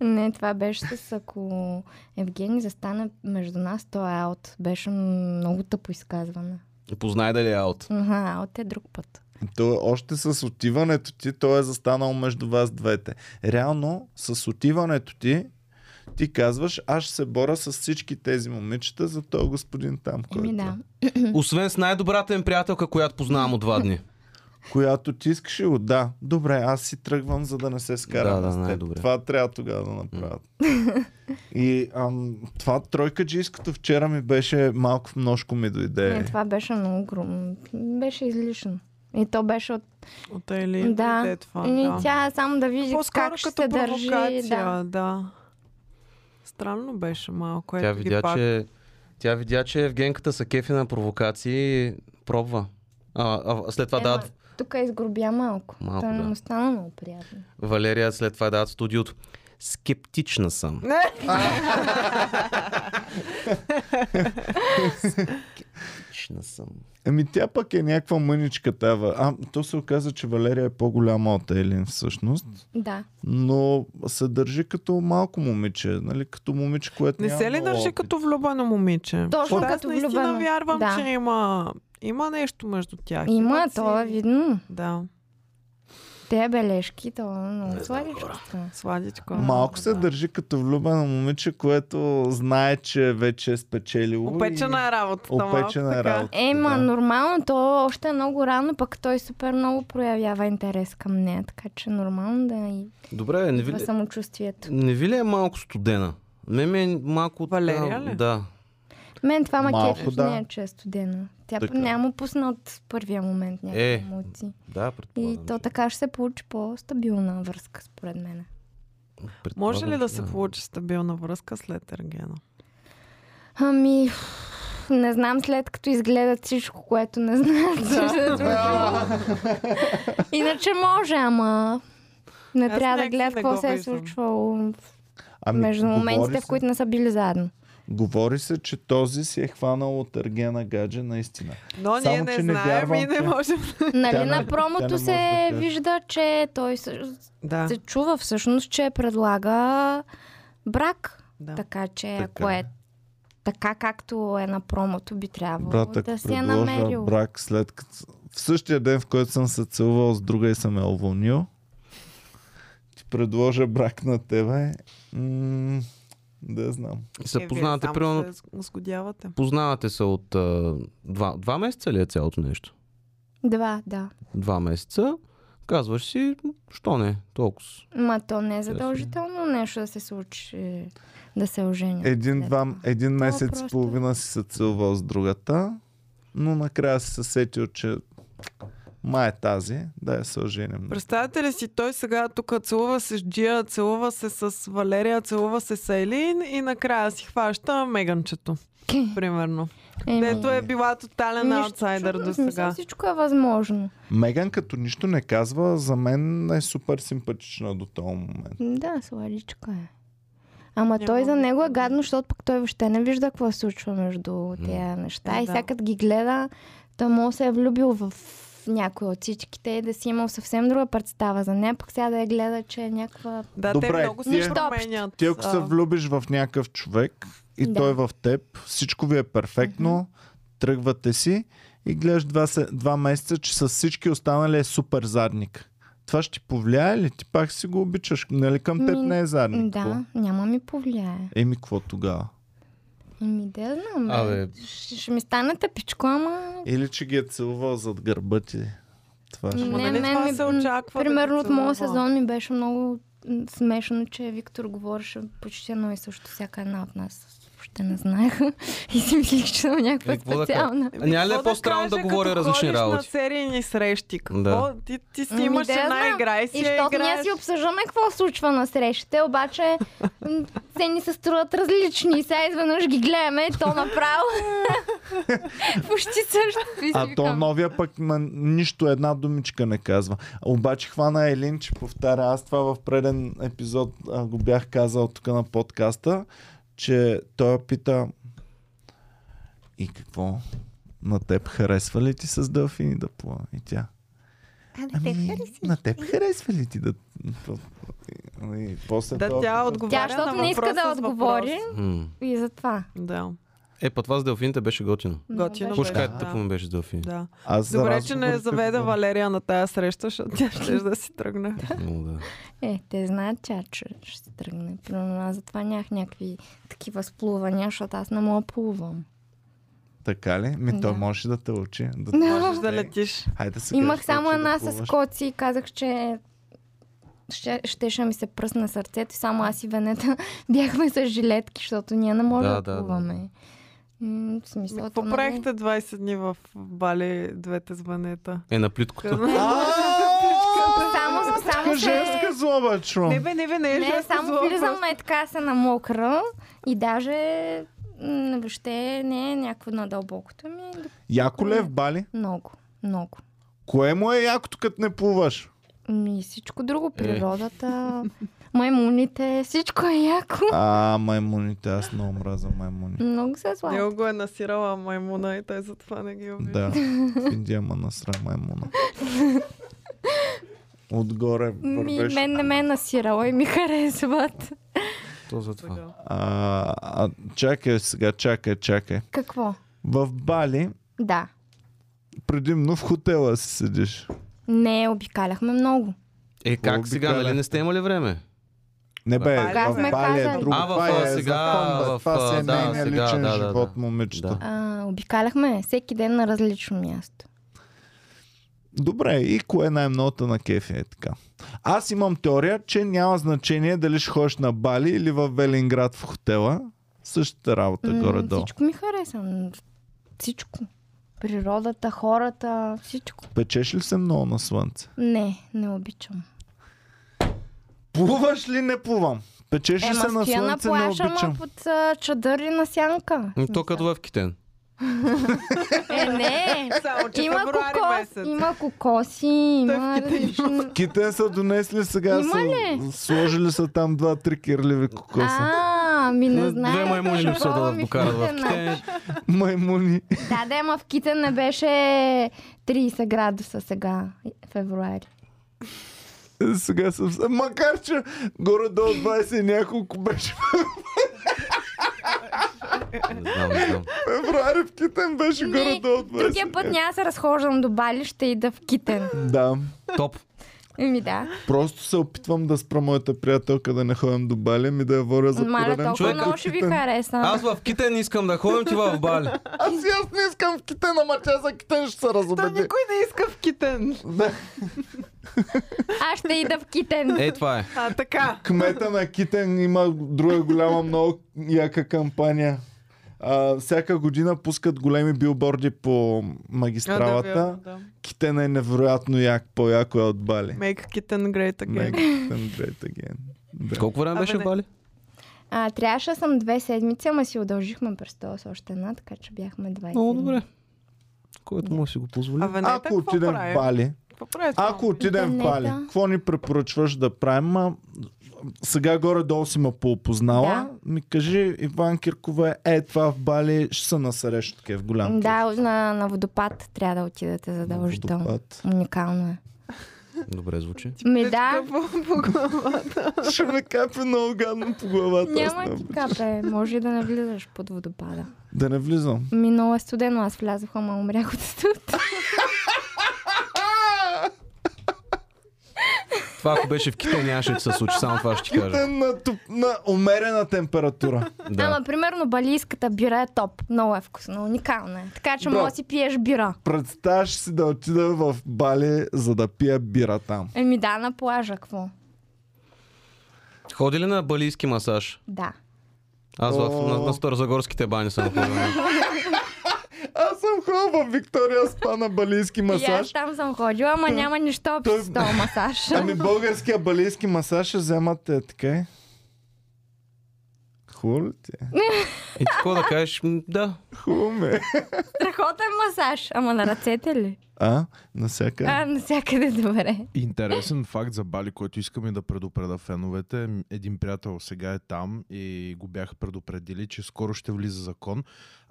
D: Не, това беше с ако Евгений застане между нас, то е аут. Беше много тъпо изказване.
B: Познай дали е аут.
D: Аха, аут е друг път.
A: То, още с отиването ти, той е застанал между вас двете. Реално, с отиването ти, ти казваш, аз ще се боря с всички тези момичета за този господин там, който, е.
D: Еми да.
B: Освен с най-добрата им приятелка, която познавам от два
C: *laughs*
B: дни.
A: която ти искаше го. Да, добре, аз си тръгвам, за да не се скарам
B: Да, да,
A: с теб.
B: най-добре.
A: Това трябва тогава да направят. И ам, това тройка джийското вчера ми беше малко в множко ми
C: Е.
A: дойде.
D: Не, това беше много грубо. Беше излишно. И то беше от...
C: *laughs* От Елин
D: Да.
C: да. е това.
D: Ми,
C: Да.
D: Тя само да види
C: По-скоро
D: как ще
C: като
D: се държи. Да.
C: провокация, да. Странно беше малко.
B: Тя
C: Ето ги
B: видя,
C: пак.
B: че, тя видя, че Евгенката са кефи на провокации и пробва. А, а след това
D: Е,
B: дават
D: Тук изгорбя малко.
B: Малко,
D: Та не
B: да.
D: му стана много приятно.
B: Валерия, след това дават студиото. Скептична съм.
C: Не.
B: Скептична съм.
A: Ами тя пък е някаква мъничка тава. А, то се оказа, че Валерия е по-голяма от Елин всъщност.
D: Да.
A: но се държи като малко момиче, нали? Като момиче, което
C: Не
A: няма
C: се ли
A: много
C: държи
A: опит.
C: като влюбено момиче?
D: Точно
C: Аз е
D: като
C: наистина
D: влюбено.
C: вярвам,
D: Да.
C: че има, има нещо между тях.
D: Има,
C: Имат си-
D: то е видно.
C: Да,
D: Те бележки, то е много сладичко. става.
C: сладичко.
A: Малко се държи като влюбено момиче, което знае, че вече е спечелило. и-
C: Опечена е работата. малко
A: Опечена е
C: така.
A: работа.
D: Ема, нормално, то още е много рано, пък той супер много проявява интерес към нея, така че нормално да и
B: Добре, не ви,
D: това
B: ли-
D: самочувствието.
B: не ви ли е малко студена? Не ми е малко...
C: Валерия
B: да,
C: ли?
B: Да.
D: Мен това ма
A: Малко,
D: кефи, да.
A: да.
D: не е често дена. Тя
A: Така.
D: няма пусна от първия момент някакви
B: Е,
D: емоции.
B: Да,
D: И
B: предполагам.
D: то така ще се получи по-стабилна връзка, според мен.
B: Предполагам,
C: Може ли да
B: че
C: се получи стабилна връзка след ергена?
D: Ами, не знам след като изгледат всичко, което не знаят. че ще се случи. Иначе може, ама не
C: Аз
D: трябва да
C: някакси
D: гледат
C: не
D: какво
C: го
D: се е
C: виждам.
D: случвало
A: Ами,
D: между
A: говори
D: моментите,
A: се-
D: в които не са били заедно.
A: Говори се, че този си е хванал от Ергена гадже, наистина.
D: Е,
C: Но
A: Само,
C: ние не
A: че не
C: знаем
A: вярвам,
C: и не
A: че-
C: можем.
A: Тя
D: Нали
A: не-
D: на
A: тя не
D: промото
A: може да
D: се
A: каже.
D: вижда, че той съ-
C: Да,
D: се чува всъщност, че предлага брак.
C: да.
D: Така че
A: Така
D: ако
A: е.
D: е така както е на промото, би трябвало
A: Брат, ако
D: да си е
A: предложа
D: намерил.
A: брак след като... В същия ден, в който съм се целувал с друга и съм я уволнил, ти предложа брак на тебе, м- да знам.
B: Се
C: Е,
B: познавате,
C: вие само
B: примерно,
C: се сгодявате.
B: познавате се от а, два, два месеца ли е цялото нещо?
D: Два, да.
B: два месеца, казваш си, що не, толкова.
D: Ма то не е задължително нещо да се случи, да се
A: Е,
D: оженят. след
A: Един-два,
D: Е, това.
A: един месец и
D: просто-
A: половина си се целувал с другата, но накрая си се сетил, че май е тази, да я се оженим.
C: Представете ли си, той сега тук целува се с Джия, целува се с Валерия, целува се с Елин и накрая си хваща
D: *laughs*
C: Меганчето, примерно.
D: Еми,
C: Дето е била тотален
D: нищо
C: аутсайдер
D: чудно,
C: до
D: в смисъл,
C: сега.
D: Всичко е възможно.
A: Меган като нищо не казва, за мен е супер симпатична до този момент.
D: Да, сладичка е. Ама
C: Няма
D: той за
C: да
D: него е
C: се
D: гадно, защото пък той въобще не вижда какво се случва между тези неща.
C: Е,
D: И
C: да.
D: сега като ги гледа, той му се е влюбил в някой от всичките и да си имал съвсем друга представа за нея, пък сега да я гледа, че е някаква...
C: Да, те
A: Добре,
C: много се
A: нищо
D: общо.
C: променят.
A: Ти е, ако
C: а,
A: се влюбиш в някакъв човек и
D: Да.
A: той е в теб, всичко ви е перфектно, тръгвате си и гледаш два, се- два месеца, че с всички останали е супер задник. Това ще ти повлияе ли? Ти пак си го обичаш. Нали към теб
D: Ми,
A: не е
B: Ами,
A: задник? какво?
D: Да, няма ми повлияе.
A: Еми, какво тогава?
D: Еми, да я знам. бе.
B: Абе.
D: Ще, ще ми стане тъпичко, ама...
A: Или че ги е целувал зад гърба ти. Това ще...
C: Ама
D: Не,
C: нали
D: мен
C: това
D: ми-
C: се очаква? да
D: Примерно от
C: те целува?
D: моя сезон ми беше много м, смешно, че Виктор говореше почти едно и също всяка една от нас. Въобще не знаех. *laughs* И си мислих, че съм някаква
B: Е, какво да
D: специална.
C: Еми,
B: Няма ли
C: какво
B: е по-странно
C: каже,
B: да говоря
C: като
B: различни
C: ходиш на
B: работи?
C: серийни срещи? Какво?
B: Да.
C: Ти, ти си
D: Ами,
C: имаш
D: да я
C: една
D: знам.
C: игра и си
D: И
C: я
D: защото ние
C: играеш.
D: си обсъждаме какво случва на срещите, обаче м, те ни се струват различни. И Сега изведнъж ги гледаме, то направо. *laughs* почти също. И си
A: А то
D: викам,
A: новия пък на нищо една думичка не казва. Обаче хвана Елин, че повтаря. Аз това в преден епизод а, го бях казал тук на подкаста, че той я пита и какво? На теб харесва ли ти с дълфини да плува? И тя.
D: А, бе,
A: Ами, на теб харесва ли ти да... И после
C: Да,
A: той-
C: тя отговаря
D: Тя, защото
C: на
D: не иска
C: въпроса
D: да
C: с въпрос.
D: отговори.
B: М.
D: И затова.
C: Да.
B: Е, па това с делфините беше готино.
D: Много
C: Готино
D: беше.
B: Пушката
C: Да.
B: да. тъпо ми беше с делфини. Да.
C: Да.
A: Аз за
C: Добре, че не
A: разговорите
C: заведе
A: говоря.
C: Валерия на тая среща, защото тя ще да си тръгне.
B: Много да.
D: Е, те знаят, че аз ще, ще се тръгне. Примерно аз затова нямах някакви такива сплувания, защото аз не мога да плувам.
A: Така ли? Ми той
D: Да.
A: можеше да те учи. Да
D: Да. *laughs*
C: Можеш да
A: Ей,
C: летиш.
A: Хайде сега,
D: Имах
A: ще
D: само
A: учи
D: една
A: да плуваш.
D: с коци и казах, че ще, щеше ми се пръсна сърцето и само аз и Венета *laughs* бяхме с жилетки, защото ние не можем да,
B: Да, да, да.
D: плуваме. М, в
C: Ми,
D: смисъл,
C: Какво
D: то, нали,
C: правихте 20 дни в Бали, двете звънета?
B: Е, на плиткото.
D: Само, само се...
A: Женска злоба,
C: Не
A: чувам.
C: бе, не бе, не е
D: Не,
C: жестко
D: само
C: зло,
D: влизам е така се намокра и даже м, въобще не е някакво на дълбокото ми.
A: Яко ли е в Бали?
D: Много, много.
A: Кое му е якото, като не плуваш?
D: Ми Ами, всичко друго, природата, маймуните, всичко е яко.
A: А, маймуните, аз много мразя маймуни.
D: Много се
C: просто.
D: зла.
C: Него го е насирала маймуна и той затова не ги обича.
A: Да, в Индия ма насра маймуна. Отгоре
D: Ми,
A: вървеш.
D: мен не ме е насирала и ми *laughs* харесват.
B: То за това.
C: Така.
A: А, а, чакай сега, чакай, чакай.
D: Какво?
A: В Бали,
D: Да.
A: предимно в хотела си седиш.
D: Не, обикаляхме много.
B: Е, как
A: Обикаляхте.
B: сега, нали не сте имали време?
A: Не бе,
B: Бали
A: в
D: сме
A: Бали е
D: казали.
A: друго.
B: А, в,
A: това е
B: а, сега,
A: закон, бе.
B: в,
A: това си е
B: а, да,
A: нейният
B: сега,
A: личен
B: да, да,
A: живот,
B: да.
A: момичето.
B: Да.
D: А, обикаляхме всеки ден на различно място.
A: Добре, и кое е най-многото на кефи е така? Аз имам теория, че няма значение дали ще ходиш на Бали или в Велинград в хотела. Същата работа
D: М,
A: горе-долу.
D: всичко ми хареса. М, Всичко. Природата, хората, всичко.
A: Печеш ли се много на слънце?
D: Не, не обичам.
A: Плуваш ли не плувам? Печеш ли се
D: Ема
A: на
D: стоя на
A: слънце? не
D: Е, плаша,
A: обичам.
D: ма под а, чадър и на сянка.
B: М, Ами То като в китен.
D: Е, не.
C: Само, че
D: Има
C: февруари
D: кокос,
C: месец.
D: има кокоси, има...
C: Тъвките
D: различни-
A: Ките са донесли сега,
D: Има
A: са,
D: ли?
A: сложили са там два-три кирливи кокоса.
D: А, ми не знам.
B: Две маймуни не са да докарат в китен.
A: Маймуни.
D: Да, да, ама в Китен не беше 30 градуса сега, февруари.
A: Сега съм... с- Макар, че горе-долу 20 и няколко беше
B: Не знам, не знам.
A: феврари, в Китен беше
D: Не,
A: горе-долу 20.
D: Другия път няма да се разхождам до Бали, ще ида в Китен.
A: Да.
B: Топ.
D: Ми да.
A: Просто се опитвам да спра моята приятелка да не ходим до Бали, ми да я воря за
D: Маля,
A: пореден
D: толкова
A: път
D: много
A: до
D: ще ви
A: Китен.
D: хареса.
B: Аз в Китен искам да ходим, ти в Бали.
A: Аз и аз не искам в Китен, ама тя за Китен ще се
C: Та
A: разобеди.
C: никой не иска в китен.
A: Да.
D: Аз ще ида в Китен.
B: Е, това е.
C: А, така.
A: Кмета на Китен има друга голяма, много яка кампания. А, всяка година пускат големи билборди по
C: А, да, вярно,
A: магистралата.
C: да.
A: Китен е невероятно як, по-яко е от Бали.
C: Make Kitten Great Again.
A: Make Китен great again. Да.
B: Колко време
C: Абе,
B: беше в
C: не.
B: Бали?
D: А, трябваше да съм две седмици, ама си удължихме престола с още една, така че бяхме 20.
B: Много добре. Който му си го позволи.
D: е
C: А Венета,
A: Ако
C: Ако какво
A: отидем в
C: прави?
A: Бали,
C: Какво прави това?
A: Ако отидем в
D: Интернета.
A: Бали, какво ни препоръчваш да правим? А, сега горе-долу си ме поопознала. Ми кажи, Иван Киркова, е това в Бали, ще се насрещат такива в голям
D: Да, на, на водопад трябва да отидете
A: кеф.
D: задължително.
A: Водопад. *laughs*
D: Уникално е.
B: Добре звучи.
D: Ми да,
A: Ще ме капе много гадно по главата. аз
D: няма
A: не-
D: ти капе. Може и да не влизаш под водопада.
A: Да не влизам.
D: Ми много е студено, аз влязох, ама умрях от студ.
B: Това ако беше в Китай, нямаше да се случи, само това ще ти кажа.
A: Китен на, туп, на умерена температура.
B: Да.
D: Ама, примерно, балийската бира е топ. Много е вкусно, уникална е. Така че
A: Браво.
D: може да си пиеш бира.
A: Представяш си да отида в Бали, за да пия бира там.
D: Еми да, на плажа, какво?
B: Ходи ли на балийски масаж?
D: Да.
B: Аз в,
A: О.
B: на, на Старозагорските бани съм ходил.
A: Аз съм ходил в Виктория Спа на балийски
D: И аз
A: масаж.
D: там съм ходила, ама няма нищо
A: Той-
D: общо с този
A: *laughs*
D: масаж.
A: Ами българския балийски масаж ще вземат е така. е. Хубаво ли ти? е?
B: И какво да кажеш? М, Да.
A: Хубаво ме. е.
D: Страхотен масаж. Ама на ръцете ли?
A: А, насякъде.
D: А, навсякъде добре.
E: Интересен факт за Бали, който искаме да предупреда феновете. Един приятел сега е там и го бяха предупредили, че скоро ще влиза закон.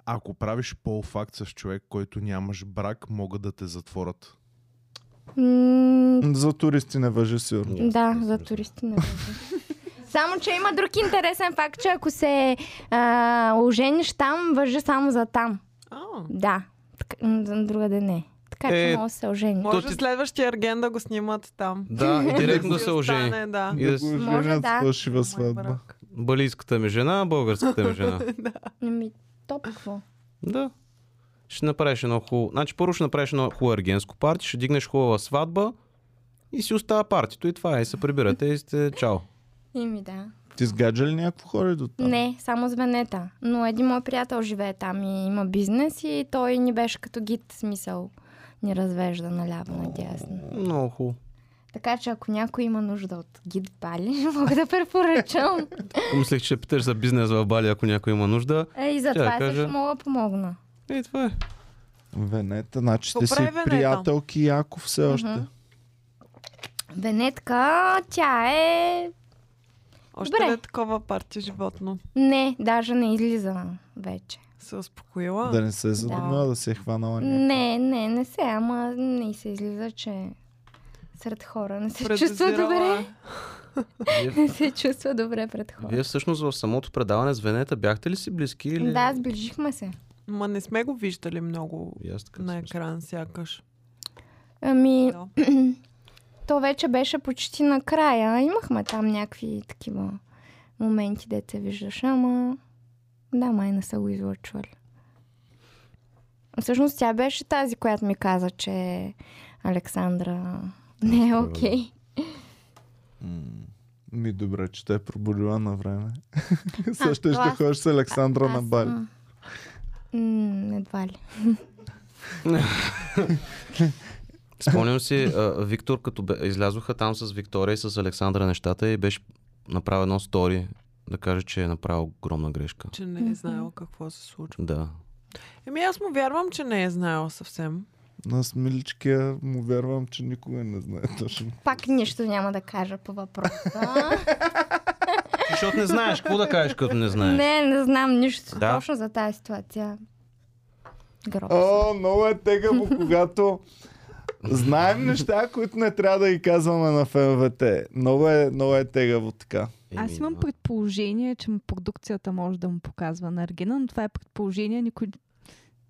E: Ако правиш полфакт с човек, който нямаш брак, могат да те затворят.
D: М,
A: За туристи не въжи сигурно.
D: Да, за туристи не виждам. Само, че има друг интересен факт, че ако се а, ожениш там, въжи само за там. Да, така, м, за другаде не. Така че
B: Е,
D: може да се ожени.
B: То
C: Може
B: ти-
C: следващия арген да го снимат там.
B: Да, и директно да
C: си
B: се ожени.
C: остане, Да.
B: И да с-
A: го
D: Може,
A: женят
D: да.
A: с фалшива
C: Мой *laughs*
A: сватба.
C: брак.
B: Балийската ми жена, българската ми жена.
D: Ами, топ какво?
B: Да. Ще направиш едно хубаво. Значи първо ще направиш едно хубаво ергенско парти, ще дигнеш хубава сватба и си остава партито и това е. И се прибирате и сте чао.
D: Ими да.
A: Ти сгаджа ли някакво хора до там?
D: Не, само с Венета. Но един мой приятел живее там и има бизнес и той ни беше като гид, в смисъл ни развежда наляво надясно.
B: Много хубаво.
D: Така че ако някой има нужда от гид в Бали, *laughs* мога да препоръчам.
B: Мислех, че ще питаш за бизнес в Бали, ако някой има нужда.
D: Е, и
B: Ще
D: за
B: да
D: това
B: кажа.
D: също мога да помогна.
B: Е, това е.
A: Венета, значи
C: Какво
A: ти си
C: прави Венета?
A: приятелки Яко все още.
D: Венетка, тя е...
C: Още
D: Добре.
C: ли е такова парти животно?
D: Не, даже не излиза вече.
C: Се успокоила.
A: Да не се е задумала да се е хванала някаква.
D: Не, не, не се, ама не се излиза, че сред хора не се чувства
C: Предозирала
D: добре. *laughs*
C: е.
B: Вие,
D: Не се чувства добре пред хора.
B: вие всъщност в самото предаване с Венета бяхте ли си близки? Или...
D: Да, сближихме се.
C: Ма не сме го виждали много
B: И аз така
C: на
B: съм
C: екран, сякаш. Е,
D: Ами,
C: Да.
D: то вече беше почти на края. Имахме там някакви такива моменти, де се виждаш, ама да, май не са го излъчвали. Всъщност тя беше тази, която ми каза, че Александра не е окей.
A: М, Ми добре, че те е пробудила на
D: *laughs*
A: време.
D: то
A: Също ще
D: аз-
A: ходиш с Александра на
D: Аз
A: Бали.
D: съм- М, едва ли.
B: Спомням си, а, Виктор, като бе, излязоха там с Виктория и с Александра нещата и беше направил едно стори да каже, че е направил огромна грешка.
C: Че не е знаела какво се случва.
B: Да.
C: Еми аз му вярвам, че не е знаела съвсем.
A: Аз миличкия му вярвам, че никога не знае точно.
D: Пак нищо няма да кажа по въпроса.
B: Защото не знаеш, какво да кажеш, като *laughs* не знаеш.
D: не, не знам нищо
B: Да.
D: точно за тази ситуация. Гроб.
A: О, много е тегаво, когато знаем неща, които не трябва да ги казваме на феновете. Много е, много е тегаво така.
F: Аз имам предположение, че м- продукцията може да му показва на Аргена, но това е предположение, никой...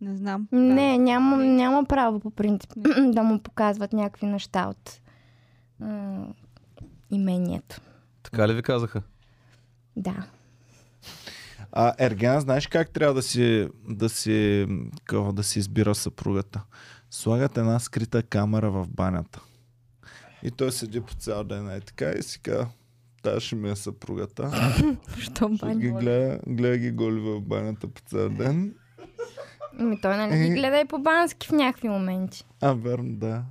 F: Не знам.
D: *clears throat* Не, няма, няма право по принцип да му показват някакви неща от м- имението.
B: Така ли ви казаха?
D: Да.
A: А Ергена, знаеш как трябва да си, да си, какво, да си избира съпругата? Слагат една скрита камера в банята. И той седи по цял ден е така и си казва, тая ще ми е съпругата.
D: Що
A: Ще ги
D: баня?
A: гледа, гледа ги голи в банята по цял ден.
D: Ми той нали ги гледа и по-бански в някакви моменти.
A: А, верно, да.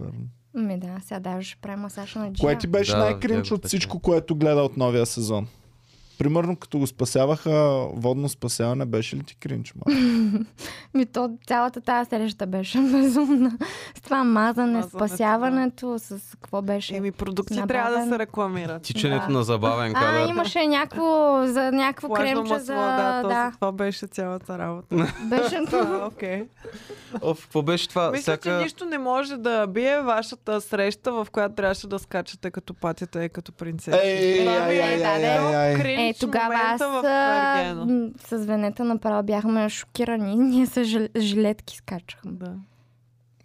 A: Верно.
D: Ми да, сега даже ще правим масаж на Джия.
A: Кое ти беше
B: Да,
A: най-кринч
B: видях го
A: от
B: така.
A: всичко, което гледа от новия сезон? Примерно, като го спасяваха, водно спасяване, беше ли ти кринч? малко?
D: Ми Ами то цялата тази среща беше *laughs* безумна. С това мазане,
C: Мазането, да.
D: спасяването, с какво беше.
C: Еми, продукти
D: Набавен.
C: трябва да се
D: *laughs*
C: рекламират.
B: Тичането
D: Да.
B: на забавен
C: Ами,
D: а,
B: кадър.
D: имаше някакво, за някакво
C: Влажно
D: кремче за...
C: масло, да, то,
D: да,
C: това беше
A: *laughs*
C: цялата работа. *laughs*
D: беше...
C: Да, окей.
B: Оф, какво беше това?
C: Мисля,
B: Всяка...
C: че нищо не може да бие вашата среща, в която трябваше да скачате като патята и като принцеса.
A: Ей,
D: Това ми
A: ай,
D: е
A: ай, ай, ай, ай.
D: Е, тогава аз а, м, с Венета направо бяхме шокирани. *laughs* Ние с жил- жилетки скачахме.
C: Да.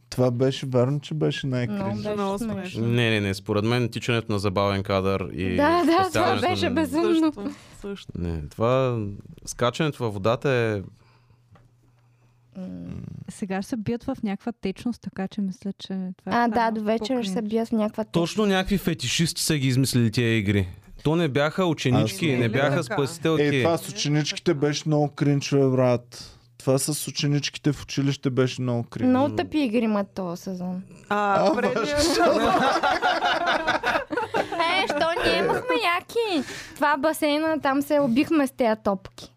A: Това беше верно, че беше най-кринч.
D: Много беше
C: Много
D: смешно.
C: смешно.
B: Не, не, не. Според мен тичането на забавен кадър и...
D: Да, да, това
B: спасяването
D: беше
B: на-
D: безумно.
C: Също, също.
B: Не, това... Скачането във водата е...
D: М,
F: Сега ще се бият в някаква течност, така че мисля, че това е
D: А, да,
F: само
D: до вечера ще се
F: по-кринж.
D: бия с някаква
A: е
B: Точно някакви фетишисти са ги измислили тия игри. То не бяха ученички,
A: Аз-
B: не
A: Е,
B: бяха
C: така.
B: спасителки.
A: Е, това с ученичките беше много кринчове, брат. Това с ученичките в училище беше много кринч.
D: Много тъпи игри има този сезон.
C: А, предния
D: *laughs* Е, що ние имахме яки? Това басейна, там се обихме с тези топки.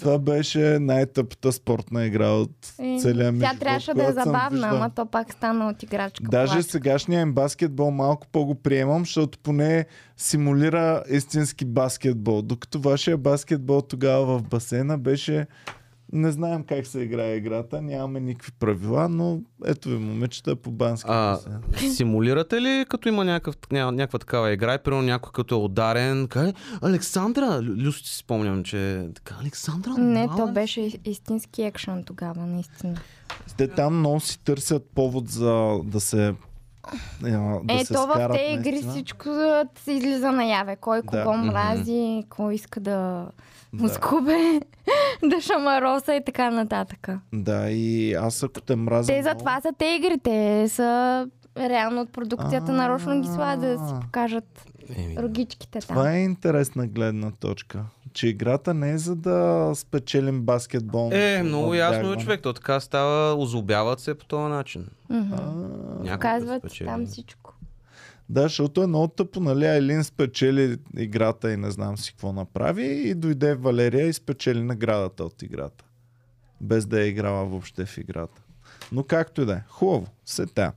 A: Това беше най-тъпата спортна игра от
D: Е,
A: целия ми
D: Тя
A: живот,
D: трябваше да е
A: която съм
D: забавна,
A: виждал.
D: ама то пак стана от играчка.
A: Даже
D: плач.
A: сегашния им баскетбол малко по-го приемам, защото поне симулира истински баскетбол. Докато вашия баскетбол тогава в басейна беше... Не знаем как се играе играта, нямаме никакви правила, но ето ви момичета по бански.
B: А,
A: басейн.
B: симулирате ли, като има някакъв, ня, някаква такава игра и примерно някой като е ударен, кай, Александра, Лю- Люси си спомням, че е така, Александра,
D: Не,
B: мала
D: то
B: ли си?»
D: беше и- истински екшън тогава, наистина.
A: Те там много си търсят повод за да се а, да
D: е,
A: се
D: то в
A: скарат
D: тези игри
A: наистина.
D: всичко а, се излиза наяве. Кой
A: Да.
D: кого
A: Мгм.
D: мрази, кой иска да му
A: Да,
D: скубе, *laughs* да шамароса и така нататък.
A: да, и аз ако те мразя
D: Те
A: много-
D: затова са те игрите. Те Са реално от продукцията
A: А.
D: нарочно ги слагат, за да си покажат
B: Еми,
D: рогичките там.
A: Това е интересна гледна точка. Че играта не е за да спечелим баскетбол.
B: Е, много ясно е
A: надбягване.
B: човек. То така става, озобяват се по този начин.
D: Мгм.
A: А,
B: Някой
D: Показват
B: да спечели.
D: там всичко.
A: Да, защото е много тъпо, нали? Айлин спечели играта и не знам си какво направи и дойде Валерия и спечели наградата от играта. Без да е играла въобще в играта. Но както и да е. Хубаво. Се тя.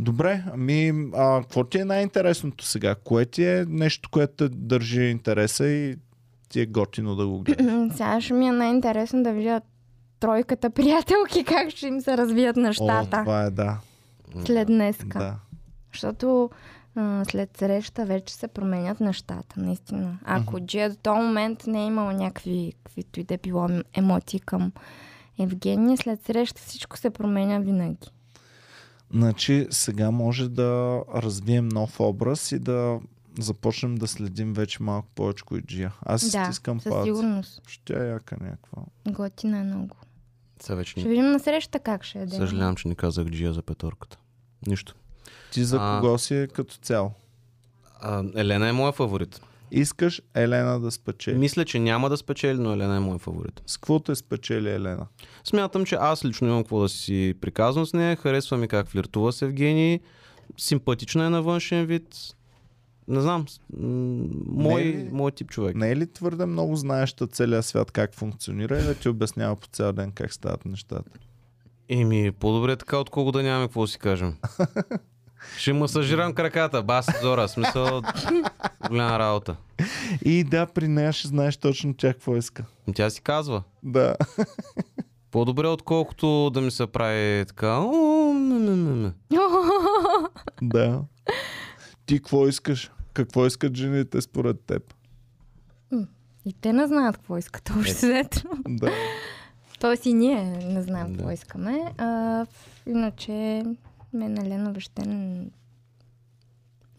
A: Добре, ами, а, какво ти е най-интересното сега? Кое ти е нещо, което те държи интереса и ти е готино да го гледаш?
D: М, Сега ще ми е най-интересно да видя тройката *laughs* приятелки, как ще им се развият
A: О,
D: нещата
A: това е, да.
D: след днеска.
A: да.
D: Защото а, след среща вече се променят нещата, наистина. Ако Джия до този момент не е имала някакви, каквито и да е било м- емоции към Евгения, след среща всичко се променя винаги.
A: Значи сега може да развием нов образ и да започнем да следим вече малко повече и Джия. Аз да,
D: да,
A: стискам
D: със
A: палци.
D: сигурност.
A: Ще е яка някаква.
D: Готина е много.
B: Сега вече
D: Ще
B: не.
D: видим на среща как ще е. ден.
B: Съжалявам, че не казах Джия за петорката. Нищо.
A: Ти за
B: А.
A: кого си е като цяло?
B: А, Елена е моя фаворит.
A: Искаш Елена да
B: Е.
A: спечели. Ми...
B: Мисля, че няма да спечели, но Елена е моя фаворит.
A: С какво те спечели Елена?
B: Смятам, че аз лично имам какво да си приказвам с нея. Харесва ми как флиртува с Евгений. Симпатична е на външен вид. Не знам. с- м,
A: Не
B: Мой,
A: ли?
B: мой тип човек.
A: Не е ли твърде много знаеща целия свят как функционира и да ти обяснява по цял ден как стават нещата?
B: Еми, по-добре е така, отколкото да нямаме какво да си кажем. Ще масажирам краката, бас, зора, смисъл, голяма работа.
A: И да, при нея ще знаеш точно тя какво иска.
B: М, Ами, Тя си казва.
A: Да. *laughs*
B: По-добре, отколкото да ми се прави така. «О, м, м, м, м».
A: Да. Ти какво искаш? Какво искат жените според теб?
D: *laughs* И те не знаят какво искат общо взето.
A: Да.
D: Тоест и ние не знаем
B: Да.
D: какво искаме. А, иначе мен Елена въобще не,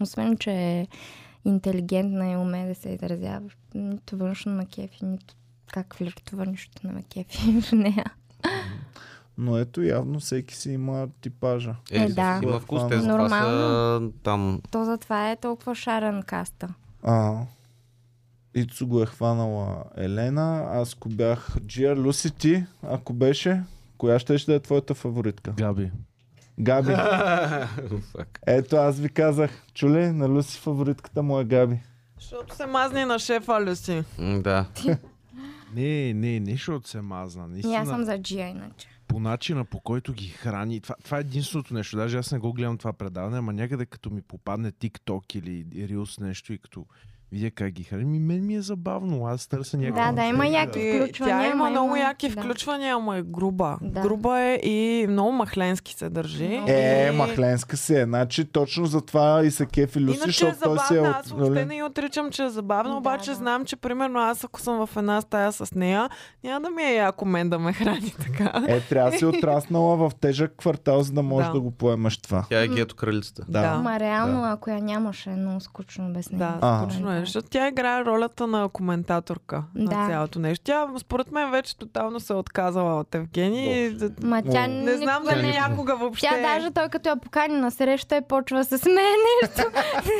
D: Освен, че е интелигентна и уме да се изразява, нито външно на кефи, нито как флиртува, нищо на макефи *laughs* в нея.
A: Но ето явно всеки си има типажа.
D: Е,
B: Е,
D: да.
B: Има вкус, те за това са
D: Нормално.
B: там.
D: То затова е толкова шарен каста.
A: А, Ицу го е хванала Елена, аз ако бях Джия Люси ти, ако беше, коя ще ще да е твоята фаворитка?
E: Габи.
A: Габи.
B: Фак.
A: Ето аз ви казах, чули, на Люси фаворитката му е Габи.
C: Защото се мазни на шефа Люси.
B: М, Да.
E: Не, не, не, защото се мазна.
D: И
E: Наистина,
D: аз съм за Джия иначе.
E: по начина по който ги храни. Това, това е единственото нещо. Даже аз не го гледам това предаване, ама някъде като ми попадне TikTok или Reels нещо и като видя как ги храни, ми, мен ми е забавно. Аз търся някакво.
D: Да, да, има яки
C: И
D: включвания.
C: Тя има
D: ама
C: много яки
D: да.
C: включвания, ама е груба.
D: Да.
C: Груба е и много махленски се държи.
D: Много.
A: Е,
C: И-
A: махленска си е. Значи точно за това и се кефи Люси,
C: Иначе е
A: защото той си е
C: забавна, аз
A: от...
C: въобще не я отричам, че е забавна,
D: Да,
C: обаче
D: да.
C: знам, че примерно аз ако съм в една стая с нея, няма да ми е яко мен да ме храни *laughs* така.
A: Е, трябва
C: *laughs*
A: да си отраснала в тежък квартал, за да можеш да,
C: Да.
A: го поемаш това.
B: Тя е гето кралицата.
A: Да.
C: Да.
D: Ма реално, ако я нямаше, е много скучно без нея.
C: Да,
A: А.
C: точно е, защото тя играе ролята на коментаторка на
D: Да.
C: цялото нещо. Тя, според мен, вече тотално се е отказала от Евгений. и за-
D: Ма тя
A: О.
D: никога
C: Не знам дали някога въобще. е
D: Тя даже той като я покани на среща и почва да се смее нещо.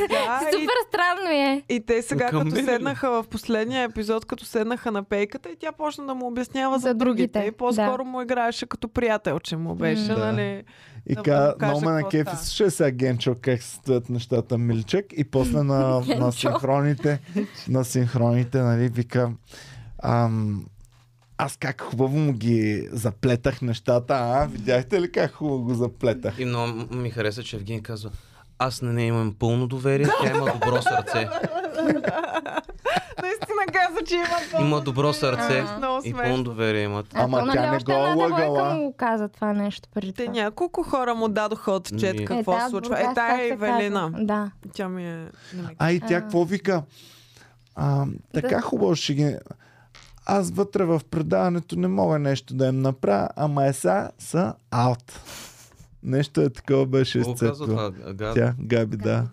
C: Да, и-
D: *laughs* Супер странно е.
C: И те сега,
B: Към
C: като
B: мен ли?
C: седнаха в последния епизод, като седнаха на пейката и тя почна да му обяснява за,
D: За
C: другите.
D: другите,
C: И по-скоро му играеше като приятел, че му беше,
A: М. Да.
C: нали?
A: И
C: Да
A: ка,
C: му кажа
A: много ме на е
C: какво
A: кефи
C: става.
A: ще сега Генчо как се стоят нещата, Милчек. И после на,
D: *laughs*
A: на
D: Генчо.
A: синхроните, на синхроните, нали, вика... Ам, аз как хубаво му ги заплетах нещата, а? Видяхте ли как хубаво го заплетах?
B: И много ми хареса, че Евгений казва, аз на нея имам пълно доверие, тя има добро сърце.
C: Наистина каза, че има пълно
B: Има добро сърце
C: Беше Много
B: и
C: смешно.
B: пълно доверие имат.
D: А
A: Ама
D: то,
A: тя
D: нали,
A: не
D: още
A: го е
D: една
A: лъгала.
D: девойка му го каза това нещо преди
C: Те
D: това. Е,
C: няколко хора му дадоха отчет
B: Ми.
C: какво се
D: да,
C: случва. Е,
D: Бургас,
C: тая
D: как
C: е
D: се казва.
C: Евелина.
D: Да.
C: Тя ми е... не ми-
A: А и тя какво вика? А, така
D: Да.
A: хубаво ще ги... Аз вътре в предаването не мога нещо да им направя, ама е са, са аут. Нещо е такова беше
B: Какво казва
A: изцепило.
B: това? Гад?
A: Тя, Габи, да.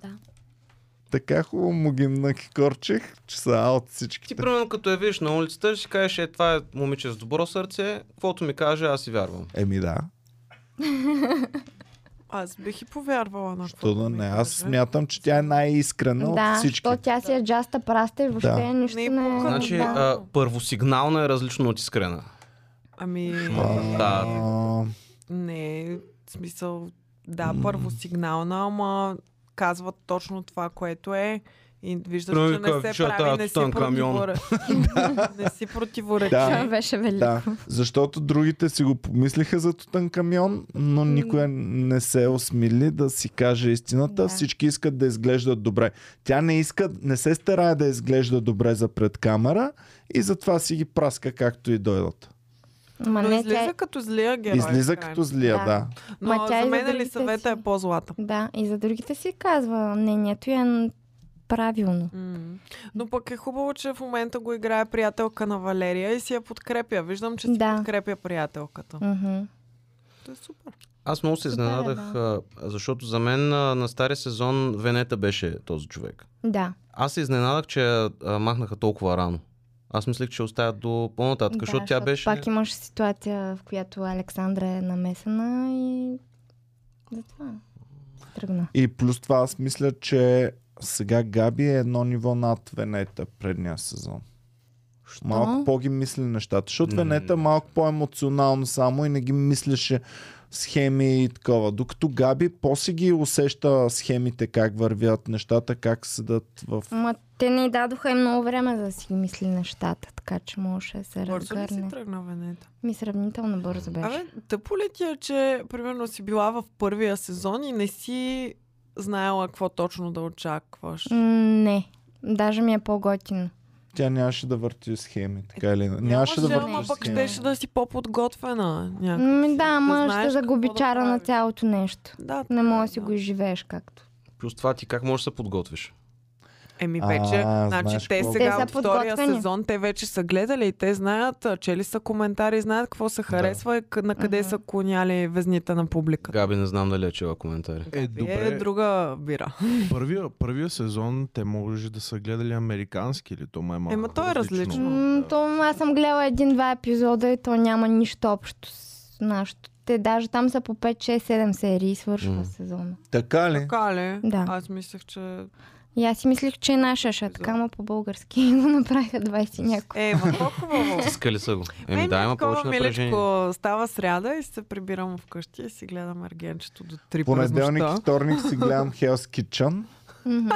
A: Така хубаво му ги накорчих, че са аут
B: Ти,
A: всичките.
B: примерно, като я видиш на улицата, ще кажеш, е, това е момиче с добро сърце, каквото ми каже, аз си вярвам.
A: Еми да,
C: Аз бих и повярвала на
A: то
C: каквото
A: да
C: ми
A: не. Аз
C: каже.
A: смятам, че тя е най-искрена от
D: Да,
A: всички.
D: то тя си е джаста праста и въобще
A: Да.
D: нищо
C: Не е
D: не,
C: пука.
B: Значи,
D: да.
B: а, първосигнална е различно от искрена.
C: Ами...
B: Да.
A: А,
C: Не, в смисъл, да,
A: М.
C: първо сигнална, ама казват точно това, което е. И виждаш,
B: Примерно
C: че не
B: казва,
C: се
B: че
C: прави,
B: тази
C: не си
B: тотан камион.
A: *laughs*
C: противоречи. не си противоречи.
A: Да.
D: Това беше велико.
A: Да, защото другите си го помислиха за тутън камион, но никой не се е осмили да си каже истината.
D: Да.
A: Всички искат да изглеждат добре. Тя не иска, не се старае да изглежда добре за пред камера и затова си ги праска както и дойдат.
D: Ма
C: Но
D: не,
C: излиза
D: тя е-
C: като злия герой.
A: Излиза
C: в крайна.
A: като злия, да.
D: Да.
C: Но
D: Ма тя
C: за
D: и за
C: мен ли
D: другите
C: съвета
D: си.
C: е по-злата?
D: Да, и за другите си казва мнението и е н- правилно.
C: М. Но пък е хубаво, че в момента го играе приятелка на Валерия и си я подкрепя. Виждам, че си
D: Да.
C: подкрепя приятелката.
D: Мгм.
C: То е супер.
B: Аз много се
D: Супер е,
B: изненадах, а, защото за мен а, на стария сезон Венета беше този човек.
D: Да.
B: Аз се изненадах, че а, махнаха толкова рано. Аз мислех, че оставят до по-нататък,
D: да,
B: защото тя беше...
D: Пак имаше ситуация, в която Александра е намесена и затова тръгна.
A: И плюс това аз мисля, че сега Габи е едно ниво над Венета предния сезон.
D: Що?
A: Малко по-ги мисли нещата. Защото
B: М.
A: Венета е малко по-емоционално само и не ги мислеше схеми и такова. Докато Габи после ги усеща схемите, как вървят нещата, как седат в...
D: Ма те ни дадоха и много време за да си ги мисли нещата, така че можеше да се
C: Бързо ли си
D: разгърне.
C: тръгна Венета?
D: Ми сравнително бързо беше.
C: Абе, тъпо ли ти е, че примерно си била в първия сезон и не си знаела какво точно да очакваш?
D: М, Не, даже ми е по-готино.
A: Тя нямаше да върти схеми, така или иначе. Нямаше
C: Нямаше,
A: да
C: ама
A: върти
C: пък
A: схеми.
C: щеше да си по-подготвена. някак.
D: М, Да, ама
C: знаеш
D: ще загуби
C: какво да
D: чара на
C: правиш.
D: цялото нещо.
C: Да,
D: Не
C: така,
D: може да си
C: да.
D: го изживееш както.
B: Плюс това ти как можеш да се подготвиш?
C: Еми
A: А,
C: вече,
A: знаеш
C: значи те
A: какво?
D: Те
C: сега
D: са
C: от втория
D: подготвени.
C: сезон, те вече са гледали и те знаят, а, чели са коментари, знаят какво се харесва и къ- на къде
D: Мгм.
C: са клоняли везните на публиката.
B: Габи, не знам дали е чела коментари.
E: Е,
C: Е
E: добре.
C: друга бира.
E: Първия, първия сезон те може да са гледали американски или то май малко
C: Ема той е различно.
D: М, То аз съм гледала един-два епизода и то няма нищо общо с нашото. Те даже там са по 5, 6, 7 серии свършва
B: М.
D: сезона.
A: Така ли?
C: Така ли?
D: Да.
C: Аз мислех, че...
D: И аз си мислих, че е наша ще е така, ма по-български *laughs* го направиха 20 и няколко.
C: Е, ма по-хубаво.
B: Искали са го.
C: Ей,
D: Ами,
B: Еми, Ами да, има
C: Ами такова
B: повече напрежение.
C: миличко. Става сряда и се прибирам вкъщи и си гледам аргенчето до три през
A: Понеделник
C: нощта.
A: и вторник си гледам Hell's Kitchen,
D: Мгм.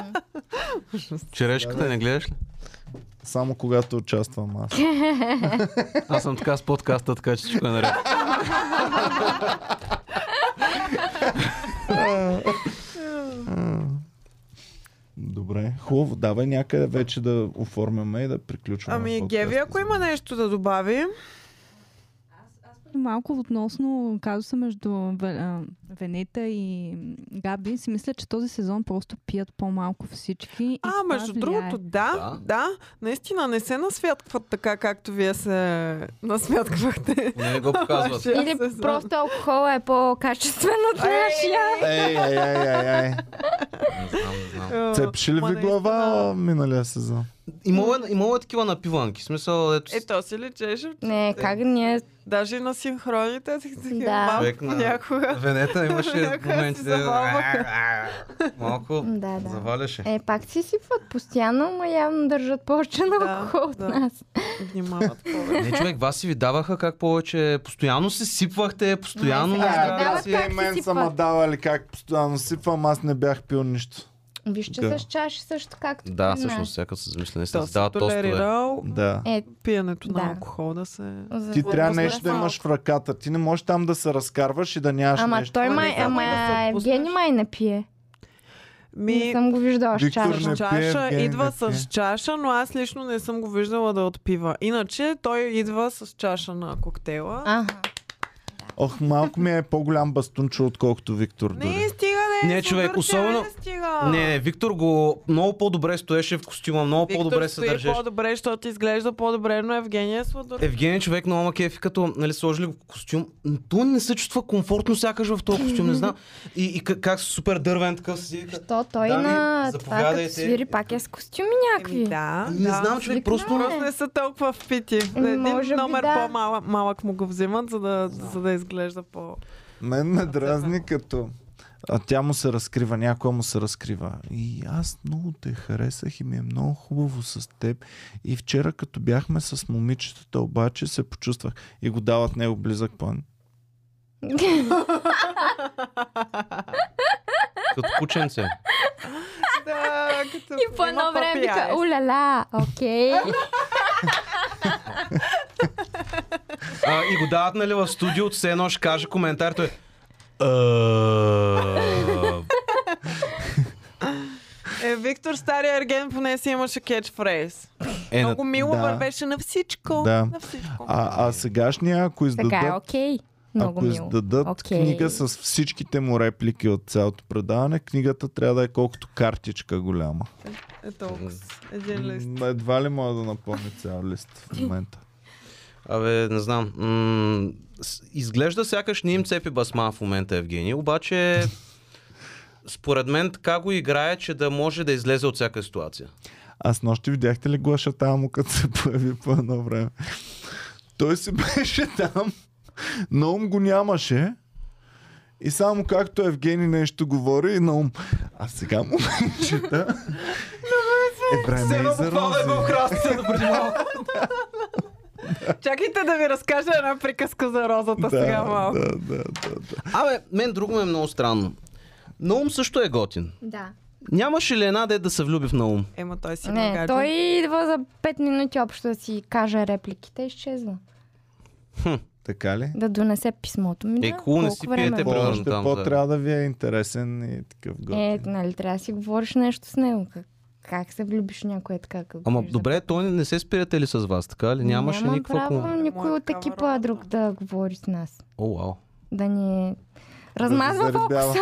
B: Черешката не гледаш ли?
A: само когато участвам аз.
B: Аз съм така с подкаста, така че всичко е наред.
A: Добре, хубаво. Давай някъде вече да оформяме и да приключваме.
C: Ами,
A: подкаста.
C: Геви, ако има нещо да добави,
F: Малко относно казуса между Ве- а, Венета и м, Габи, си мисля, че този сезон просто пият по-малко всички. и
C: А,
F: това
C: между
F: влияе.
C: другото, да,
B: Да.
C: да, наистина не се насвяткват така, както вие се насвятквахте.
B: Не го показват.
C: Нашия
D: Или
C: сезон.
D: просто алкохола е по-качествен от нашия.
A: Ей, ей, ей, ей, ей.
B: Не знам, не знам.
C: Е,
A: Цепши ли
C: ма
A: ви
C: наистина-
A: глава миналия сезон?
B: Имало, е- имало е такива напиванки. В Смисъл, ето...
C: Е, то си лечеше.
D: Не, как ние...
C: Даже и на синхроните си такива
D: Да.
B: Човек
C: малко
B: на- *laughs*
C: някога.
B: Венета имаше
C: Някак се
B: моменти. де-
C: завалваха.
B: *laughs* Малко
D: Да, да.
B: заваляше.
D: Е, пак си сипват постоянно, но явно държат повече на
C: Да,
D: алкохол от
C: да.
D: нас.
C: Внимават повече.
B: Не, човек, вас си ви даваха как повече. Постоянно се сипвахте, постоянно
D: Не, сега
B: неща
D: да дават
B: си-
D: как
A: Те
D: си
A: Е, мен са
D: сипват.
A: ма давали как постоянно сипвам, аз не бях пил нищо.
D: Виж, че
A: Да.
D: с чаши също както
B: Да,
D: при нас.
B: всъщност, всяка се замисля, не се
C: То се
B: дават тостове.
C: толерирал
A: Да.
D: Е,
C: пиенето на
D: Да.
C: алкохол да се...
D: за-
A: Е, Ти трябва
C: да
A: нещо да
C: малко.
A: имаш в ръката. Ти не можеш там да се разкарваш и да нямаш
D: Ама
A: нещо.
D: той
C: Ама
D: май,
C: не знам,
D: ама
C: да се отпуснеш.
D: Евгени май не пие. Не
C: Ми,
D: съм го виждала с
A: Виктор
D: чаша.
A: не
C: с чаша,
B: е,
A: пие,
C: идва
A: не пие.
C: с чаша, но аз лично не съм го виждала да отпива. Иначе той идва с чаша на коктейла.
D: Аха.
A: Ох, малко ми е по-голям бастунчо, отколкото Виктор дори.
C: Не, стига да е.
B: Не, човек,
C: супер,
B: особено-
C: Не, стига.
B: Не, не, Виктор го много по-добре стоеше в костюма, много
C: Виктор
B: по-добре се
C: стои
B: държеше.
C: по-добре, защото изглежда по-добре, но Евгения е сладър.
B: Евгений човек много ма кефи, като нали, сложили го в костюм. м, Той не се чувства комфортно сякаш в този костюм, не знам. И, и как, как супер дървен такъв си. вика.
D: То той
B: Дами,
D: на това като
B: заповядайте.
D: свири пак е с костюми някакви.
C: Еми, Ами да,
B: Не
C: да.
B: знам, човек, просто...
D: Свикнал
C: Просто не са толкова впити.
D: Еми,
C: Един
D: Е, може би
C: номер
D: да.
C: по-малък малък му го взимат, за да, за да изглежда по...
A: Мен ме дразни като... А тя му се разкрива, някоя му се разкрива. И аз много те харесах и ми е много хубаво с теб. И вчера като бяхме с момичетата, обаче се почувствах. И го дават него близък план.
B: Като кученце.
C: Да, като
D: И по едно
C: има
D: време
C: папия,
D: вика,
C: е.
D: уляла, окей.
B: А, и го дават, нали, в студиото, все едно ще каже коментар, той... «А,
C: Е, Виктор Стария Ерген поне си имаше кетчфрейз.
B: Е, на...
C: Много мило
A: да.
C: вървеше на всичко.
A: Да.
C: На всичко.
A: А, а сегашния, ако
D: Така е,
A: издадат,
D: окей. Много
A: ако
D: мило.
A: издадат
D: Окей.
A: книга с всичките му реплики от цялото предаване, книгата трябва да е колкото картичка голяма.
C: Е толкова. Един лист.
A: М, Едва ли мога да напълня цял лист в момента.
B: Абе, не знам. М- с- изглежда сякаш не им цепи басма в момента Евгений, обаче според мен така го играе, че да може да излезе от всяка ситуация.
A: Аз нощи видяхте ли Глаша там, му, като се появи по едно време? Той си *laughs* беше там, но ум го нямаше. И само както Евгений нещо говори, и на ум. А сега момичета... е време и за рози.
B: храстите преди малко.
C: Чакайте да ви разкажа една приказка за розата сега
A: Да,
C: малко.
A: да, да, да, да.
B: Абе, мен друго ме е много странно. Наум също е готин.
D: Да.
B: Нямаше ли една дет да се влюби в Наум?
C: Ема той си
D: Не,
C: магаджи.
D: той идва за 5 минути общо да си каже репликите и изчезва.
A: Така ли?
D: Да донесе писмото ми.
B: Е,
D: да,
B: хубаво не
D: колко
B: си
D: време
B: пиете,
D: е?
B: бе. примерно
A: Още
B: там, да.
A: по-трябва да ви е интересен и такъв
D: Е,
A: готин.
D: нали, трябва да си говориш нещо с него. Как, как се влюбиш в някой е така? Как
B: Ама добре, той не се спирате ли с вас, така ли? Нямаше
D: Няма
B: никаква...
D: право
B: ком-
D: никой
C: Моя
D: от
C: такава
D: екипа
C: роля.
D: друг да говори с нас.
B: О, вау.
D: Да ни
A: Да ви
D: размазва
A: заребява.
D: фокуса.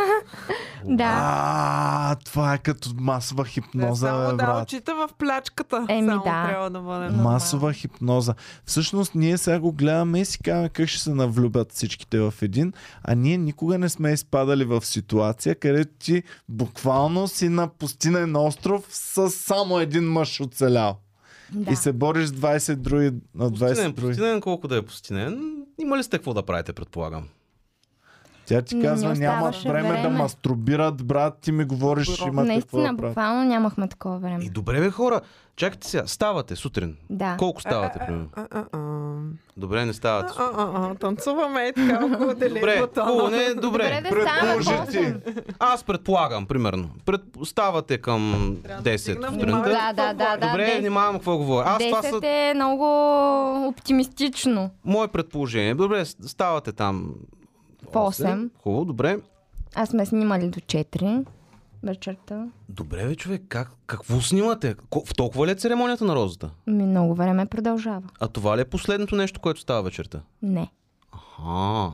D: Да.
A: А, това е като масова
C: Не,
A: хипноза,
C: само
A: бе,
C: да,
A: брат.
C: очите в плячката.
D: Еми,
C: само
D: да.
C: трябва да бъде.
D: Нормално.
A: Масова хипноза. Всъщност ние сега го гледаме и си казваме как ще се навлюбят всичките в един, а ние никога не сме изпадали в ситуация, където ти буквално си на пустинен остров с само един мъж оцелял.
D: да.
A: И се бориш с 20 други. На 20
B: Пустинен,
A: други.
B: пустинен, колко да е пустинен. Има ли сте какво да правите, предполагам?
A: Тя ти
D: Не,
A: казва,
D: не
A: няма
D: оставаше
A: време, да
D: време.
A: мастурбират, брат, ти ми говориш, имате какво
D: Наистина,
A: да правите.
D: буквално нямахме такова време.
B: И добре бе хора, чакайте сега, ставате сутрин.
D: Да.
B: Колко ставате, примерно?
C: А, а, а.
B: Добре, не ставате. сутрин.
C: А, а, а, танцуваме и така
A: *laughs*
C: около дели
B: Добре, хубаво,
A: е
C: бутона.
B: не, добре.
D: Добре да става
A: Предположи ти.
B: Аз предполагам, примерно. Пред... Ставате към
C: Трябва да
B: 10
C: стигнем
B: сутринта.
C: внимателно.
D: Да, да, да, да.
B: Добре,
D: десет.
B: внимавам какво говоря. Аз това са
D: 10 е много оптимистично.
B: мое предположение. Добре, с- ставате там.
D: В осем.
B: Хубаво, добре.
D: Аз сме снимали до 4 вечерта.
B: Добре, бе, човек, как, какво снимате? Ко- В толкова ли е церемонията на розата?
D: Ми много време продължава.
B: А това ли е последното нещо, което става вечерта?
D: Не.
B: А,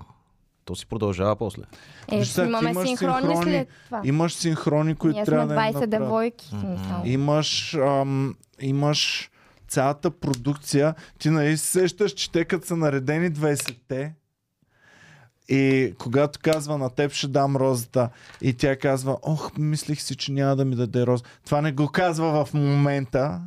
B: то си продължава после.
D: Е,
A: Виж сега, ти
D: снимаме
A: имаш
D: синхрони,
A: синхрони,
D: след това.
A: Имаш синхрони, които
D: Ние сме
A: трябва да им
D: 20
A: направят.
D: девойки. смисъл.
A: Имаш, ам, имаш цялата продукция. Ти нали се сещаш, че те като са наредени 20-те и когато казва на теб ще дам розата и тя казва, ох, мислих си, че няма да ми даде роза. Това не го казва в момента,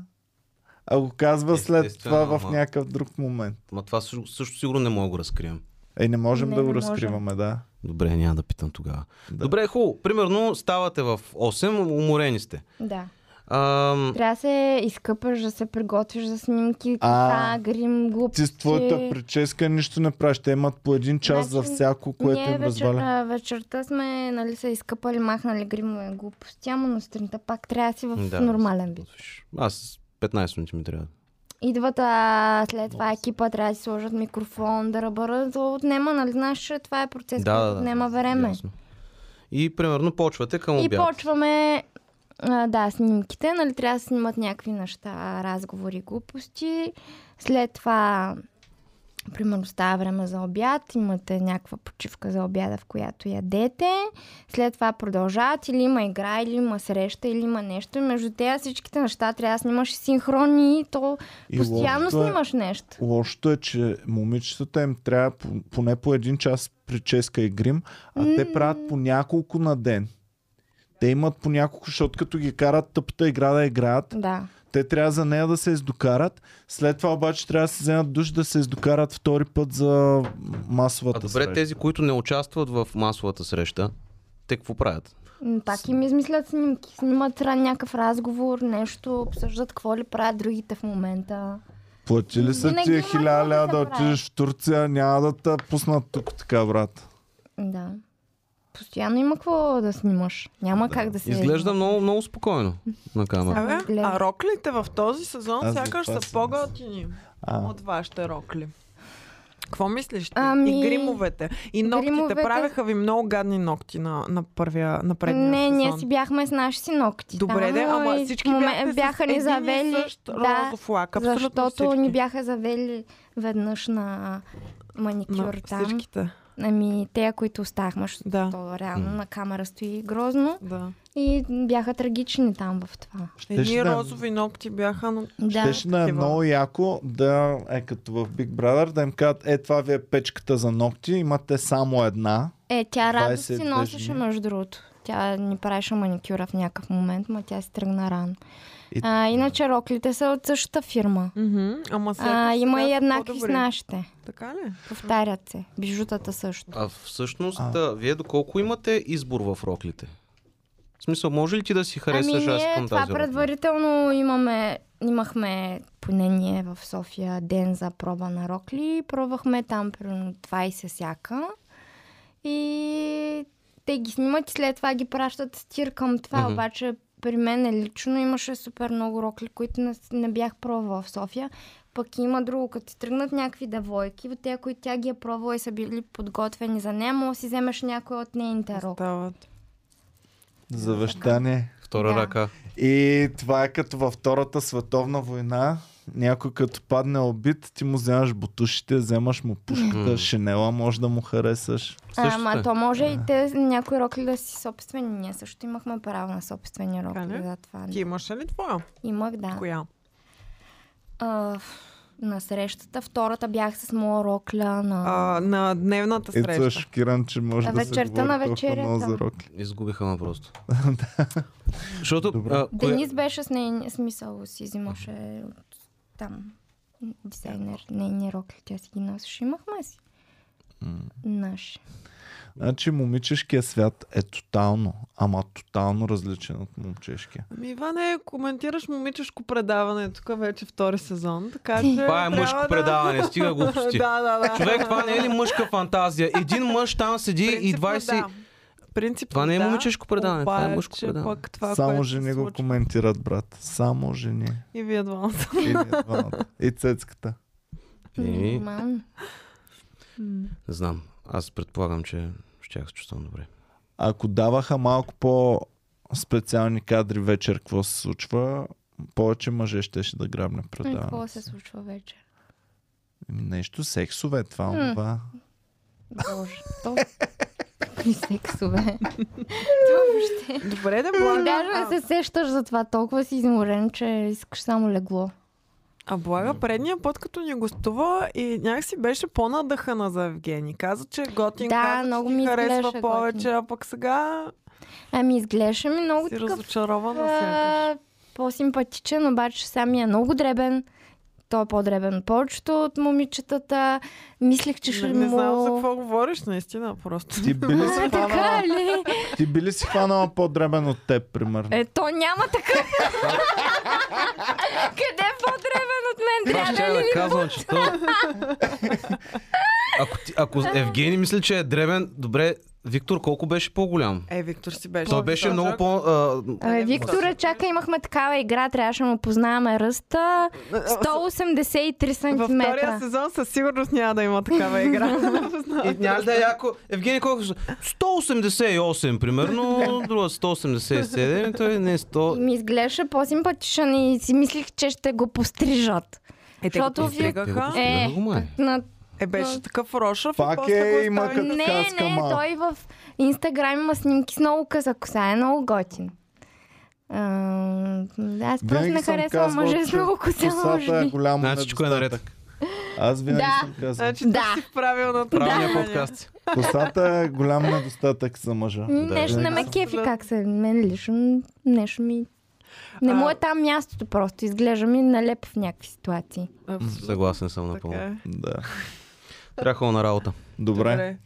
A: а го казва след
B: Естествено,
A: това в
B: ама-
A: някакъв друг момент.
B: Ма това също, също сигурно не мога да го разкрием.
A: Е, не можем
D: Не,
A: да
D: не
A: го
D: можем.
A: разкриваме, да.
B: Добре, няма да питам тогава.
A: Да.
B: Да. Добре, хубаво. Примерно ставате в 8, уморени сте.
D: Да.
B: Ам,
D: Трябва да се изкъпаш, да се приготвиш за снимки,
A: А,
D: коса, грим, глупости.
A: Ти с твоята прическа нищо не правиш. Те имат по един час
D: Значи,
A: за всяко, което е
D: Ние
A: им
D: вечер,
A: разваля.
D: а, вечерта сме нали, се изкъпали, махнали гримове глупости, ама на сутринта пак трябва да си в
B: Да.
D: нормален вид.
B: аз 15 минути ми трябва.
D: Идват а, след това екипа, трябва да си сложат микрофон, да ръбъра, то отнема, нали знаеш, че това е процес, който отнема време.
B: Ясно. И примерно почвате към
D: И
B: обяд.
D: почваме а, да, снимките, нали, трябва да се снимат някакви неща, разговори, глупости. След това, примерно, става време за обяд, имате някаква почивка за обяда, в която ядете. След това продължават или има игра, или има среща, или има нещо. И между тези всичките неща трябва да снимаш и синхрони, и то
A: И
D: постоянно
A: лошото е-
D: снимаш нещо.
A: Лошото е, че момичетата им трябва по- поне по един час прическа и грим, а те правят по няколко на ден. Те имат по няколко, защото като ги карат тъпата игра да играят,
D: Да.
A: те трябва за нея да се издокарат. След това обаче трябва да се вземат душ да се издокарат втори път за масовата
B: А добре,
A: среща.
B: тези, които не участват в масовата среща, те какво правят?
D: М, Пак им измислят снимки, снимат ра- някакъв разговор, нещо, обсъждат какво ли правят другите в момента.
A: Платили са
D: Винаги
A: ти
D: има
A: хиляда
D: какво да
A: лева да
D: се прави.
A: отидеш в Турция, няма да те пуснат тук така, брат.
D: Да. Постоянно има какво да снимаш. Няма как да се...
B: Изглежда много, много спокойно на камера.
C: Абе, а роклите в този сезон
A: Аз за
C: сякаш
A: това
C: са
A: съм-
C: по-готини
A: А.
C: от вашите рокли. Какво мислиш ти?
D: Ами,
C: И гримовете. И ногтите.
D: гримовете-
C: Правеха ви много гадни ногти на, на, първия, на предния
D: Не,
C: сезон.
D: ние си бяхме с наши си ногти.
C: Добре,
D: там,
C: де, ама
D: и
C: всички
D: в моме-
C: бяхте с
D: бяха ни
C: един и
D: завели.
C: същ
D: Да,
C: розов лак. Абсолютно
D: защото
C: всички.
D: ни бяха завели веднъж на
C: на
D: маникюр там.
C: всичките.
D: Ами, те, които оставахме, защото
C: Да.
D: то реално на камера стои грозно.
C: Да.
D: И бяха трагични там в това.
A: Щеше
C: Едни
A: да е-
C: розови ногти бяха, но
D: Да.
A: Щеше да е
C: такива.
A: много яко да е като в Big Brother, да им кажат, е това ви е печката за ногти, имате само една.
D: Е, тя радост си
A: 22
D: носеше,
A: жени.
D: между другото. Тя ни правеше маникюра в някакъв момент, ма тя си тръгна рано.
A: И-
D: А, иначе роклите са от същата фирма.
C: Мгм, Ама
D: А,
C: сякаш
D: има
C: сега
D: и
C: са
D: еднакви с
C: по-добри.
D: нашите.
C: Така ли?
D: Повтарят се. Бижутата също.
B: А всъщност,
A: А.
B: а. вие доколко имате избор в роклите? В смисъл, може ли ти да си
D: Ами
B: харесаш аз
D: ние
B: към
D: това
B: тази рокля?
D: предварително имаме, имахме, поне ние в София, ден за проба на рокли. Пробвахме там примерно 20 всяка. И те ги снимат и след това ги пращат стир към това.
B: Мгм.
D: Обаче при мен лично имаше супер много рокли, които не, с- не бях пробвала в София. Пък има друго, като ти тръгнат някакви девойки, от те, които тя ги е пробвала и са били подготвени за нея, може да си вземеш някой от нейните рокли.
C: Стават.
A: Завещание.
B: Втора
D: Да.
B: ръка.
A: И това е като във Втората световна война. Някой като падне обид, ти му вземаш бутушите, вземаш му пушката,
B: М.
A: шинела, може да му харесаш.
B: Същото
D: Ама
B: е.
D: то може и те някои рокли да си собствени. Ние също имахме право на собствени
C: ли?
D: рокли за това.
C: Ти е имаше ли твоя?
D: Имах, да.
C: Коя?
D: А, на срещата втората бях с моя рокля на...
C: А, на дневната
A: Ето е
C: среща.
A: шокиран, че може да се
D: Вечерта
A: говори толкова
D: на
A: много
D: вечерята.
A: за рокли.
B: Изгубиха
A: *laughs*
B: ме просто. Защото... А, коя...
D: Денис беше с нейния смисъл, си взимаше от там дизайнер, нейни рокли, тя си ги носеше. Имахме си. Наши.
A: Значи момичешкият свят е тотално, ама тотално различен от момчешкия.
C: Ами, Иване, коментираш момичешко предаване тук вече втори сезон, така че...
B: Това е мъжко
C: трябва да- *laughs*
B: предаване,
D: *laughs*
B: стига глупости.
C: да, да, да.
B: Човек, това не е ли мъжка фантазия? Един мъж там седи и
C: Принципно
B: 20...
C: Да. Принципно,
B: Това не е
C: да,
B: момичешко предаване, това е
C: обаче
B: мъжко предаване.
C: Пък това,
A: Само
C: което се
A: жени го
C: случва-
A: коментират, брат. Само жени.
C: И вие
D: *laughs*
C: двамата.
A: И, ние двамата. и цецката.
B: Е,
D: Нормално.
F: М.
B: не знам. Аз предполагам, че щях се чувствам добре.
A: Ако даваха малко по-специални кадри вечер, какво се случва, повече мъже ще, ще да грабне
D: И Ами, какво
A: предаването.
D: се случва вече?
A: Ами Нещо сексове, това,
D: М.
A: това.
D: Боже, то... *laughs* Какви сексове? *laughs* То въобще...
C: Добре, да
D: Даже
C: блага.
D: не се сещаш за това. Толкова си изморен, че искаш само легло.
C: А блага предния път, като ни гостува и някакси беше по-надъхана за Евгений. Каза, че е готин,
D: Да,
C: каза,
D: много
C: че ти
D: ми
C: харесва
D: изглеждаше
C: повече,
D: готин.
C: а пък сега
D: Ами изглеждаше ми много
C: си
D: такъв
C: разочарована сега.
D: а, по-симпатичен, обаче сами е много дребен. Той е по-дребен от повечето от момичетата. Мислех, че ще
C: Не, не
D: му...
C: знам за
D: *laughs*
C: какво говориш, наистина, просто. *laughs*
A: Ти би ли си
D: А,
A: хванала,
D: така ли?
A: ти би ли си хванала по-дребен от теб, примерно?
D: Е, то няма така. *laughs* Къде е по-дребен от мен?
B: Това ще
D: Трябва
B: да
D: да ли?
B: казвам, че то... Ако, ти, ако Евгений мисли, че е дребен, добре, Виктор колко беше по-голям?
C: Е, Виктор си беше.
B: Той беше
C: висок.
B: много по... А,
D: Абе, Виктора, чака, имахме такава игра, трябваше да му
C: *laughs*
D: познаваме ръста. 183
C: Във втория
D: см.
C: сезон със сигурност няма да има такава игра.
B: и няма ли да е яко... Евгений колко... са? 188, примерно, *laughs* друга 187, той не е 100...
D: Ми изглеждаше по-симпатичен и си мислих, че ще го пострижат.
C: Е,
D: те го Защото
B: постригаха.
C: е,
B: Е, много май.
D: на...
C: е, беше такъв Рошев. и
A: Пак
C: после
A: е,
C: го
A: има
C: остави-
A: като-
D: Не,
A: казка,
D: не,
A: ма.
D: той в Инстаграм има снимки с много къса коса. Е много готин. А, аз просто
A: Винаги
D: не
A: съм
D: харесвам
A: казвал,
D: мъже с
A: че
D: много коса, може
A: Косата е
D: би.
A: голямо
B: Значи всичко е наред.
A: недостатък. Аз винаги
D: Да.
A: съм казал.
C: Значи, да.
D: Да.
C: си в правилната
B: Правилния
C: компания.
B: подкаст.
A: Косата е голям недостатък за мъжа.
D: М, Нещо не
A: Винаги
D: ме
A: съм-
D: кефи как се. Мен лично нещо ми... Не му
C: А-
D: е там мястото просто. Изглежда ми налепо в някакви ситуации.
C: Абсолютно.
B: Съгласен съм напълно.
C: Така е.
A: Да.
B: Трябва хубаво на работа.
A: Добре.
C: Добре.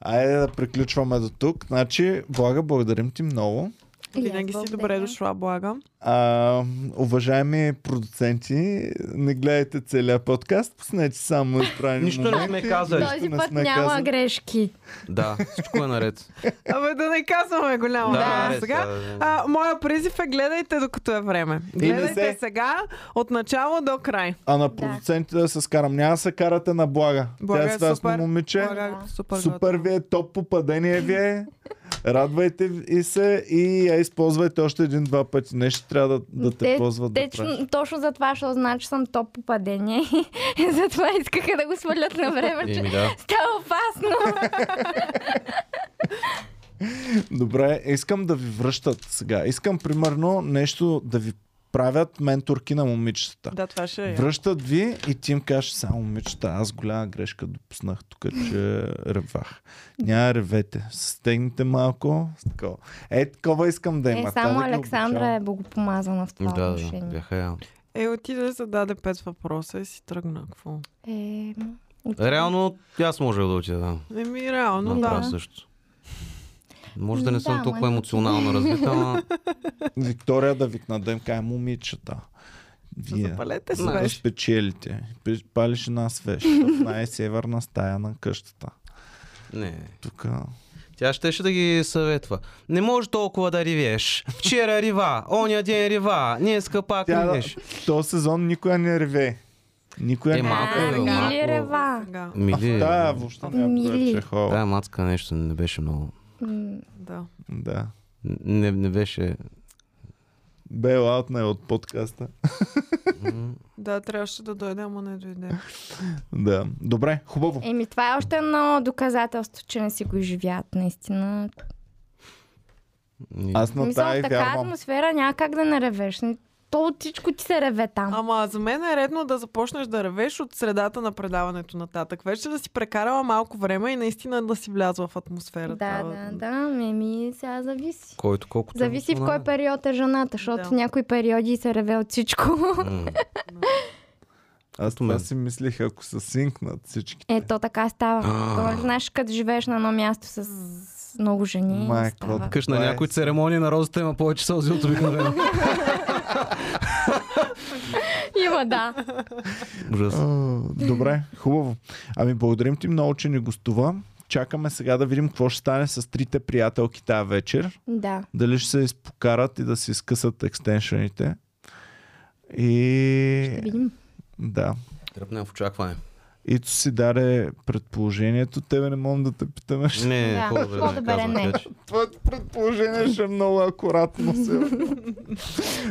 A: Айде да приключваме до тук. Значи, блага, благодарим ти много.
D: И аз
C: Винаги си добре
D: благодаря.
C: дошла, блага.
A: А, уважаеми продуценти, не гледайте целият подкаст, пуснете само избрани
B: Нищо не
A: моменти.
B: сме казали.
A: Нищо
D: Този
A: не
D: път
A: сме
D: няма
A: казали.
D: грешки.
B: Да, всичко е наред.
C: Абе да не казваме голямо.
B: Да,
C: Да,
B: наред,
C: сега.
B: да, да.
C: А, моя призив е гледайте докато е време. Гледайте
A: се-
C: сега от начало до край.
A: А на продуцентите да се скарам. Няма да се карате на блага.
C: Блага
A: Тя
C: е
A: е свестно
C: супер.
A: момиче.
C: Блага, супер,
A: Супер
C: готино.
A: ви е, топ попадение ви е. Радвайте и се и я използвайте още един-два пъти. Нещо трябва да, да те,
D: Те-
A: ползват да
D: Течно,
A: правиш.
D: точно за това, защото значи съм топ попадение. *laughs* Затова искаха да го свалят на време, че
B: Еми да.
D: става опасно.
A: Добре, искам да ви връщат сега. Искам примерно нещо да ви правят менторки на момичетата.
C: Да, това ще е.
A: Връщат ви и ти им кажеш само момичета, аз голяма грешка допуснах тук, че ревах. Няма ревете. Стегнете малко. с Такова. Е, такова искам да
D: Е,
A: има.
D: само Александра е богопомазана в това
B: Да, да,
D: отношение.
B: бяха я.
C: Е, отиде зададе пет въпроса и си тръгна. Какво?
D: Е,
B: Реално, и аз можех да отида. Да.
C: Еми, реално, да.
B: Направо
D: да.
B: също. Може да не
D: М,
B: съм
D: да,
B: толкова
D: ама- *laughs*
B: емоционално развита, но
A: Виктория да викна да им каже момичета. Вие.
C: Запалете
A: за да
C: свеж.
A: спечелите. Пи- Палиш една свеж. в Най-северна стая на къщата.
B: не.
A: Тук.
B: Тя щеше да ги съветва. Не може толкова да ревеш. Вчера рива, оня ден рива, днеска пак
A: Тя да,
B: ревеш.
A: то сезон никога не реве. Никога
B: Е,
A: не
B: малко
D: а,
B: е,
D: мили
B: малко.
D: рева.
C: Сега,
B: Мили,
A: Да, въобще не е
D: Мили.
A: че хора.
B: тая мацка нещо не беше много.
D: М,
C: да.
A: Да.
B: Не, не беше...
A: Бейлаутна е от подкаста.
C: Да, трябваше да дойде, ама не дойде.
A: Да. Добре, хубаво.
D: Еми, това е още едно доказателство, че не си го изживяват наистина.
B: Ни-
A: Аз на
D: Мисля, в
A: тая
D: така
A: вярвам.
D: атмосфера няма как да не ревеш. То от всичко ти се реве там.
C: Ама за мен е редно да започнеш да ревеш от средата на предаването нататък. Вече да си прекарала малко време и наистина да си влязла в атмосферата.
D: Да, да, да. Еми, сега зависи.
B: Който колкото е
D: Зависи в кой
B: емоционален.
D: период е жената, защото
C: Да.
D: да. някои периоди се реве от всичко.
B: *laughs*
D: *laughs*
B: М.
A: Аз
B: мен.
A: това си мислих, ако са синкнат всички.
D: Ето Е, така става.
B: А.
D: То, знаеш, като живееш на едно място с много жени,
A: Майко,
D: става.
B: Къш на
A: Това е.
B: някои церемонии на розата има повече сълзи от обикновено.
D: *laughs* Има, да.
B: Ужас.
A: А, Добре, хубаво. Ами благодарим ти много, че ни гостува. Чакаме сега да видим какво ще стане с трите приятелки тази вечер.
D: Да.
A: Дали ще се изпокарат и да си изкъсат екстеншените. И...
D: Видим.
A: Да.
B: Тръпнем в очакване.
A: Ито си даде предположението. Тебе не можем да те питаме. Ще...
B: Не,
D: Да,
B: по-добре да не
D: по-добре
B: казвам.
D: не.
B: така че.
A: Твоето предположение ще е много акуратно. сигурно.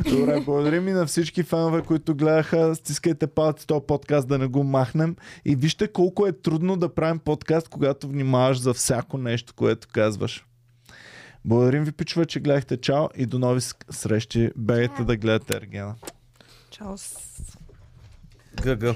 A: Добре, благодарим и на всички фанове, които гледаха. Стискайте палци този подкаст да не го махнем. И вижте колко е трудно да правим подкаст, когато внимаваш за всяко нещо, което казваш. Благодарим ви, пичове, че гледахте. Чао и до нови с- срещи. Бегайте да гледате Ергена.
C: Чао.
B: Гъ, гъ.